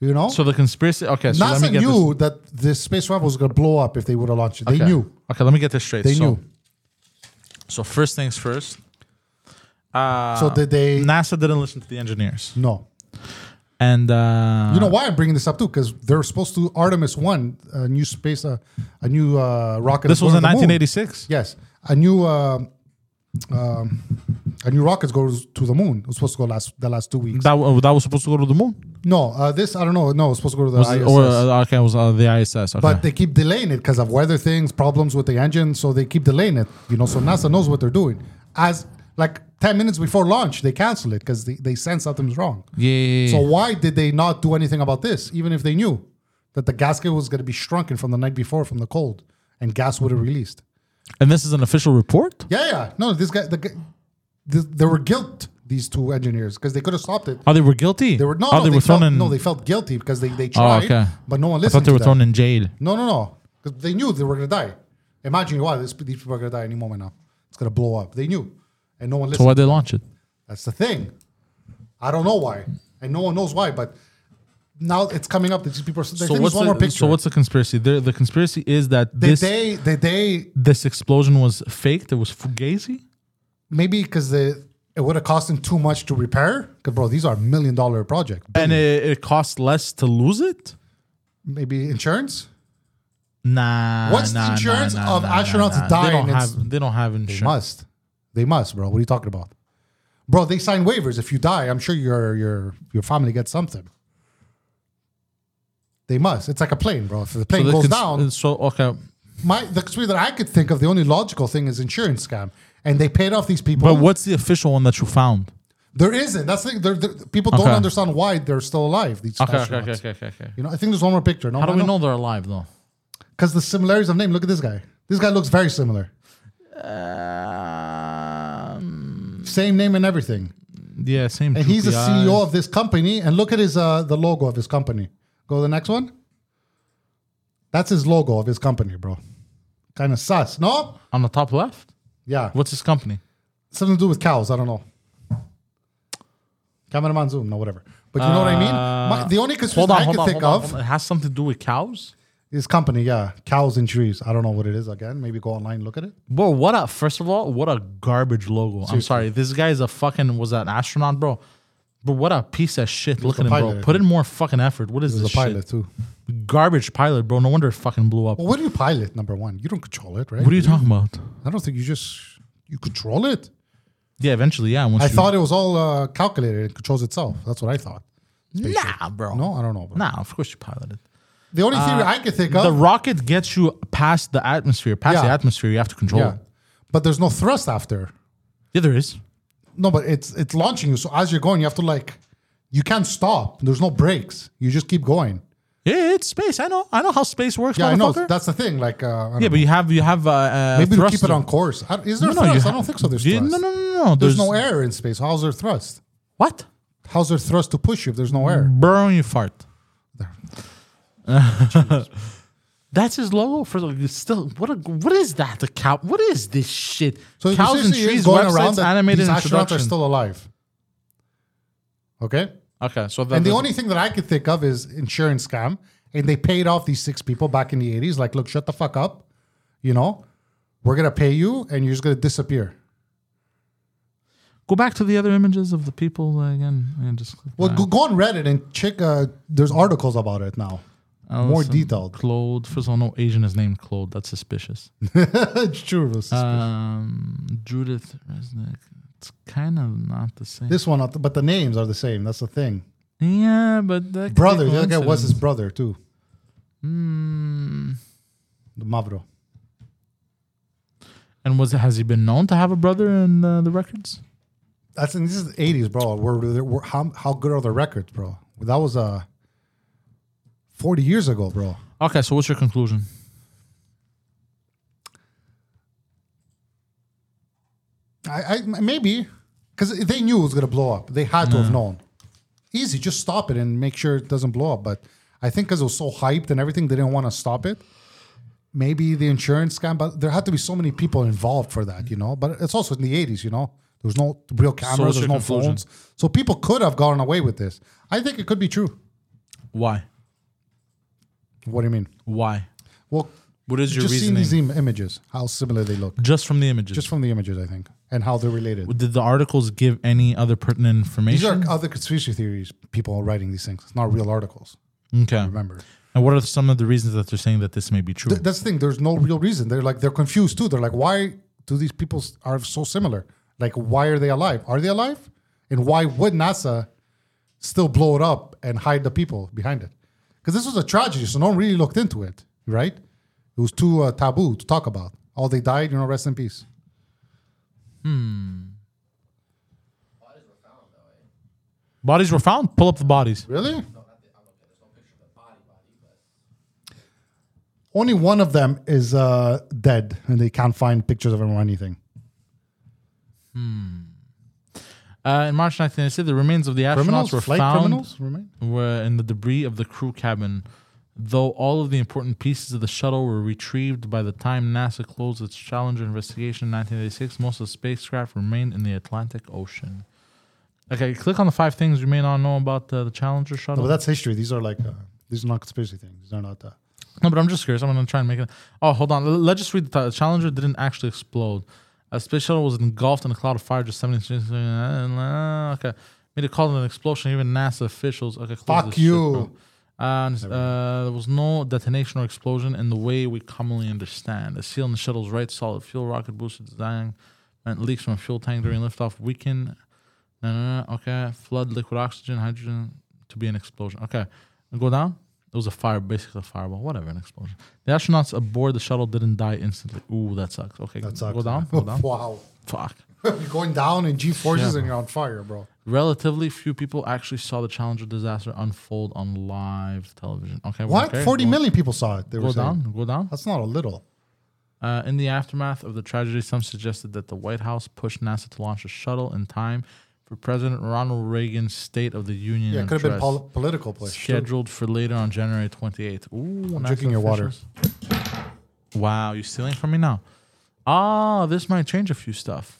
Speaker 2: You know,
Speaker 1: so the conspiracy. Okay, so let me
Speaker 2: NASA
Speaker 1: get
Speaker 2: knew that this space raft was going to blow up if they would have launched it.
Speaker 1: this.
Speaker 2: They
Speaker 1: okay.
Speaker 2: knew.
Speaker 1: Okay, let me get this straight.
Speaker 2: They
Speaker 1: so,
Speaker 2: knew.
Speaker 1: So first things first. uh,
Speaker 2: So did they?
Speaker 1: NASA didn't listen to the engineers,
Speaker 2: No.
Speaker 1: and uh,
Speaker 2: You know why I'm bringing this up too? Because they're supposed to Artemis One, a new space, uh, a new uh, rocket.
Speaker 1: this
Speaker 2: is
Speaker 1: was
Speaker 2: going
Speaker 1: in
Speaker 2: to the moon.
Speaker 1: 1986.
Speaker 2: Yes, a new uh, um, a new rocket goes to the moon. It was supposed to go last the last two weeks.
Speaker 1: That wa- that was supposed to go to the moon.
Speaker 2: No, uh, this I don't know. No, it's supposed to go to the
Speaker 1: Was
Speaker 2: ISS,
Speaker 1: it- or uh, okay, it was uh, the ISS. Okay.
Speaker 2: but they keep delaying it because of weather things, problems with the engine. So they keep delaying it. You know, so NASA knows what they're doing. As like ten minutes before launch, they cancel it because they, they sense something's wrong.
Speaker 1: yeah, yeah, yeah.
Speaker 2: So why did they not do anything about this? Even if they knew that the gasket was going to be shrunken from the night before from the cold and gas would have released.
Speaker 1: and this is an official report.
Speaker 2: Yeah, yeah. No, this guy, the, guy- th there were guilt these two engineers because they could have stopped it.
Speaker 1: Oh, they were guilty.
Speaker 2: They were no,
Speaker 1: Oh,
Speaker 2: no,
Speaker 1: they, were
Speaker 2: felt,
Speaker 1: thrown in. Oh,
Speaker 2: no, they felt guilty because they they tried,
Speaker 1: okay.
Speaker 2: but no one
Speaker 1: I thought
Speaker 2: listened.
Speaker 1: they were
Speaker 2: to
Speaker 1: thrown
Speaker 2: them.
Speaker 1: in jail.
Speaker 2: No, no, no, because they knew they were gonna die. Imagine why these these people are gonna die any moment now. It's gonna blow up. They knew, and no one listened.
Speaker 1: So why they launch it?
Speaker 2: That's the thing. I don't know why, and no one knows why. But now it's coming up that these people. Are, so
Speaker 1: So what's,
Speaker 2: one
Speaker 1: the,
Speaker 2: more picture.
Speaker 1: so what's the conspiracy? The, the conspiracy is that
Speaker 2: did
Speaker 1: this
Speaker 2: they? Did they?
Speaker 1: this explosion was faked. It was fugazi.
Speaker 2: Maybe because the it would have cost them too much to repair. 'Cause, bro, these are million dollar projects.
Speaker 1: And it, it costs less to lose it?
Speaker 2: maybe insurance.
Speaker 1: Nah.
Speaker 2: What's the
Speaker 1: nah, nah,
Speaker 2: insurance
Speaker 1: nah,
Speaker 2: of
Speaker 1: nah, nah,
Speaker 2: astronauts
Speaker 1: nah. They
Speaker 2: dying
Speaker 1: don't,
Speaker 2: in s-
Speaker 1: have, they don't have
Speaker 2: They
Speaker 1: insurance.
Speaker 2: must. They must, bro. What are you talking about? Bro, they sign waivers. If you die, I'm sure your your your family gets something. They must. It's like a plane, bro. If the plane
Speaker 1: the
Speaker 2: goes
Speaker 1: cons- uh,
Speaker 2: down,
Speaker 1: So, okay.
Speaker 2: my the conspiracy that I could think of, the only logical thing is insurance scam, and they paid off these people.
Speaker 1: But what's the official one that you found?
Speaker 2: there isn't. That's the thing. There, there- people don't
Speaker 1: Okay.
Speaker 2: understand why they're still alive. These astronauts.
Speaker 1: okay, okay.
Speaker 2: You know, I think there's one more picture. No,
Speaker 1: How do we know they're alive, though?
Speaker 2: Because the similarities of name. Look at this guy. This guy looks very similar. Same name and everything.
Speaker 1: yeah, same.
Speaker 2: and he's the E
Speaker 1: droopy eyes.
Speaker 2: CEO of this company. And look at his uh, the logo of his company. Go to the next one. That's his logo of his company, bro. Kind of sus, no?
Speaker 1: On the top left?
Speaker 2: Yeah,
Speaker 1: What's his company?
Speaker 2: something to do with cows. I don't know. Cameraman zoom, no, whatever. But you know what I mean. My, the only
Speaker 1: Uh, Hold
Speaker 2: conspiracy
Speaker 1: on,
Speaker 2: I
Speaker 1: hold
Speaker 2: can
Speaker 1: on,
Speaker 2: think
Speaker 1: hold on,
Speaker 2: of
Speaker 1: hold on. It has something to do with cows?
Speaker 2: is company. Yeah, cows and trees. I don't know what it is. Again, maybe go online look at it.
Speaker 1: Bro, what a first of all, what a garbage logo. I'm sorry, this guy is a fucking was an astronaut, bro. But what a piece of shit! Look at him,
Speaker 2: a
Speaker 1: bro.
Speaker 2: pilot.
Speaker 1: Put in more fucking effort. What is
Speaker 2: There's
Speaker 1: this
Speaker 2: a pilot Oh. too.
Speaker 1: shit? Garbage pilot, bro. No wonder it fucking blew up.
Speaker 2: Well, what do you pilot? Number one, you don't control it, right?
Speaker 1: What are you talking about?
Speaker 2: I don't think you just you control it.
Speaker 1: Yeah, eventually, yeah. Once
Speaker 2: I
Speaker 1: you-
Speaker 2: thought it was all uh, calculated. It controls itself. That's what I thought.
Speaker 1: nah, bro.
Speaker 2: No, I don't know. bro.
Speaker 1: nah. Of course you piloted.
Speaker 2: The only theory I could think of,
Speaker 1: The rocket gets you past the atmosphere. Past the
Speaker 2: Yeah.
Speaker 1: atmosphere, you have to control
Speaker 2: yeah,
Speaker 1: it.
Speaker 2: but there's no thrust after.
Speaker 1: Yeah, there is.
Speaker 2: No, but it's it's launching you. So as you're going, you have to like, you can't stop. There's no brakes. You just keep going.
Speaker 1: Yeah, it's space. I know. I know how space works,
Speaker 2: Yeah, I know.
Speaker 1: motherfucker.
Speaker 2: That's the thing. Like, uh, I
Speaker 1: yeah,
Speaker 2: don't know.
Speaker 1: but you have you have uh, uh,
Speaker 2: maybe we keep
Speaker 1: thruster.
Speaker 2: it on course. I- Is there
Speaker 1: No, no, you
Speaker 2: thrust? I
Speaker 1: have-
Speaker 2: don't think so. There's
Speaker 1: Yeah,
Speaker 2: thrust.
Speaker 1: no, no, no, no.
Speaker 2: There's no air in space. How's there thrust?
Speaker 1: What?
Speaker 2: How's there thrust to push you if there's no air?
Speaker 1: Burn you fart. That's his logo for the it's still what a, what is that? The cow what is this shit?
Speaker 2: So
Speaker 1: Cows and trees websites animated
Speaker 2: these astronauts are
Speaker 1: introduction.
Speaker 2: still alive. Okay.
Speaker 1: okay, so that
Speaker 2: And the
Speaker 1: doesn't-
Speaker 2: only thing that I could think of is insurance scam. And they paid off these six people back in the 80s. Like, look, shut the fuck up. You know, we're going to pay you and you're just going to disappear.
Speaker 1: go back to the other images of the people again and just click
Speaker 2: Well,
Speaker 1: back.
Speaker 2: go, go on Reddit and check. Uh, there's articles about it now. More
Speaker 1: Allison
Speaker 2: detailed.
Speaker 1: Claude. First of all, no Asian is named Claude. That's suspicious.
Speaker 2: it's true. it
Speaker 1: Uh,
Speaker 2: was-
Speaker 1: Um, Judith Resnick. It's kind of not the same.
Speaker 2: this one, uh, but the names are the same. That's the thing.
Speaker 1: yeah, but that could be
Speaker 2: Brother. The other guy was his
Speaker 1: coincidence.
Speaker 2: brother, too.
Speaker 1: Mm.
Speaker 2: The Mavro.
Speaker 1: And was has he been known to have a brother in uh, the records?
Speaker 2: That's and this is the 80s, bro. We're, we're- how, how good are the records, bro? That was uh, 40 years ago, bro.
Speaker 1: Okay, so what's your conclusion?
Speaker 2: I, I maybe because they knew it was gonna blow up. They had to have known. Easy, just stop it and make sure it doesn't blow up. But I think because it was so hyped and everything, they didn't want to stop it. Maybe the insurance scam, but there had to be so many people involved for that, you know. But it's also in the eighties, you know. There was no real cameras,
Speaker 1: what's
Speaker 2: there's
Speaker 1: your
Speaker 2: no
Speaker 1: conclusion?
Speaker 2: phones, so people could have gotten away with this. I think it could be true.
Speaker 1: Why?
Speaker 2: What do you mean?
Speaker 1: Why?
Speaker 2: Well,
Speaker 1: What is your
Speaker 2: just seeing
Speaker 1: reasoning?
Speaker 2: these im- images, how similar they look,
Speaker 1: just from the images.
Speaker 2: just from the images, I think, and how they're related.
Speaker 1: Did the articles give any other pertinent
Speaker 2: These
Speaker 1: information?
Speaker 2: are other conspiracy theories. People are writing these things. It's not real articles.
Speaker 1: okay.
Speaker 2: Remember,
Speaker 1: And what are some of the reasons that they're saying that this may be true?
Speaker 2: Th- that's the thing. There's no real reason. They're like they're confused too. They're like, why do these people s- are so similar? Like, why are they alive? Are they alive? And why would NASA still blow it up and hide the people behind it. Because this was a tragedy, so no one really looked into it, right? It was too uh, taboo to talk about. All they died, you know, rest in peace.
Speaker 1: Bodies were found. Pull up the bodies.
Speaker 2: Really? Only one of them is uh, dead, and they can't find pictures of him or anything.
Speaker 1: Uh, in March 1996, the remains of the astronauts
Speaker 2: Criminals,
Speaker 1: were
Speaker 2: flight
Speaker 1: found
Speaker 2: criminals, remain.
Speaker 1: were in the debris of the crew cabin, though all of the important pieces of the shuttle were retrieved by the time NASA closed its Challenger investigation in 1986. Most of the spacecraft remained in the Atlantic Ocean. Okay, click on the five things you may not know about the, the Challenger shuttle.
Speaker 2: No, but that's history. These are like uh, these are not conspiracy things. These are not. Uh,
Speaker 1: No, but I'm just curious. I'm gonna try and make it. Oh, hold on. L- Let's just read the title. Challenger didn't actually explode. A space shuttle was engulfed in a cloud of fire, just 70. Okay, made a call it an explosion. Even NASA officials. Okay, close
Speaker 2: Fuck
Speaker 1: this
Speaker 2: you.
Speaker 1: Shit, bro. and uh, there was no detonation or explosion in the way we commonly understand. The seal in the shuttle's right solid fuel rocket booster design meant leaks from a fuel tank during liftoff weakened no, no, no. Okay. Flood liquid oxygen, hydrogen to be an explosion. Okay. Go down. It was a fire, basically a fireball, whatever, an explosion. The astronauts aboard the shuttle didn't die instantly. Ooh, that sucks. Okay.
Speaker 2: that sucks.
Speaker 1: Go down. Go
Speaker 2: man.
Speaker 1: down.
Speaker 2: wow.
Speaker 1: Fuck.
Speaker 2: you're going down in G forces
Speaker 1: Yeah,
Speaker 2: and you're on fire, bro.
Speaker 1: Relatively few people actually saw the Challenger disaster unfold on live television. Okay. we're
Speaker 2: What?
Speaker 1: okay.
Speaker 2: Forty
Speaker 1: go,
Speaker 2: million people saw it. They
Speaker 1: Go
Speaker 2: were saying.
Speaker 1: down. Go down.
Speaker 2: That's not a little.
Speaker 1: Uh, in the aftermath of the tragedy, some suggested that the White House pushed NASA to launch a shuttle in time for President Ronald Reagan's State of the Union.
Speaker 2: Yeah, it could have been
Speaker 1: address.
Speaker 2: pol- political push.
Speaker 1: scheduled for later on January 28th. Ooh, I'm
Speaker 2: drinking your water.
Speaker 1: Wow, you stealing from me now. Ah, this might change a few stuff.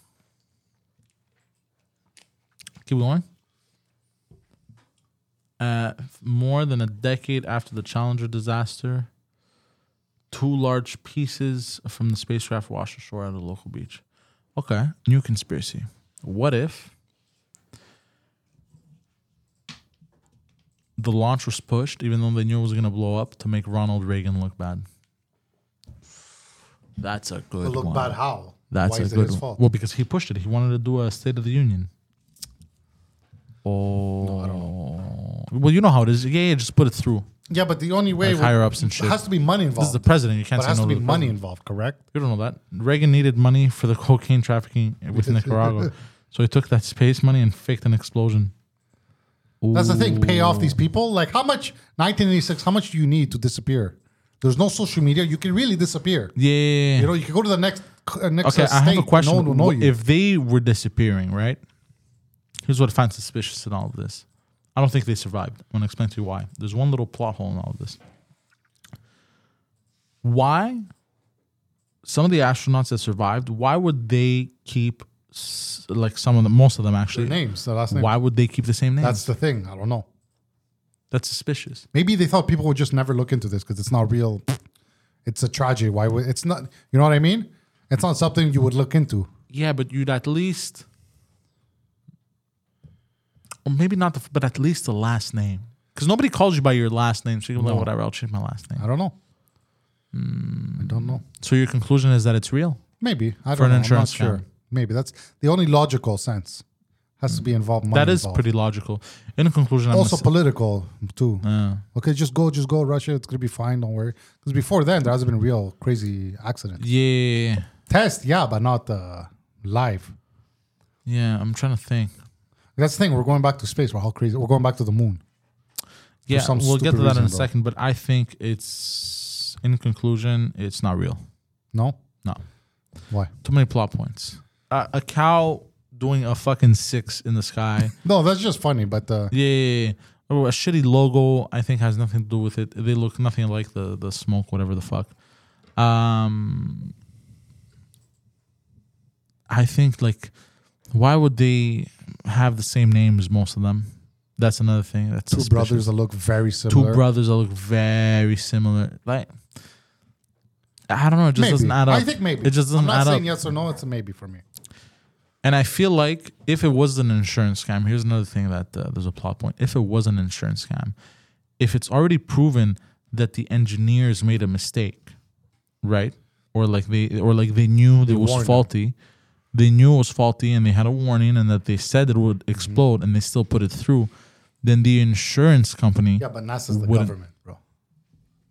Speaker 1: Keep going. Uh, more than a decade after the Challenger disaster, two large pieces from the spacecraft washed ashore at a local beach. Okay, new conspiracy. What if the launch was pushed, even though they knew it was going to blow up, to make Ronald Reagan look bad? That's a good
Speaker 2: But look
Speaker 1: one.
Speaker 2: bad how.
Speaker 1: That's
Speaker 2: Why
Speaker 1: a
Speaker 2: is it
Speaker 1: good
Speaker 2: his
Speaker 1: one.
Speaker 2: fault?
Speaker 1: Well, because he pushed it. He wanted to do a State of the Union. Oh, well, you know how it is. Yeah, yeah, just put it through.
Speaker 2: yeah, but the only way
Speaker 1: Like
Speaker 2: would-
Speaker 1: higher ups and shit.
Speaker 2: has to be money
Speaker 1: This is
Speaker 2: involved.
Speaker 1: the president. You can't
Speaker 2: but it
Speaker 1: say
Speaker 2: has
Speaker 1: no
Speaker 2: to be
Speaker 1: the
Speaker 2: money
Speaker 1: president.
Speaker 2: involved, correct?
Speaker 1: You don't know that. Reagan needed money for the cocaine trafficking with Nicaragua, so he took that space money and faked an explosion.
Speaker 2: That's the thing. Pay off these people. Like how much? 1986. How much do you need to disappear? There's no social media. You can really disappear.
Speaker 1: Yeah. yeah, yeah.
Speaker 2: You know, you can go to the next uh, next
Speaker 1: okay,
Speaker 2: uh,
Speaker 1: I
Speaker 2: state.
Speaker 1: have a question.
Speaker 2: No one will know you.
Speaker 1: If they were disappearing, right? Here's what I find suspicious in all of this. I don't think they survived. I'm gonna explain to you why. There's one little plot hole in all of this. Why some of the astronauts that survived? Why would they keep s- like some of them? Most of them
Speaker 2: Their
Speaker 1: actually.
Speaker 2: names, the last name.
Speaker 1: Why would they keep the same name?
Speaker 2: That's the thing. I don't know.
Speaker 1: That's suspicious.
Speaker 2: Maybe they thought people would just never look into this because it's not real. It's a tragedy. Why would it's not? You know what I mean? It's not something you would look into.
Speaker 1: Yeah, but you'd at least, or maybe not, the, f- but at least the last name, because nobody calls you by your last name. So you're like, whatever, I'll change my last name.
Speaker 2: I don't know. I don't know.
Speaker 1: So your conclusion is that it's real.
Speaker 2: Maybe I
Speaker 1: For an
Speaker 2: don't know. I'm not
Speaker 1: insurance
Speaker 2: sure.
Speaker 1: scam.
Speaker 2: Maybe that's the only logical sense. Has to be involved. Money
Speaker 1: that is
Speaker 2: involved.
Speaker 1: pretty logical. In conclusion, I'm
Speaker 2: Also
Speaker 1: also
Speaker 2: political too. okay, just go, just go, Russia. It's gonna be fine. Don't worry. Because before then, there hasn't been real crazy accident.
Speaker 1: yeah,
Speaker 2: Test, yeah, but not uh, live.
Speaker 1: yeah. I'm trying to think.
Speaker 2: That's the thing. We're going back to space. We're all crazy. We're going back to the moon.
Speaker 1: Yeah,
Speaker 2: some
Speaker 1: we'll get to
Speaker 2: stupid
Speaker 1: that in
Speaker 2: reason,
Speaker 1: a
Speaker 2: bro.
Speaker 1: second. But I think it's in conclusion, it's not real.
Speaker 2: No,
Speaker 1: No,
Speaker 2: why?
Speaker 1: too many plot points. Uh, a cow doing a fucking six in the sky.
Speaker 2: No, that's just funny. But uh,
Speaker 1: Yeah, yeah, yeah. Oh, a shitty logo. I think has nothing to do with it. They look nothing like the the smoke, whatever the fuck. Um, I think like, why would they have the same name as most of them? That's another thing. That's
Speaker 2: two
Speaker 1: suspicious.
Speaker 2: brothers that look very
Speaker 1: Two
Speaker 2: similar.
Speaker 1: brothers that look very similar. Like, I don't know. It just
Speaker 2: maybe.
Speaker 1: doesn't add up.
Speaker 2: I think maybe.
Speaker 1: it just doesn't
Speaker 2: I'm not
Speaker 1: add
Speaker 2: saying
Speaker 1: up.
Speaker 2: yes or no. It's a maybe for me.
Speaker 1: And I feel like if it was an insurance scam, here's another thing that uh, there's a plot point. If it was an insurance scam, if it's already proven that the engineers made a mistake, right? Or like they or like they knew it was
Speaker 2: warned them.
Speaker 1: faulty.
Speaker 2: Mm-hmm.
Speaker 1: They knew it was faulty and they had a warning and that they said it would explode and they still put it through. then the insurance company.
Speaker 2: Yeah, but NASA's the
Speaker 1: Wouldn't-
Speaker 2: government, bro.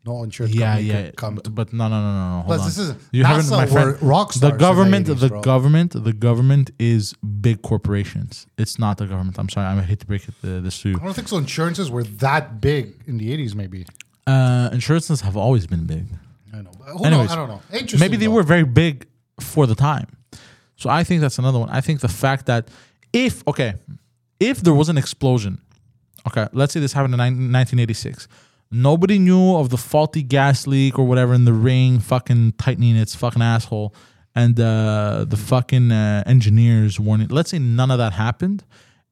Speaker 2: No insurance
Speaker 1: Yeah,
Speaker 2: company
Speaker 1: yeah,
Speaker 2: could come
Speaker 1: but-
Speaker 2: to.
Speaker 1: but no, no, no, no, no. Hold
Speaker 2: Plus,
Speaker 1: on.
Speaker 2: this is-
Speaker 1: you haven't,
Speaker 2: NASA
Speaker 1: my friend.
Speaker 2: were rock stars
Speaker 1: the
Speaker 2: in the
Speaker 1: government, the,
Speaker 2: 80s, bro.
Speaker 1: government, the government is big corporations. It's not the government. I'm sorry. I hate to break it the this to you.
Speaker 2: I don't think so. Insurances were that big in the 80s, maybe.
Speaker 1: Uh, insurances have always been big.
Speaker 2: I know. But who
Speaker 1: Anyways,
Speaker 2: knows? I don't know. Interesting.
Speaker 1: Maybe they
Speaker 2: though.
Speaker 1: were very big for the time. So I think that's another one. I think the fact that if okay, if there was an explosion, okay, let's say this happened in 19- 1986. Nobody knew of the faulty gas leak or whatever in the ring, fucking tightening its fucking asshole, and uh, the fucking uh, engineers warning. Let's say none of that happened,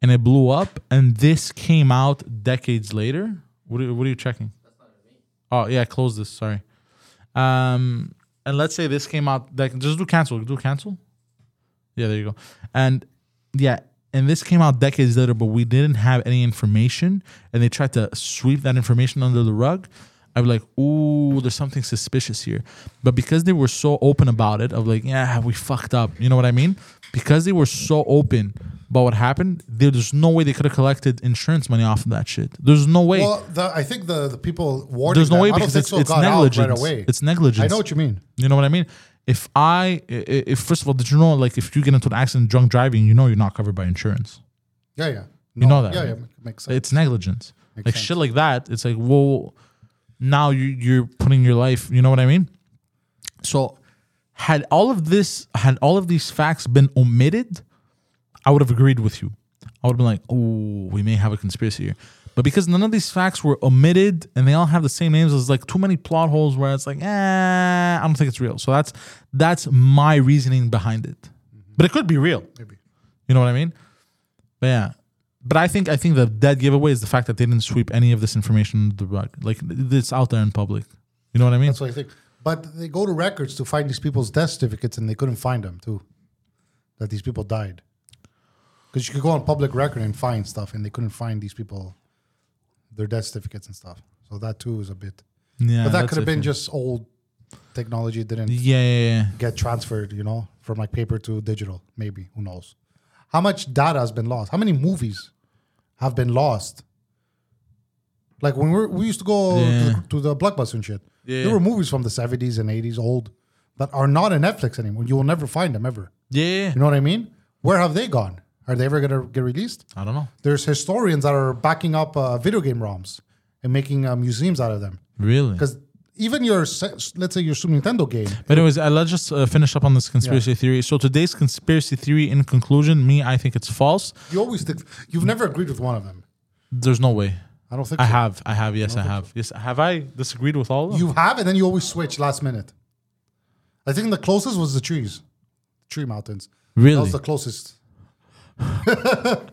Speaker 1: and it blew up, and this came out decades later. What are, what are you checking? Oh yeah, close this. Sorry. Um, and let's say this came out like just do cancel, do cancel. Yeah, there you go. And yeah, and this came out decades later, but we didn't have any information, and they tried to sweep that information under the rug. I was like, ooh, there's something suspicious here. But because they were so open about it, of like, yeah, we fucked up. You know what I mean? Because they were so open about what happened, there's no way they could have collected insurance money off of that shit. There's no way.
Speaker 2: Well, the, I think the, the people warned
Speaker 1: there's no
Speaker 2: them.
Speaker 1: way
Speaker 2: I don't
Speaker 1: because
Speaker 2: think
Speaker 1: it's,
Speaker 2: so
Speaker 1: it's
Speaker 2: got out
Speaker 1: negligence.
Speaker 2: right away.
Speaker 1: It's negligence.
Speaker 2: I know what you mean.
Speaker 1: You know what I mean? If I, i- i- if first of all, did you know like if you get into an accident drunk driving, you know you're not covered by insurance.
Speaker 2: Yeah, yeah.
Speaker 1: You know that,
Speaker 2: Yeah,
Speaker 1: right?
Speaker 2: yeah. ma- Makes sense.
Speaker 1: It's negligence.
Speaker 2: Makes
Speaker 1: like
Speaker 2: sense.
Speaker 1: shit like that. It's like well, now you you're putting your life. You know what I mean? So had all of this had all of these facts been omitted, I would have agreed with you. I would have been like, oh, we may have a conspiracy here. But because none of these facts were omitted and they all have the same names, there's like too many plot holes where it's like, eh, I don't think it's real. So that's that's my reasoning behind it. But it could be real.
Speaker 2: Maybe.
Speaker 1: You know what I mean? But yeah. But I think I think the dead giveaway is the fact that they didn't sweep any of this information under the rug. Like it's out there in public. You know what I mean?
Speaker 2: That's what I think. But they go to records to find these people's death certificates, and they couldn't find them too. That these people died. Because you could go on public record and find stuff, and they couldn't find these people, their death certificates and stuff. So that too is a bit.
Speaker 1: yeah.
Speaker 2: but that
Speaker 1: that's
Speaker 2: could have
Speaker 1: it.
Speaker 2: been just old technology didn't
Speaker 1: Yeah, yeah, yeah.
Speaker 2: get transferred, you know, from like paper to digital. Maybe who knows? How much data has been lost? How many movies have been lost? Like when we are we used to go to,
Speaker 1: Yeah.
Speaker 2: the, to the blockbuster and shit.
Speaker 1: Yeah.
Speaker 2: There were movies from the seventies and eighties, old, that are not on Netflix anymore. You will never find them ever.
Speaker 1: Yeah, yeah, yeah.
Speaker 2: You know what I mean? Where have they gone? Are they ever gonna get released?
Speaker 1: I don't know.
Speaker 2: There's historians that are backing up uh, video game ROMs and making uh, museums out of them.
Speaker 1: Really?
Speaker 2: Because even your, se- let's say your Super Nintendo game,
Speaker 1: But anyways, uh, let's just uh, finish up on this conspiracy theory. So today's conspiracy theory, in conclusion, me, I think it's false.
Speaker 2: you always think you've never agreed with one of them.
Speaker 1: There's no way.
Speaker 2: I don't think
Speaker 1: I
Speaker 2: so.
Speaker 1: have, I have, yes, I have, yes. Have I disagreed with all of them?
Speaker 2: You have, and then you always switch last minute. I think the closest was the trees, tree mountains. That
Speaker 1: really?
Speaker 2: was the closest. no,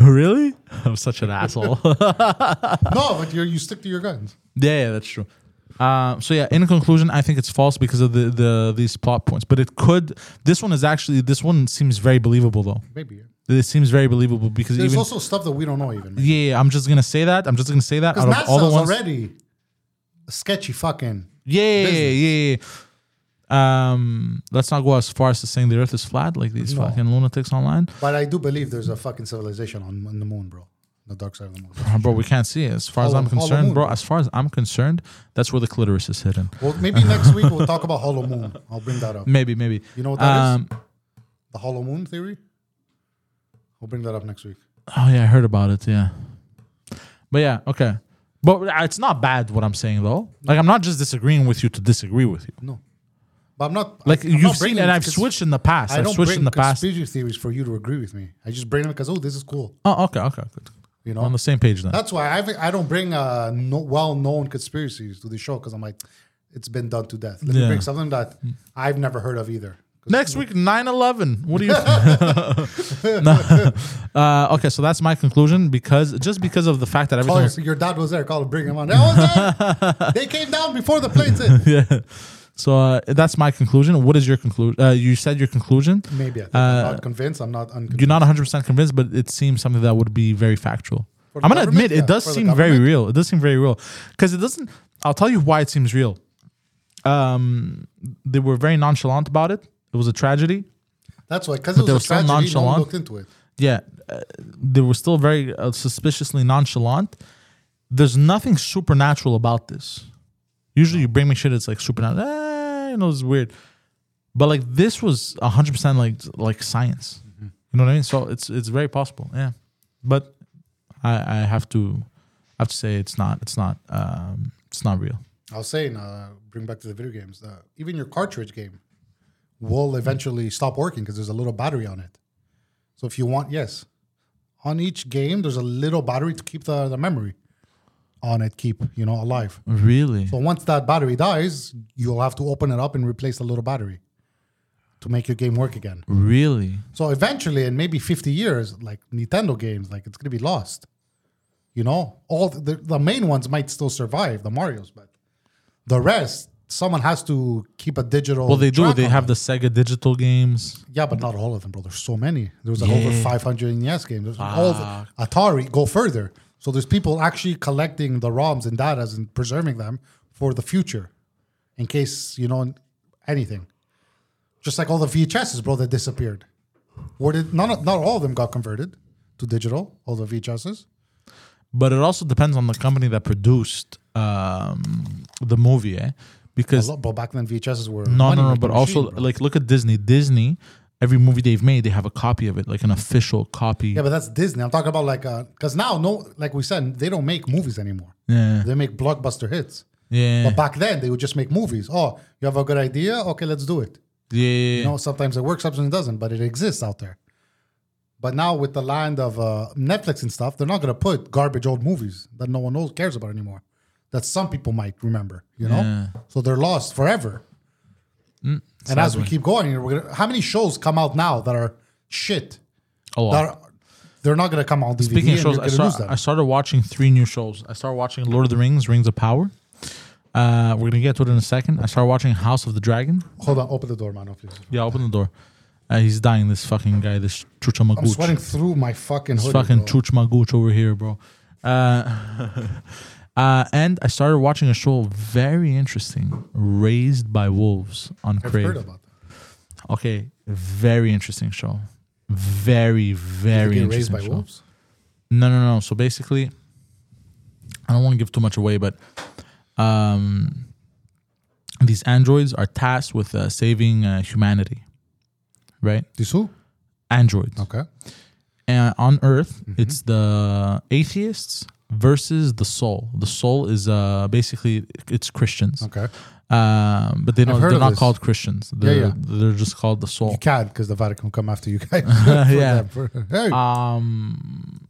Speaker 1: Really? I'm such an asshole. yeah,
Speaker 2: but you you stick to your guns.
Speaker 1: yeah, that's true. Uh, so yeah, in conclusion, I think it's false because of the, the these plot points. But it could. This one is actually. This one seems very believable though.
Speaker 2: Maybe
Speaker 1: It seems very believable because
Speaker 2: there's
Speaker 1: even.
Speaker 2: also stuff that we don't know even.
Speaker 1: yeah, I'm just gonna say that. I'm just gonna say that.
Speaker 2: Because
Speaker 1: Out of all the
Speaker 2: NASA's
Speaker 1: ones,
Speaker 2: already a sketchy fucking.
Speaker 1: Yeah, yeah,
Speaker 2: business.
Speaker 1: yeah, yeah. Um, let's not go as far as to saying the Earth is flat, like these
Speaker 2: No.
Speaker 1: fucking lunatics online.
Speaker 2: But I do believe there's a fucking civilization on, on the moon, bro. The dark side of the moon.
Speaker 1: Uh, Bro, we can't see it. As far as
Speaker 2: Hollow-
Speaker 1: I'm
Speaker 2: hollow
Speaker 1: concerned,
Speaker 2: moon,
Speaker 1: bro,
Speaker 2: bro.
Speaker 1: as far as I'm concerned, that's where the clitoris is hidden.
Speaker 2: Well, maybe next week we'll talk about hollow moon. I'll bring that up.
Speaker 1: Maybe, maybe.
Speaker 2: You know what that is?
Speaker 1: Um,
Speaker 2: The hollow moon theory. We'll bring that up next week.
Speaker 1: Oh yeah, I heard about it. Yeah, but yeah, okay. But uh, it's not bad what I'm saying though. Like I'm not just disagreeing with you to disagree with you.
Speaker 2: No, but I'm not
Speaker 1: Like
Speaker 2: I'm not
Speaker 1: you've seen,
Speaker 2: bringing
Speaker 1: and I've
Speaker 2: cons-
Speaker 1: switched in the past.
Speaker 2: I
Speaker 1: I've
Speaker 2: don't
Speaker 1: switched
Speaker 2: bring
Speaker 1: in the past.
Speaker 2: conspiracy theories for you to agree with me. I just bring them because oh, this is cool.
Speaker 1: Oh, okay, okay, good.
Speaker 2: You
Speaker 1: On
Speaker 2: know,
Speaker 1: the same page then.
Speaker 2: that's why I've, I don't bring uh, no, well-known conspiracies to the show because I'm like, it's been done to death. Let
Speaker 1: Yeah.
Speaker 2: me bring something that I've never heard of either. 'Cause
Speaker 1: Next week, 9 11. What do you. No. Uh, okay, so that's my conclusion because just because of the fact that everything
Speaker 2: Call
Speaker 1: was.
Speaker 2: your, your dad was there. Call him, bring him on. That was it. they came down before the planes. hit.
Speaker 1: Yeah. So uh, that's my conclusion. What is your conclusion? Uh, you said your conclusion.
Speaker 2: Maybe I think.
Speaker 1: Uh,
Speaker 2: I'm not convinced. I'm not unconvinced.
Speaker 1: You're not 100% convinced, but it seems something that would be very factual.
Speaker 2: For the
Speaker 1: I'm going to
Speaker 2: government?
Speaker 1: admit
Speaker 2: Yeah,
Speaker 1: it does
Speaker 2: for the
Speaker 1: seem very
Speaker 2: government.
Speaker 1: real. It does seem very real because it doesn't. I'll tell you why it seems real. Um, they were very nonchalant about it. It was a tragedy.
Speaker 2: That's why because it
Speaker 1: they
Speaker 2: was
Speaker 1: were
Speaker 2: a
Speaker 1: so
Speaker 2: tragedy. No one
Speaker 1: nonchalant.
Speaker 2: looked into it.
Speaker 1: Yeah, uh, they were still very uh, suspiciously nonchalant. There's nothing supernatural about this. Usually, you bring me shit. It's like supernatural. Ah, you know, it's weird. But like this was hundred percent like like science. You know what I mean? So it's it's very possible. Yeah, but I I have to I have to say it's not it's not um it's not real.
Speaker 2: I was saying, uh, bring back to the video games. Uh, even your cartridge game will eventually stop working because there's a little battery on it. So if you want, yes, on each game there's a little battery to keep the, the memory on it, keep you know alive.
Speaker 1: Really?
Speaker 2: So once that battery dies, you'll have to open it up and replace the little battery to make your game work again.
Speaker 1: Really?
Speaker 2: So eventually, in maybe 50 years, like Nintendo games, like it's gonna be lost. You know, all the, the main ones might still survive, the Mario's, but the rest, someone has to keep a digital.
Speaker 1: Well, they do.
Speaker 2: track
Speaker 1: They
Speaker 2: on
Speaker 1: have
Speaker 2: it.
Speaker 1: the Sega digital games.
Speaker 2: Yeah, but not all of them, bro. There's so many. There was like over
Speaker 1: Yeah.
Speaker 2: 500 NES games. There's all the- Atari. Go further. So there's people actually collecting the ROMs and data and preserving them for the future, in case you know anything. Just like all the VHSs, bro, that disappeared. Where did none? Of, not all of them got converted to digital. All the VHSs.
Speaker 1: But it also depends on the company that produced um the movie, eh? Because
Speaker 2: But back then, VHSs were
Speaker 1: No, no, no.
Speaker 2: money-making
Speaker 1: But also,
Speaker 2: machine, bro.
Speaker 1: like, look at Disney. Disney, every movie they've made, they have a copy of it, like an official copy.
Speaker 2: Yeah, but that's Disney. I'm talking about like, uh, cause now no, like we said, they don't make movies anymore.
Speaker 1: Yeah.
Speaker 2: They make blockbuster hits.
Speaker 1: yeah,
Speaker 2: But back then, they would just make movies. Oh, you have a good idea? Okay, let's do it.
Speaker 1: yeah, yeah,
Speaker 2: You know, sometimes it works, sometimes it doesn't, but it exists out there. But now with the land of uh, Netflix and stuff, they're not gonna put garbage old movies that no one knows cares about anymore. That some people might remember, you know.
Speaker 1: Yeah. Mm,
Speaker 2: So they're lost forever. and as we keep going, we're gonna, how many shows come out now that are shit?
Speaker 1: a lot.
Speaker 2: That are, they're not gonna come out on DVD.
Speaker 1: Speaking of
Speaker 2: and
Speaker 1: shows,
Speaker 2: you're
Speaker 1: I,
Speaker 2: gonna
Speaker 1: saw,
Speaker 2: lose them.
Speaker 1: I started watching three new shows. I started watching Lord of the Rings, Rings of Power. Uh, we're gonna get to it in a second. I started watching House of the Dragon.
Speaker 2: Hold on, open the door, man. Please.
Speaker 1: Yeah, open the door. Uh, he's dying. This fucking guy, this Chucha
Speaker 2: I'm
Speaker 1: Maguch.
Speaker 2: sweating through my fucking hoodie.
Speaker 1: It's fucking
Speaker 2: bro.
Speaker 1: Chuch Maguch over here, bro. Uh, uh, and I started watching a show very interesting, Raised by Wolves on
Speaker 2: I've
Speaker 1: Crave.
Speaker 2: heard about that.
Speaker 1: Okay, very interesting show. Very, very
Speaker 2: Get
Speaker 1: interesting
Speaker 2: raised by
Speaker 1: show.
Speaker 2: wolves.
Speaker 1: No, no, no. So basically, I don't want to give too much away, but um, these androids are tasked with uh, saving uh, humanity, right?
Speaker 2: This who?
Speaker 1: Androids.
Speaker 2: Okay.
Speaker 1: uh, on Earth,
Speaker 2: Mm-hmm.
Speaker 1: it's the atheists versus the soul. The soul is uh, basically it's Christians,
Speaker 2: Okay.
Speaker 1: um, but they don't,
Speaker 2: heard
Speaker 1: they're
Speaker 2: of
Speaker 1: not
Speaker 2: this.
Speaker 1: called Christians. They're,
Speaker 2: yeah.
Speaker 1: they're just called the soul.
Speaker 2: You can because the Vatican come after you guys.
Speaker 1: Yeah.
Speaker 2: For- hey.
Speaker 1: Um,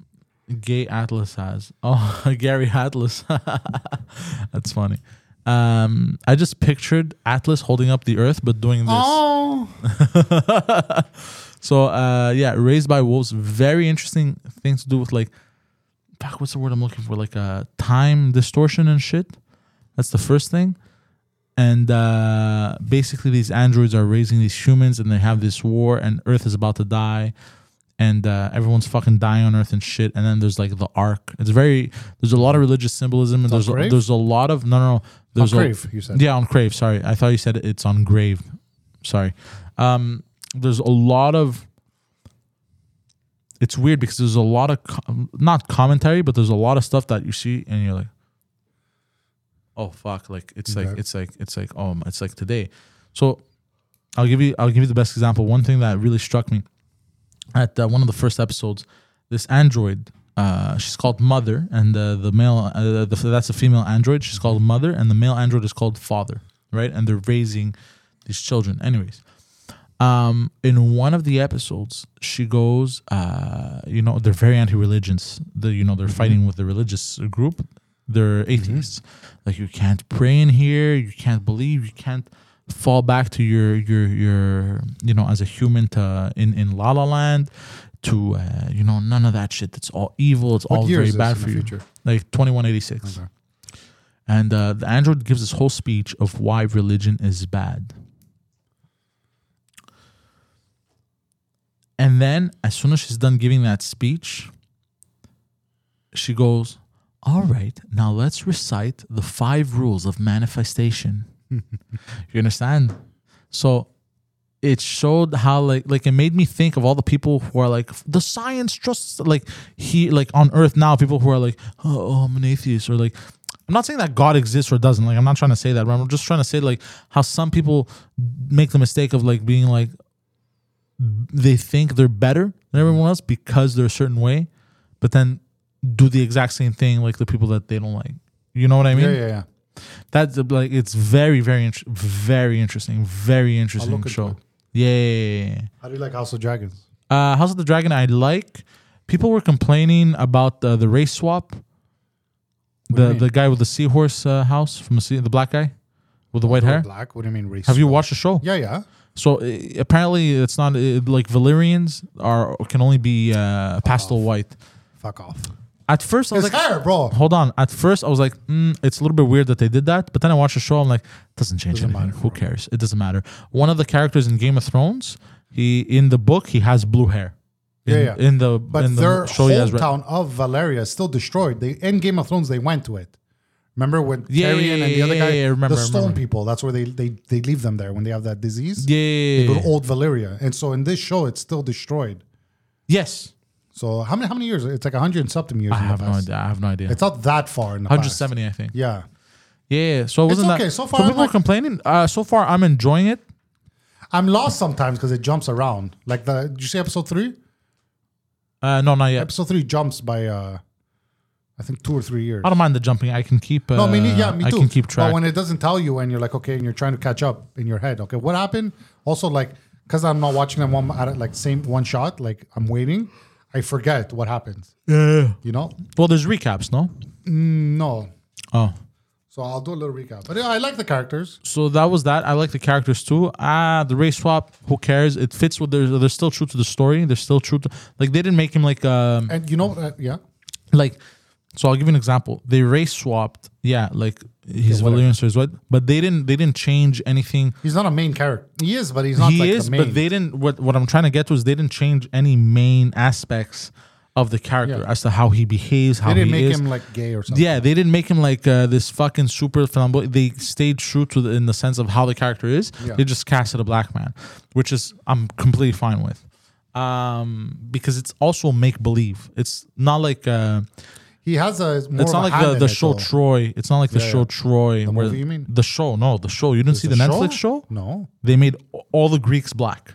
Speaker 1: Gay Atlas has. Oh, Gary Atlas. That's funny. Um, I just pictured Atlas holding up the Earth, but doing this.
Speaker 2: oh.
Speaker 1: So uh, yeah, raised by wolves. Very interesting thing to do with like, fuck, what's the word I'm looking for? Like uh, time distortion and shit. That's the first thing. And uh, basically, these androids are raising these humans, and they have this war, and Earth is about to die, and uh, everyone's fucking dying on Earth and shit. And then there's like the Ark. It's very there's a lot of religious symbolism, and
Speaker 2: on
Speaker 1: there's a,
Speaker 2: Crave?
Speaker 1: there's a lot of no no no there's a,
Speaker 2: Crave, you said.
Speaker 1: yeah on Crave. Sorry, I thought you said it's on Grave. Sorry. Um, there's a lot of it's weird because there's a lot of com- not commentary, but there's a lot of stuff that you see and you're like, oh fuck, like it's like
Speaker 2: Okay.
Speaker 1: it's like it's like oh it's like today. So I'll give you I'll give you the best example. One thing that really struck me at uh, one of the first episodes, this android. Uh, she's called Mother, and uh, the male uh, the, that's a female android. She's called Mother, and the male android is called Father, right? And they're raising these children. Anyways, um, in one of the episodes, she goes, uh, you know, they're very anti-religions. The, you know, they're
Speaker 2: Mm-hmm.
Speaker 1: fighting with the religious group. They're atheists. Like you can't pray in here. You can't believe. You can't fall back to your your your you know as a human to in in La La Land. To uh, you know, none of that shit. That's all evil. It's
Speaker 2: What
Speaker 1: all
Speaker 2: year
Speaker 1: very
Speaker 2: is this
Speaker 1: bad
Speaker 2: in
Speaker 1: for
Speaker 2: the
Speaker 1: you.
Speaker 2: future?
Speaker 1: Like twenty one eighty six.
Speaker 2: Okay.
Speaker 1: And uh, the android gives this whole speech of why religion is bad. And then, as soon as she's done giving that speech, she goes, All right, now let's recite the five rules of manifestation. you understand? So it showed how like like it made me think of all the people who are like the science trusts like he like on Earth now people who are like oh, oh, I'm an atheist or like I'm not saying that God exists or doesn't like I'm not trying to say that but I'm just trying to say like how some people make the mistake of like being like they think they're better than everyone else because they're a certain way but then do the exact same thing like the people that they don't like you know what I mean
Speaker 2: yeah, yeah, yeah.
Speaker 1: that's uh, like it's very very int- very interesting very interesting
Speaker 2: into
Speaker 1: show
Speaker 2: it.
Speaker 1: yeah, yeah, yeah, yeah.
Speaker 2: How do you like House of Dragons?
Speaker 1: Uh, House of the Dragon, I like. People were complaining about the, the race swap.
Speaker 2: do you
Speaker 1: The
Speaker 2: mean?
Speaker 1: the guy with the seahorse uh, house from the sea, the black guy with the white hair.
Speaker 2: Black? What do you mean race?
Speaker 1: Have you watched the show?
Speaker 2: Yeah, yeah.
Speaker 1: So uh, apparently, it's not uh, like Valyrians are can only be uh, pastel white.
Speaker 2: Fuck off.
Speaker 1: At first, I was
Speaker 2: It's
Speaker 1: like,
Speaker 2: hair, bro.
Speaker 1: hold on. At first, I was like, mm, it's a little bit weird that they did that. But then I watched the show. I'm like, doesn't change anything. Who cares? It doesn't matter. One of the characters in Game of Thrones, he in the book he has blue hair. In,
Speaker 2: Yeah, yeah.
Speaker 1: In the
Speaker 2: But
Speaker 1: in the
Speaker 2: their
Speaker 1: show he has red.
Speaker 2: hometown of Valeria is still destroyed. They in Game of Thrones they went to it. Remember when
Speaker 1: Yeah,
Speaker 2: Tyrion
Speaker 1: yeah,
Speaker 2: and the other
Speaker 1: yeah,
Speaker 2: guy,
Speaker 1: yeah, I remember,
Speaker 2: the
Speaker 1: I
Speaker 2: Stone
Speaker 1: remember.
Speaker 2: people? That's where they, they they leave them there when they have that disease.
Speaker 1: Yeah.
Speaker 2: They go to old Valeria, and so in this show it's still destroyed.
Speaker 1: yes.
Speaker 2: So how many how many years? It's like hundred and something years.
Speaker 1: I
Speaker 2: in
Speaker 1: have
Speaker 2: the
Speaker 1: no
Speaker 2: past.
Speaker 1: idea. I have no idea.
Speaker 2: It's not that far in the past.
Speaker 1: 170, I think.
Speaker 2: Yeah,
Speaker 1: Yeah. So it wasn't
Speaker 2: okay.
Speaker 1: that.
Speaker 2: So far, I'm
Speaker 1: people were
Speaker 2: like-
Speaker 1: complaining. Uh, so far, I'm enjoying it.
Speaker 2: I'm lost sometimes because it jumps around. Like the did you see episode three?
Speaker 1: Uh, no, not yet.
Speaker 2: Episode three jumps by uh, I think two or three years.
Speaker 1: I don't mind the jumping. I can keep. Uh,
Speaker 2: No, I mean, yeah, me
Speaker 1: I
Speaker 2: too.
Speaker 1: can keep track.
Speaker 2: But when it doesn't tell you, and you're like, okay, and you're trying to catch up in your head, okay, what happened? Also, like, because I'm not watching them one at a- like same one shot, like I'm waiting, I forget what happens.
Speaker 1: yeah.
Speaker 2: You know? Mm,
Speaker 1: Well, there's recaps, no?
Speaker 2: No.
Speaker 1: Oh.
Speaker 2: So I'll do a little recap. But yeah, I like the characters.
Speaker 1: So that was that. I like the characters too. Ah, the race swap. Who cares? It fits with their. They're still true to the story. They're still true to like they didn't make him like um
Speaker 2: And you know, uh, yeah,
Speaker 1: like. So I'll give you an example. They race swapped. Yeah, like his
Speaker 2: whatever.
Speaker 1: Valyrian so his what, but they didn't. They didn't change anything.
Speaker 2: he's not a main character. He is, but he's not
Speaker 1: he
Speaker 2: like
Speaker 1: is,
Speaker 2: the main.
Speaker 1: but they didn't. What what I'm trying to get to is they didn't change any main aspects of the character
Speaker 2: Yeah.
Speaker 1: as to how he behaves, how
Speaker 2: They didn't
Speaker 1: he
Speaker 2: make
Speaker 1: is.
Speaker 2: him like gay or something.
Speaker 1: yeah, they didn't make him like uh, this fucking super flamboyant. They stayed true to the, in the sense of how the character is.
Speaker 2: Yeah.
Speaker 1: They just casted a black man, which is I'm completely fine with, um, because it's also make believe. It's not like uh,
Speaker 2: He has a. More
Speaker 1: it's not
Speaker 2: of a
Speaker 1: like
Speaker 2: hand
Speaker 1: the,
Speaker 2: in
Speaker 1: the
Speaker 2: it,
Speaker 1: show
Speaker 2: though.
Speaker 1: Troy. It's not like the
Speaker 2: Yeah,
Speaker 1: show
Speaker 2: yeah.
Speaker 1: Troy. where
Speaker 2: movie, you mean?
Speaker 1: the show? No, the show. You didn't see the, Netflix show?
Speaker 2: No.
Speaker 1: They made all the Greeks black.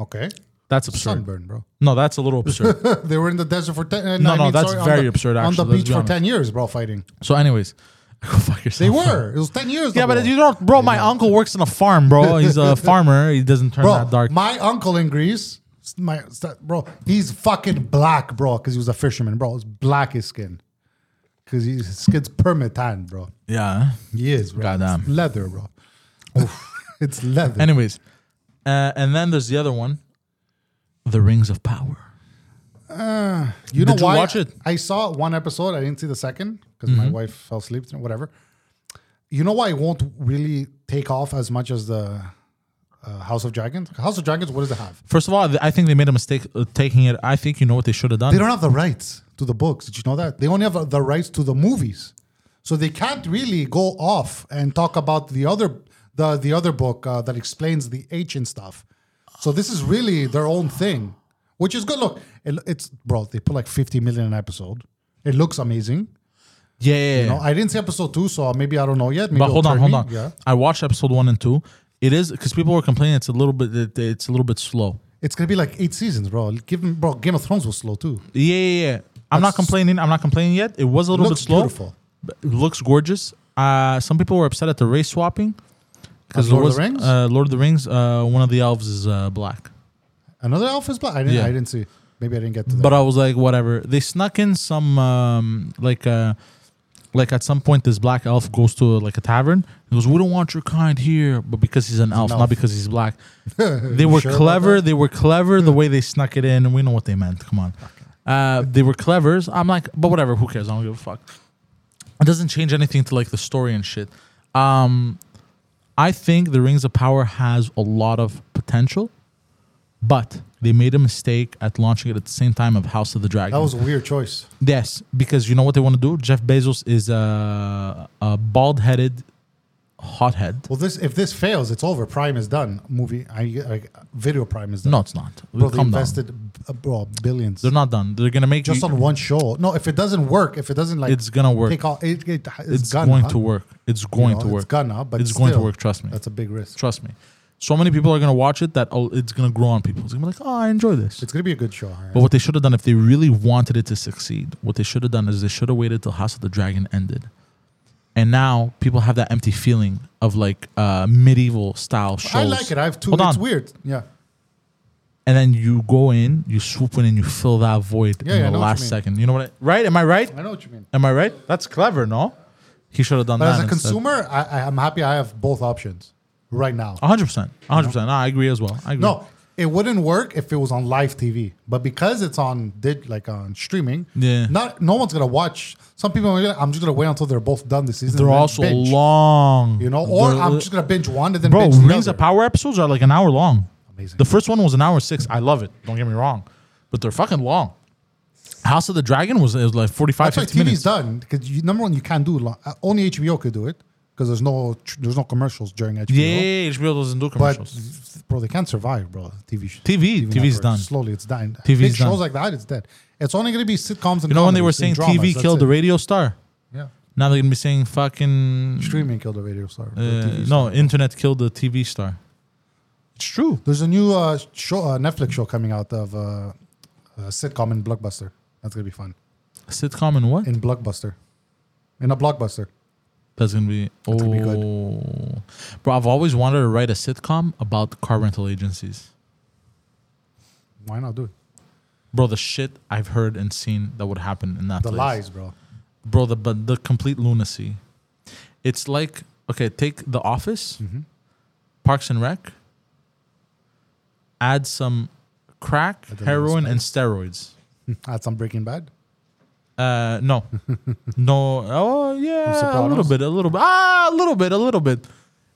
Speaker 2: Okay.
Speaker 1: That's absurd.
Speaker 2: Sunburn, bro.
Speaker 1: No, that's a little absurd.
Speaker 2: they were in the desert for ten. uh,
Speaker 1: No,
Speaker 2: I
Speaker 1: no,
Speaker 2: mean,
Speaker 1: that's
Speaker 2: sorry, on
Speaker 1: very
Speaker 2: the-
Speaker 1: absurd,
Speaker 2: on
Speaker 1: actually,
Speaker 2: the
Speaker 1: let's
Speaker 2: beach
Speaker 1: be
Speaker 2: for
Speaker 1: honest.
Speaker 2: ten years, bro, fighting.
Speaker 1: so, anyways, go fuck yourself.
Speaker 2: They were. It was ten years.
Speaker 1: Yeah,
Speaker 2: ago.
Speaker 1: but you don't, bro. My uncle works on a farm, bro. He's a farmer. He doesn't turn
Speaker 2: bro,
Speaker 1: that dark.
Speaker 2: my uncle in Greece, s- my st- bro, he's fucking black, bro, because he was a fisherman, bro. It's black his skin, because his skin's permit tan, bro.
Speaker 1: yeah.
Speaker 2: He is, bro.
Speaker 1: Goddamn.
Speaker 2: It's leather, bro. it's leather.
Speaker 1: Anyways, uh, and then there's the other one, the Rings of Power.
Speaker 2: you know
Speaker 1: Did you
Speaker 2: why?
Speaker 1: watch it? Mm-hmm.
Speaker 2: I saw one episode. I didn't see the second because my wife fell asleep. Whatever. You know why it won't really take off as much as the uh, House of Dragons? House of Dragons, what does it have?
Speaker 1: First of all, th- I think they made a mistake uh, taking it. I think you know what they should have done.
Speaker 2: They don't have the rights to the books. Did you know that? They only have the rights to the movies. So they can't really go off and talk about the other the the other book uh, that explains the ancient stuff. So this is really their own thing, which is good. Look, it, it's bro. They put like fifty million an episode. It looks amazing.
Speaker 1: yeah, yeah, yeah.
Speaker 2: No, I didn't see episode two, so maybe I don't know yet. Maybe
Speaker 1: but
Speaker 2: it'll
Speaker 1: hold on,
Speaker 2: turn
Speaker 1: hold
Speaker 2: me.
Speaker 1: on.
Speaker 2: Yeah,
Speaker 1: I watched episode one and two. It is because people were complaining. It's a little bit. It, it's a little bit slow.
Speaker 2: it's gonna be like eight seasons, bro. Give them, bro. Game of Thrones was slow too.
Speaker 1: Yeah, yeah, yeah. I'm not complaining. I'm not complaining yet. It was a little
Speaker 2: looks
Speaker 1: bit slow.
Speaker 2: beautiful.
Speaker 1: but it looks gorgeous. Uh, some people were upset at the race swapping because
Speaker 2: Of Lord of the Rings?
Speaker 1: Uh, Lord of the Rings. Uh, one of the elves is uh, black,
Speaker 2: Another Alpha is black. I didn't.
Speaker 1: Yeah.
Speaker 2: I didn't see. Maybe I didn't get to that.
Speaker 1: but I was like, whatever. They snuck in some um, like uh, like at some point, this black elf goes to like a tavern. He goes, "We don't want your kind here," but because he's an elf,
Speaker 2: elf.
Speaker 1: not because he's black. they were
Speaker 2: sure about Hmm.
Speaker 1: clever. They were clever the way they snuck it in. We know what they meant. Come on. Uh, they were clevers. I'm like, but whatever. Who cares? I don't give a fuck. It doesn't change anything to like the story and shit. Um, I think the Rings of Power has a lot of potential, but they made a mistake at launching it at the same time of House of the Dragon.
Speaker 2: that was a weird choice.
Speaker 1: Yes, because you know what they want to do? Jeff Bezos is a, a bald headed hothead.
Speaker 2: Well, this if this fails, it's over. Prime is done. Movie, I, I video Prime is done.
Speaker 1: No, it's not.
Speaker 2: bro, they
Speaker 1: Calm down.
Speaker 2: invested uh, bro, 1000000000s
Speaker 1: They're not done. They're gonna make
Speaker 2: just
Speaker 1: you,
Speaker 2: on one show. No, if it doesn't work, if it doesn't like,
Speaker 1: It's gonna work.
Speaker 2: Take all, it, it, it's,
Speaker 1: It's
Speaker 2: gonna,
Speaker 1: going to work. It's
Speaker 2: you
Speaker 1: going
Speaker 2: know,
Speaker 1: to work.
Speaker 2: It's gonna, but
Speaker 1: It's going to
Speaker 2: still,
Speaker 1: work, trust me.
Speaker 2: That's a big risk.
Speaker 1: Trust me. So many people are gonna watch it that oh, it's gonna grow on people. It's gonna be like, oh, I enjoy this.
Speaker 2: It's gonna be a good show. Harry.
Speaker 1: But what they should have done, if they really wanted it to succeed, what they should have done is they should have waited till House of the Dragon ended, and now people have that empty feeling of like uh, medieval style shows.
Speaker 2: I like it. I have two.
Speaker 1: Hold
Speaker 2: It's
Speaker 1: on.
Speaker 2: weird. Yeah.
Speaker 1: and then you go in, you swoop in, and you fill that void
Speaker 2: Yeah,
Speaker 1: in
Speaker 2: yeah, I
Speaker 1: the
Speaker 2: know what you
Speaker 1: last
Speaker 2: mean.
Speaker 1: second. You know what? I, right? Am I right?
Speaker 2: I know what you mean.
Speaker 1: Am I right? That's clever. No, he should have done
Speaker 2: But
Speaker 1: that
Speaker 2: as a
Speaker 1: instead.
Speaker 2: consumer, I, I- I'm happy I have both options right now.
Speaker 1: A hundred percent, A hundred percent. No, I agree as well. I agree.
Speaker 2: No, it wouldn't work if it was on live TV. But because it's on did like on streaming,
Speaker 1: Yeah.
Speaker 2: not no one's gonna watch. Some people, are gonna, I'm just gonna wait until they're both done this season.
Speaker 1: they're
Speaker 2: and then
Speaker 1: also
Speaker 2: binge,
Speaker 1: long.
Speaker 2: you know, or
Speaker 1: They're-
Speaker 2: I'm just gonna binge one and then
Speaker 1: bro.
Speaker 2: binge the
Speaker 1: Rings
Speaker 2: other.
Speaker 1: of Power episodes are like an hour long.
Speaker 2: Amazing.
Speaker 1: The first one was an hour six. I love it. Don't get me wrong, but they're fucking long. House of the Dragon was, it was like 45,
Speaker 2: That's why
Speaker 1: 50
Speaker 2: TV's
Speaker 1: minutes.
Speaker 2: done because you, number one, you can't do long, uh, only HBO could do it because there's no tr- there's no commercials during HBO.
Speaker 1: Yeah, HBO doesn't do
Speaker 2: but
Speaker 1: commercials.
Speaker 2: bro, they can't survive, bro. TV, sh-
Speaker 1: TV TV's
Speaker 2: networks.
Speaker 1: done.
Speaker 2: Slowly, it's dying.
Speaker 1: TV's
Speaker 2: Big
Speaker 1: done.
Speaker 2: shows like that, it's dead. It's only gonna be sitcoms and
Speaker 1: you know when they
Speaker 2: comedies
Speaker 1: were
Speaker 2: and
Speaker 1: saying
Speaker 2: dramas,
Speaker 1: TV
Speaker 2: that's
Speaker 1: killed the
Speaker 2: it.
Speaker 1: radio star?
Speaker 2: Yeah.
Speaker 1: Now they're gonna be saying fucking
Speaker 2: Streaming killed the radio star.
Speaker 1: uh, no internet killed the TV star. It's true.
Speaker 2: There's a new uh, show, uh, Netflix show coming out of uh, a sitcom in Blockbuster. That's gonna be fun.
Speaker 1: Sitcom and what?
Speaker 2: In Blockbuster, in a Blockbuster.
Speaker 1: That's gonna be oh,
Speaker 2: gonna be good.
Speaker 1: bro. I've always wanted to write a sitcom about car rental agencies,
Speaker 2: Why not do it?
Speaker 1: bro. The shit I've heard and seen that would happen in that
Speaker 2: The
Speaker 1: place.
Speaker 2: lies, bro.
Speaker 1: bro. The but the complete lunacy. It's like okay, take The Office,
Speaker 2: Mm-hmm.
Speaker 1: Parks and Rec, add some crack,
Speaker 2: Add a little
Speaker 1: heroin, and steroids.
Speaker 2: That's on Breaking Bad.
Speaker 1: Uh, no, no. Oh yeah, a little
Speaker 2: Sopranos?
Speaker 1: bit, a little bit, ah, a little bit, a little bit.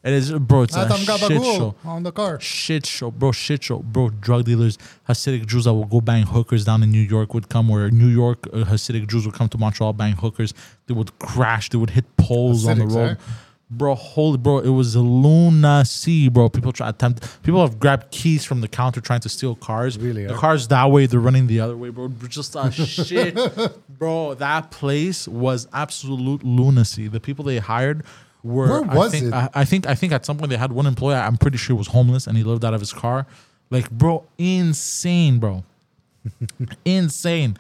Speaker 1: It is, bro. It's a
Speaker 2: That's on
Speaker 1: shit show,
Speaker 2: Ah, Gabagool on the car.
Speaker 1: shit show, bro, shit show, bro. Drug dealers, Hasidic Jews that will go bang hookers down in New York would come, where New York uh, Hasidic Jews would come to Montreal bang hookers. They would crash. They would hit poles on
Speaker 2: Hasidics,
Speaker 1: the road.
Speaker 2: eh?
Speaker 1: Bro, holy bro, it was lunacy, bro. People try attempt. People have grabbed keys from the counter trying to steal cars.
Speaker 2: Really,
Speaker 1: the
Speaker 2: eh?
Speaker 1: cars that way, they're running the other way, bro. Just a shit, bro. That place was absolute lunacy. The people they hired were.
Speaker 2: Where was
Speaker 1: I think,
Speaker 2: it?
Speaker 1: I, I think I think at some point they had one employee. I'm pretty sure was homeless and he lived out of his car. Like, bro, insane, bro, insane.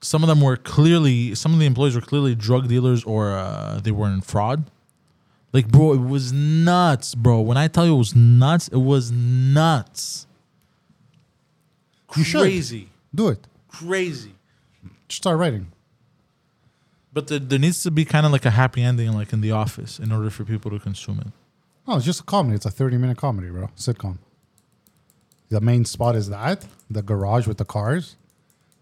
Speaker 1: Some of them were clearly. Some of the employees were clearly drug dealers or uh, they were in fraud. Like, bro, it was nuts, bro. When I tell you it was nuts, it was nuts.
Speaker 2: You should.
Speaker 1: Crazy,
Speaker 2: Do it.
Speaker 1: crazy.
Speaker 2: Just start writing.
Speaker 1: But there, there needs to be kind of like a happy ending, like in The Office, in order for people to consume it.
Speaker 2: No, it's just a comedy. It's a 30 minute comedy, bro. Sitcom. The main spot is that the garage with the cars.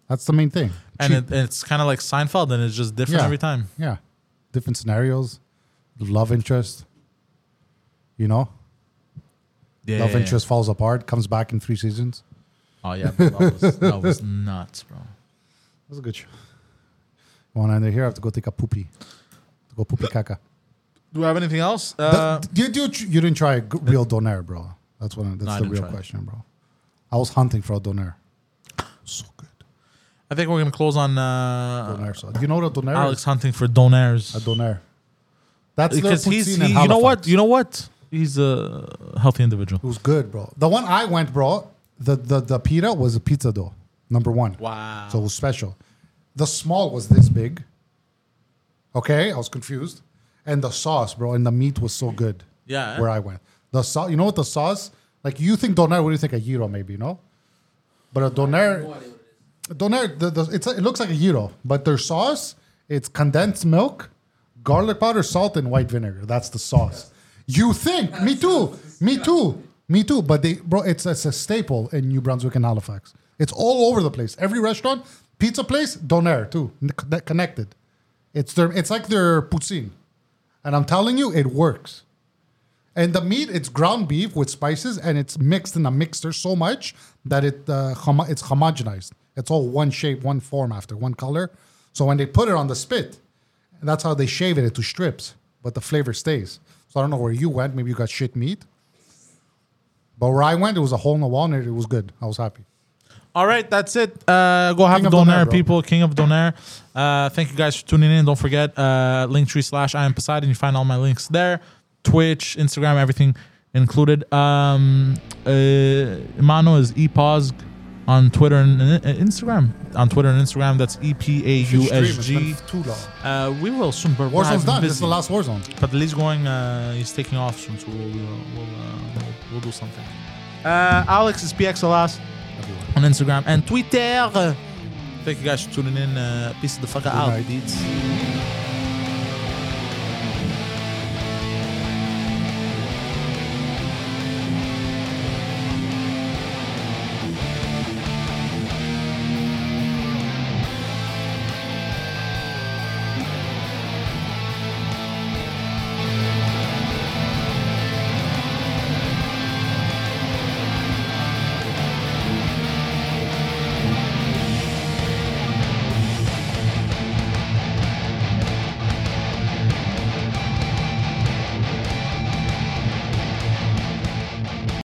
Speaker 2: That's the main thing.
Speaker 1: And
Speaker 2: Cheap.
Speaker 1: it, it's kind of like Seinfeld, and it's just different
Speaker 2: Yeah.
Speaker 1: every time.
Speaker 2: Yeah. Different scenarios, love interest, you know?
Speaker 1: Yeah,
Speaker 2: love interest falls apart, comes back in three seasons.
Speaker 1: Oh yeah, bro, that, was, that was nuts, bro.
Speaker 2: That's a good show. Want to end it here? I have to go take a poopy. To go poopy caca.
Speaker 1: Do we have anything else? Uh,
Speaker 2: Th- you, you, you didn't try a g- real donair, bro. That's what. I- That's
Speaker 1: No, I
Speaker 2: the
Speaker 1: didn't
Speaker 2: real
Speaker 1: try it.
Speaker 2: question, bro. I was hunting for a donair. So good.
Speaker 1: I think we're gonna close on uh,
Speaker 2: Donair sauce. You know what a donair
Speaker 1: Alex
Speaker 2: is?
Speaker 1: hunting for
Speaker 2: A
Speaker 1: donairs
Speaker 2: donair. That's the
Speaker 1: because
Speaker 2: poutine
Speaker 1: he's
Speaker 2: in
Speaker 1: he, you know what
Speaker 2: Halifax.
Speaker 1: you know what he's a healthy individual.
Speaker 2: It was good, bro. The one I went, bro. The the the pita was a pizza dough, number one.
Speaker 1: Wow.
Speaker 2: So it was special. The small was this big. Okay, I was confused. And the sauce, bro, and the meat was so good.
Speaker 1: Yeah, eh?
Speaker 2: Where I went. The sauce, you know what the sauce? Like you think doner, what do you think? A gyro maybe, no? But a doner, doner, the, the, it's a, it looks like a gyro, but their sauce, it's condensed milk, garlic powder, salt, and white vinegar. That's the sauce. You think? me too. Me too. Me too. But they, bro, it's, it's a staple in New Brunswick and Halifax. It's all over the place. Every restaurant, pizza place, doner too, n- conne- connected. It's their, it's like their poutine, and I'm telling you, it works. And the meat, it's ground beef with spices, and it's mixed in a mixer so much that it uh, homo- it's homogenized. It's all one shape, one form after one color. So when they put it on the spit, that's how they shave it into strips, but the flavor stays. So I don't know where you went. Maybe you got shit meat. But where I went, it was a hole in the wall, and it was good. I was happy.
Speaker 1: All right, that's it. Uh, go have
Speaker 2: King
Speaker 1: a
Speaker 2: of
Speaker 1: donair,
Speaker 2: Donair, bro.
Speaker 1: people. King of donair. Uh, thank you guys for tuning in. Don't forget uh, linktree slash I am Poseidon. You find all my links there. Twitch, Instagram, everything included. Um, uh, Mano is E epos on Twitter and and Instagram. On Twitter and Instagram, that's E P A U
Speaker 2: Stream,
Speaker 1: S
Speaker 2: it's
Speaker 1: G.
Speaker 2: been too long.
Speaker 1: Uh, we will soon. but we're
Speaker 2: Warzone's
Speaker 1: not
Speaker 2: done. This is
Speaker 1: busy.
Speaker 2: the last Warzone.
Speaker 1: But Lee's going. Uh, he's taking off soon, so we'll we'll, we'll, uh, we'll, we'll do something. Uh, Alex is PXLS on Instagram and Twitter. Thank you guys for tuning in. Uh, peace the fuck out,
Speaker 2: night.
Speaker 1: dudes.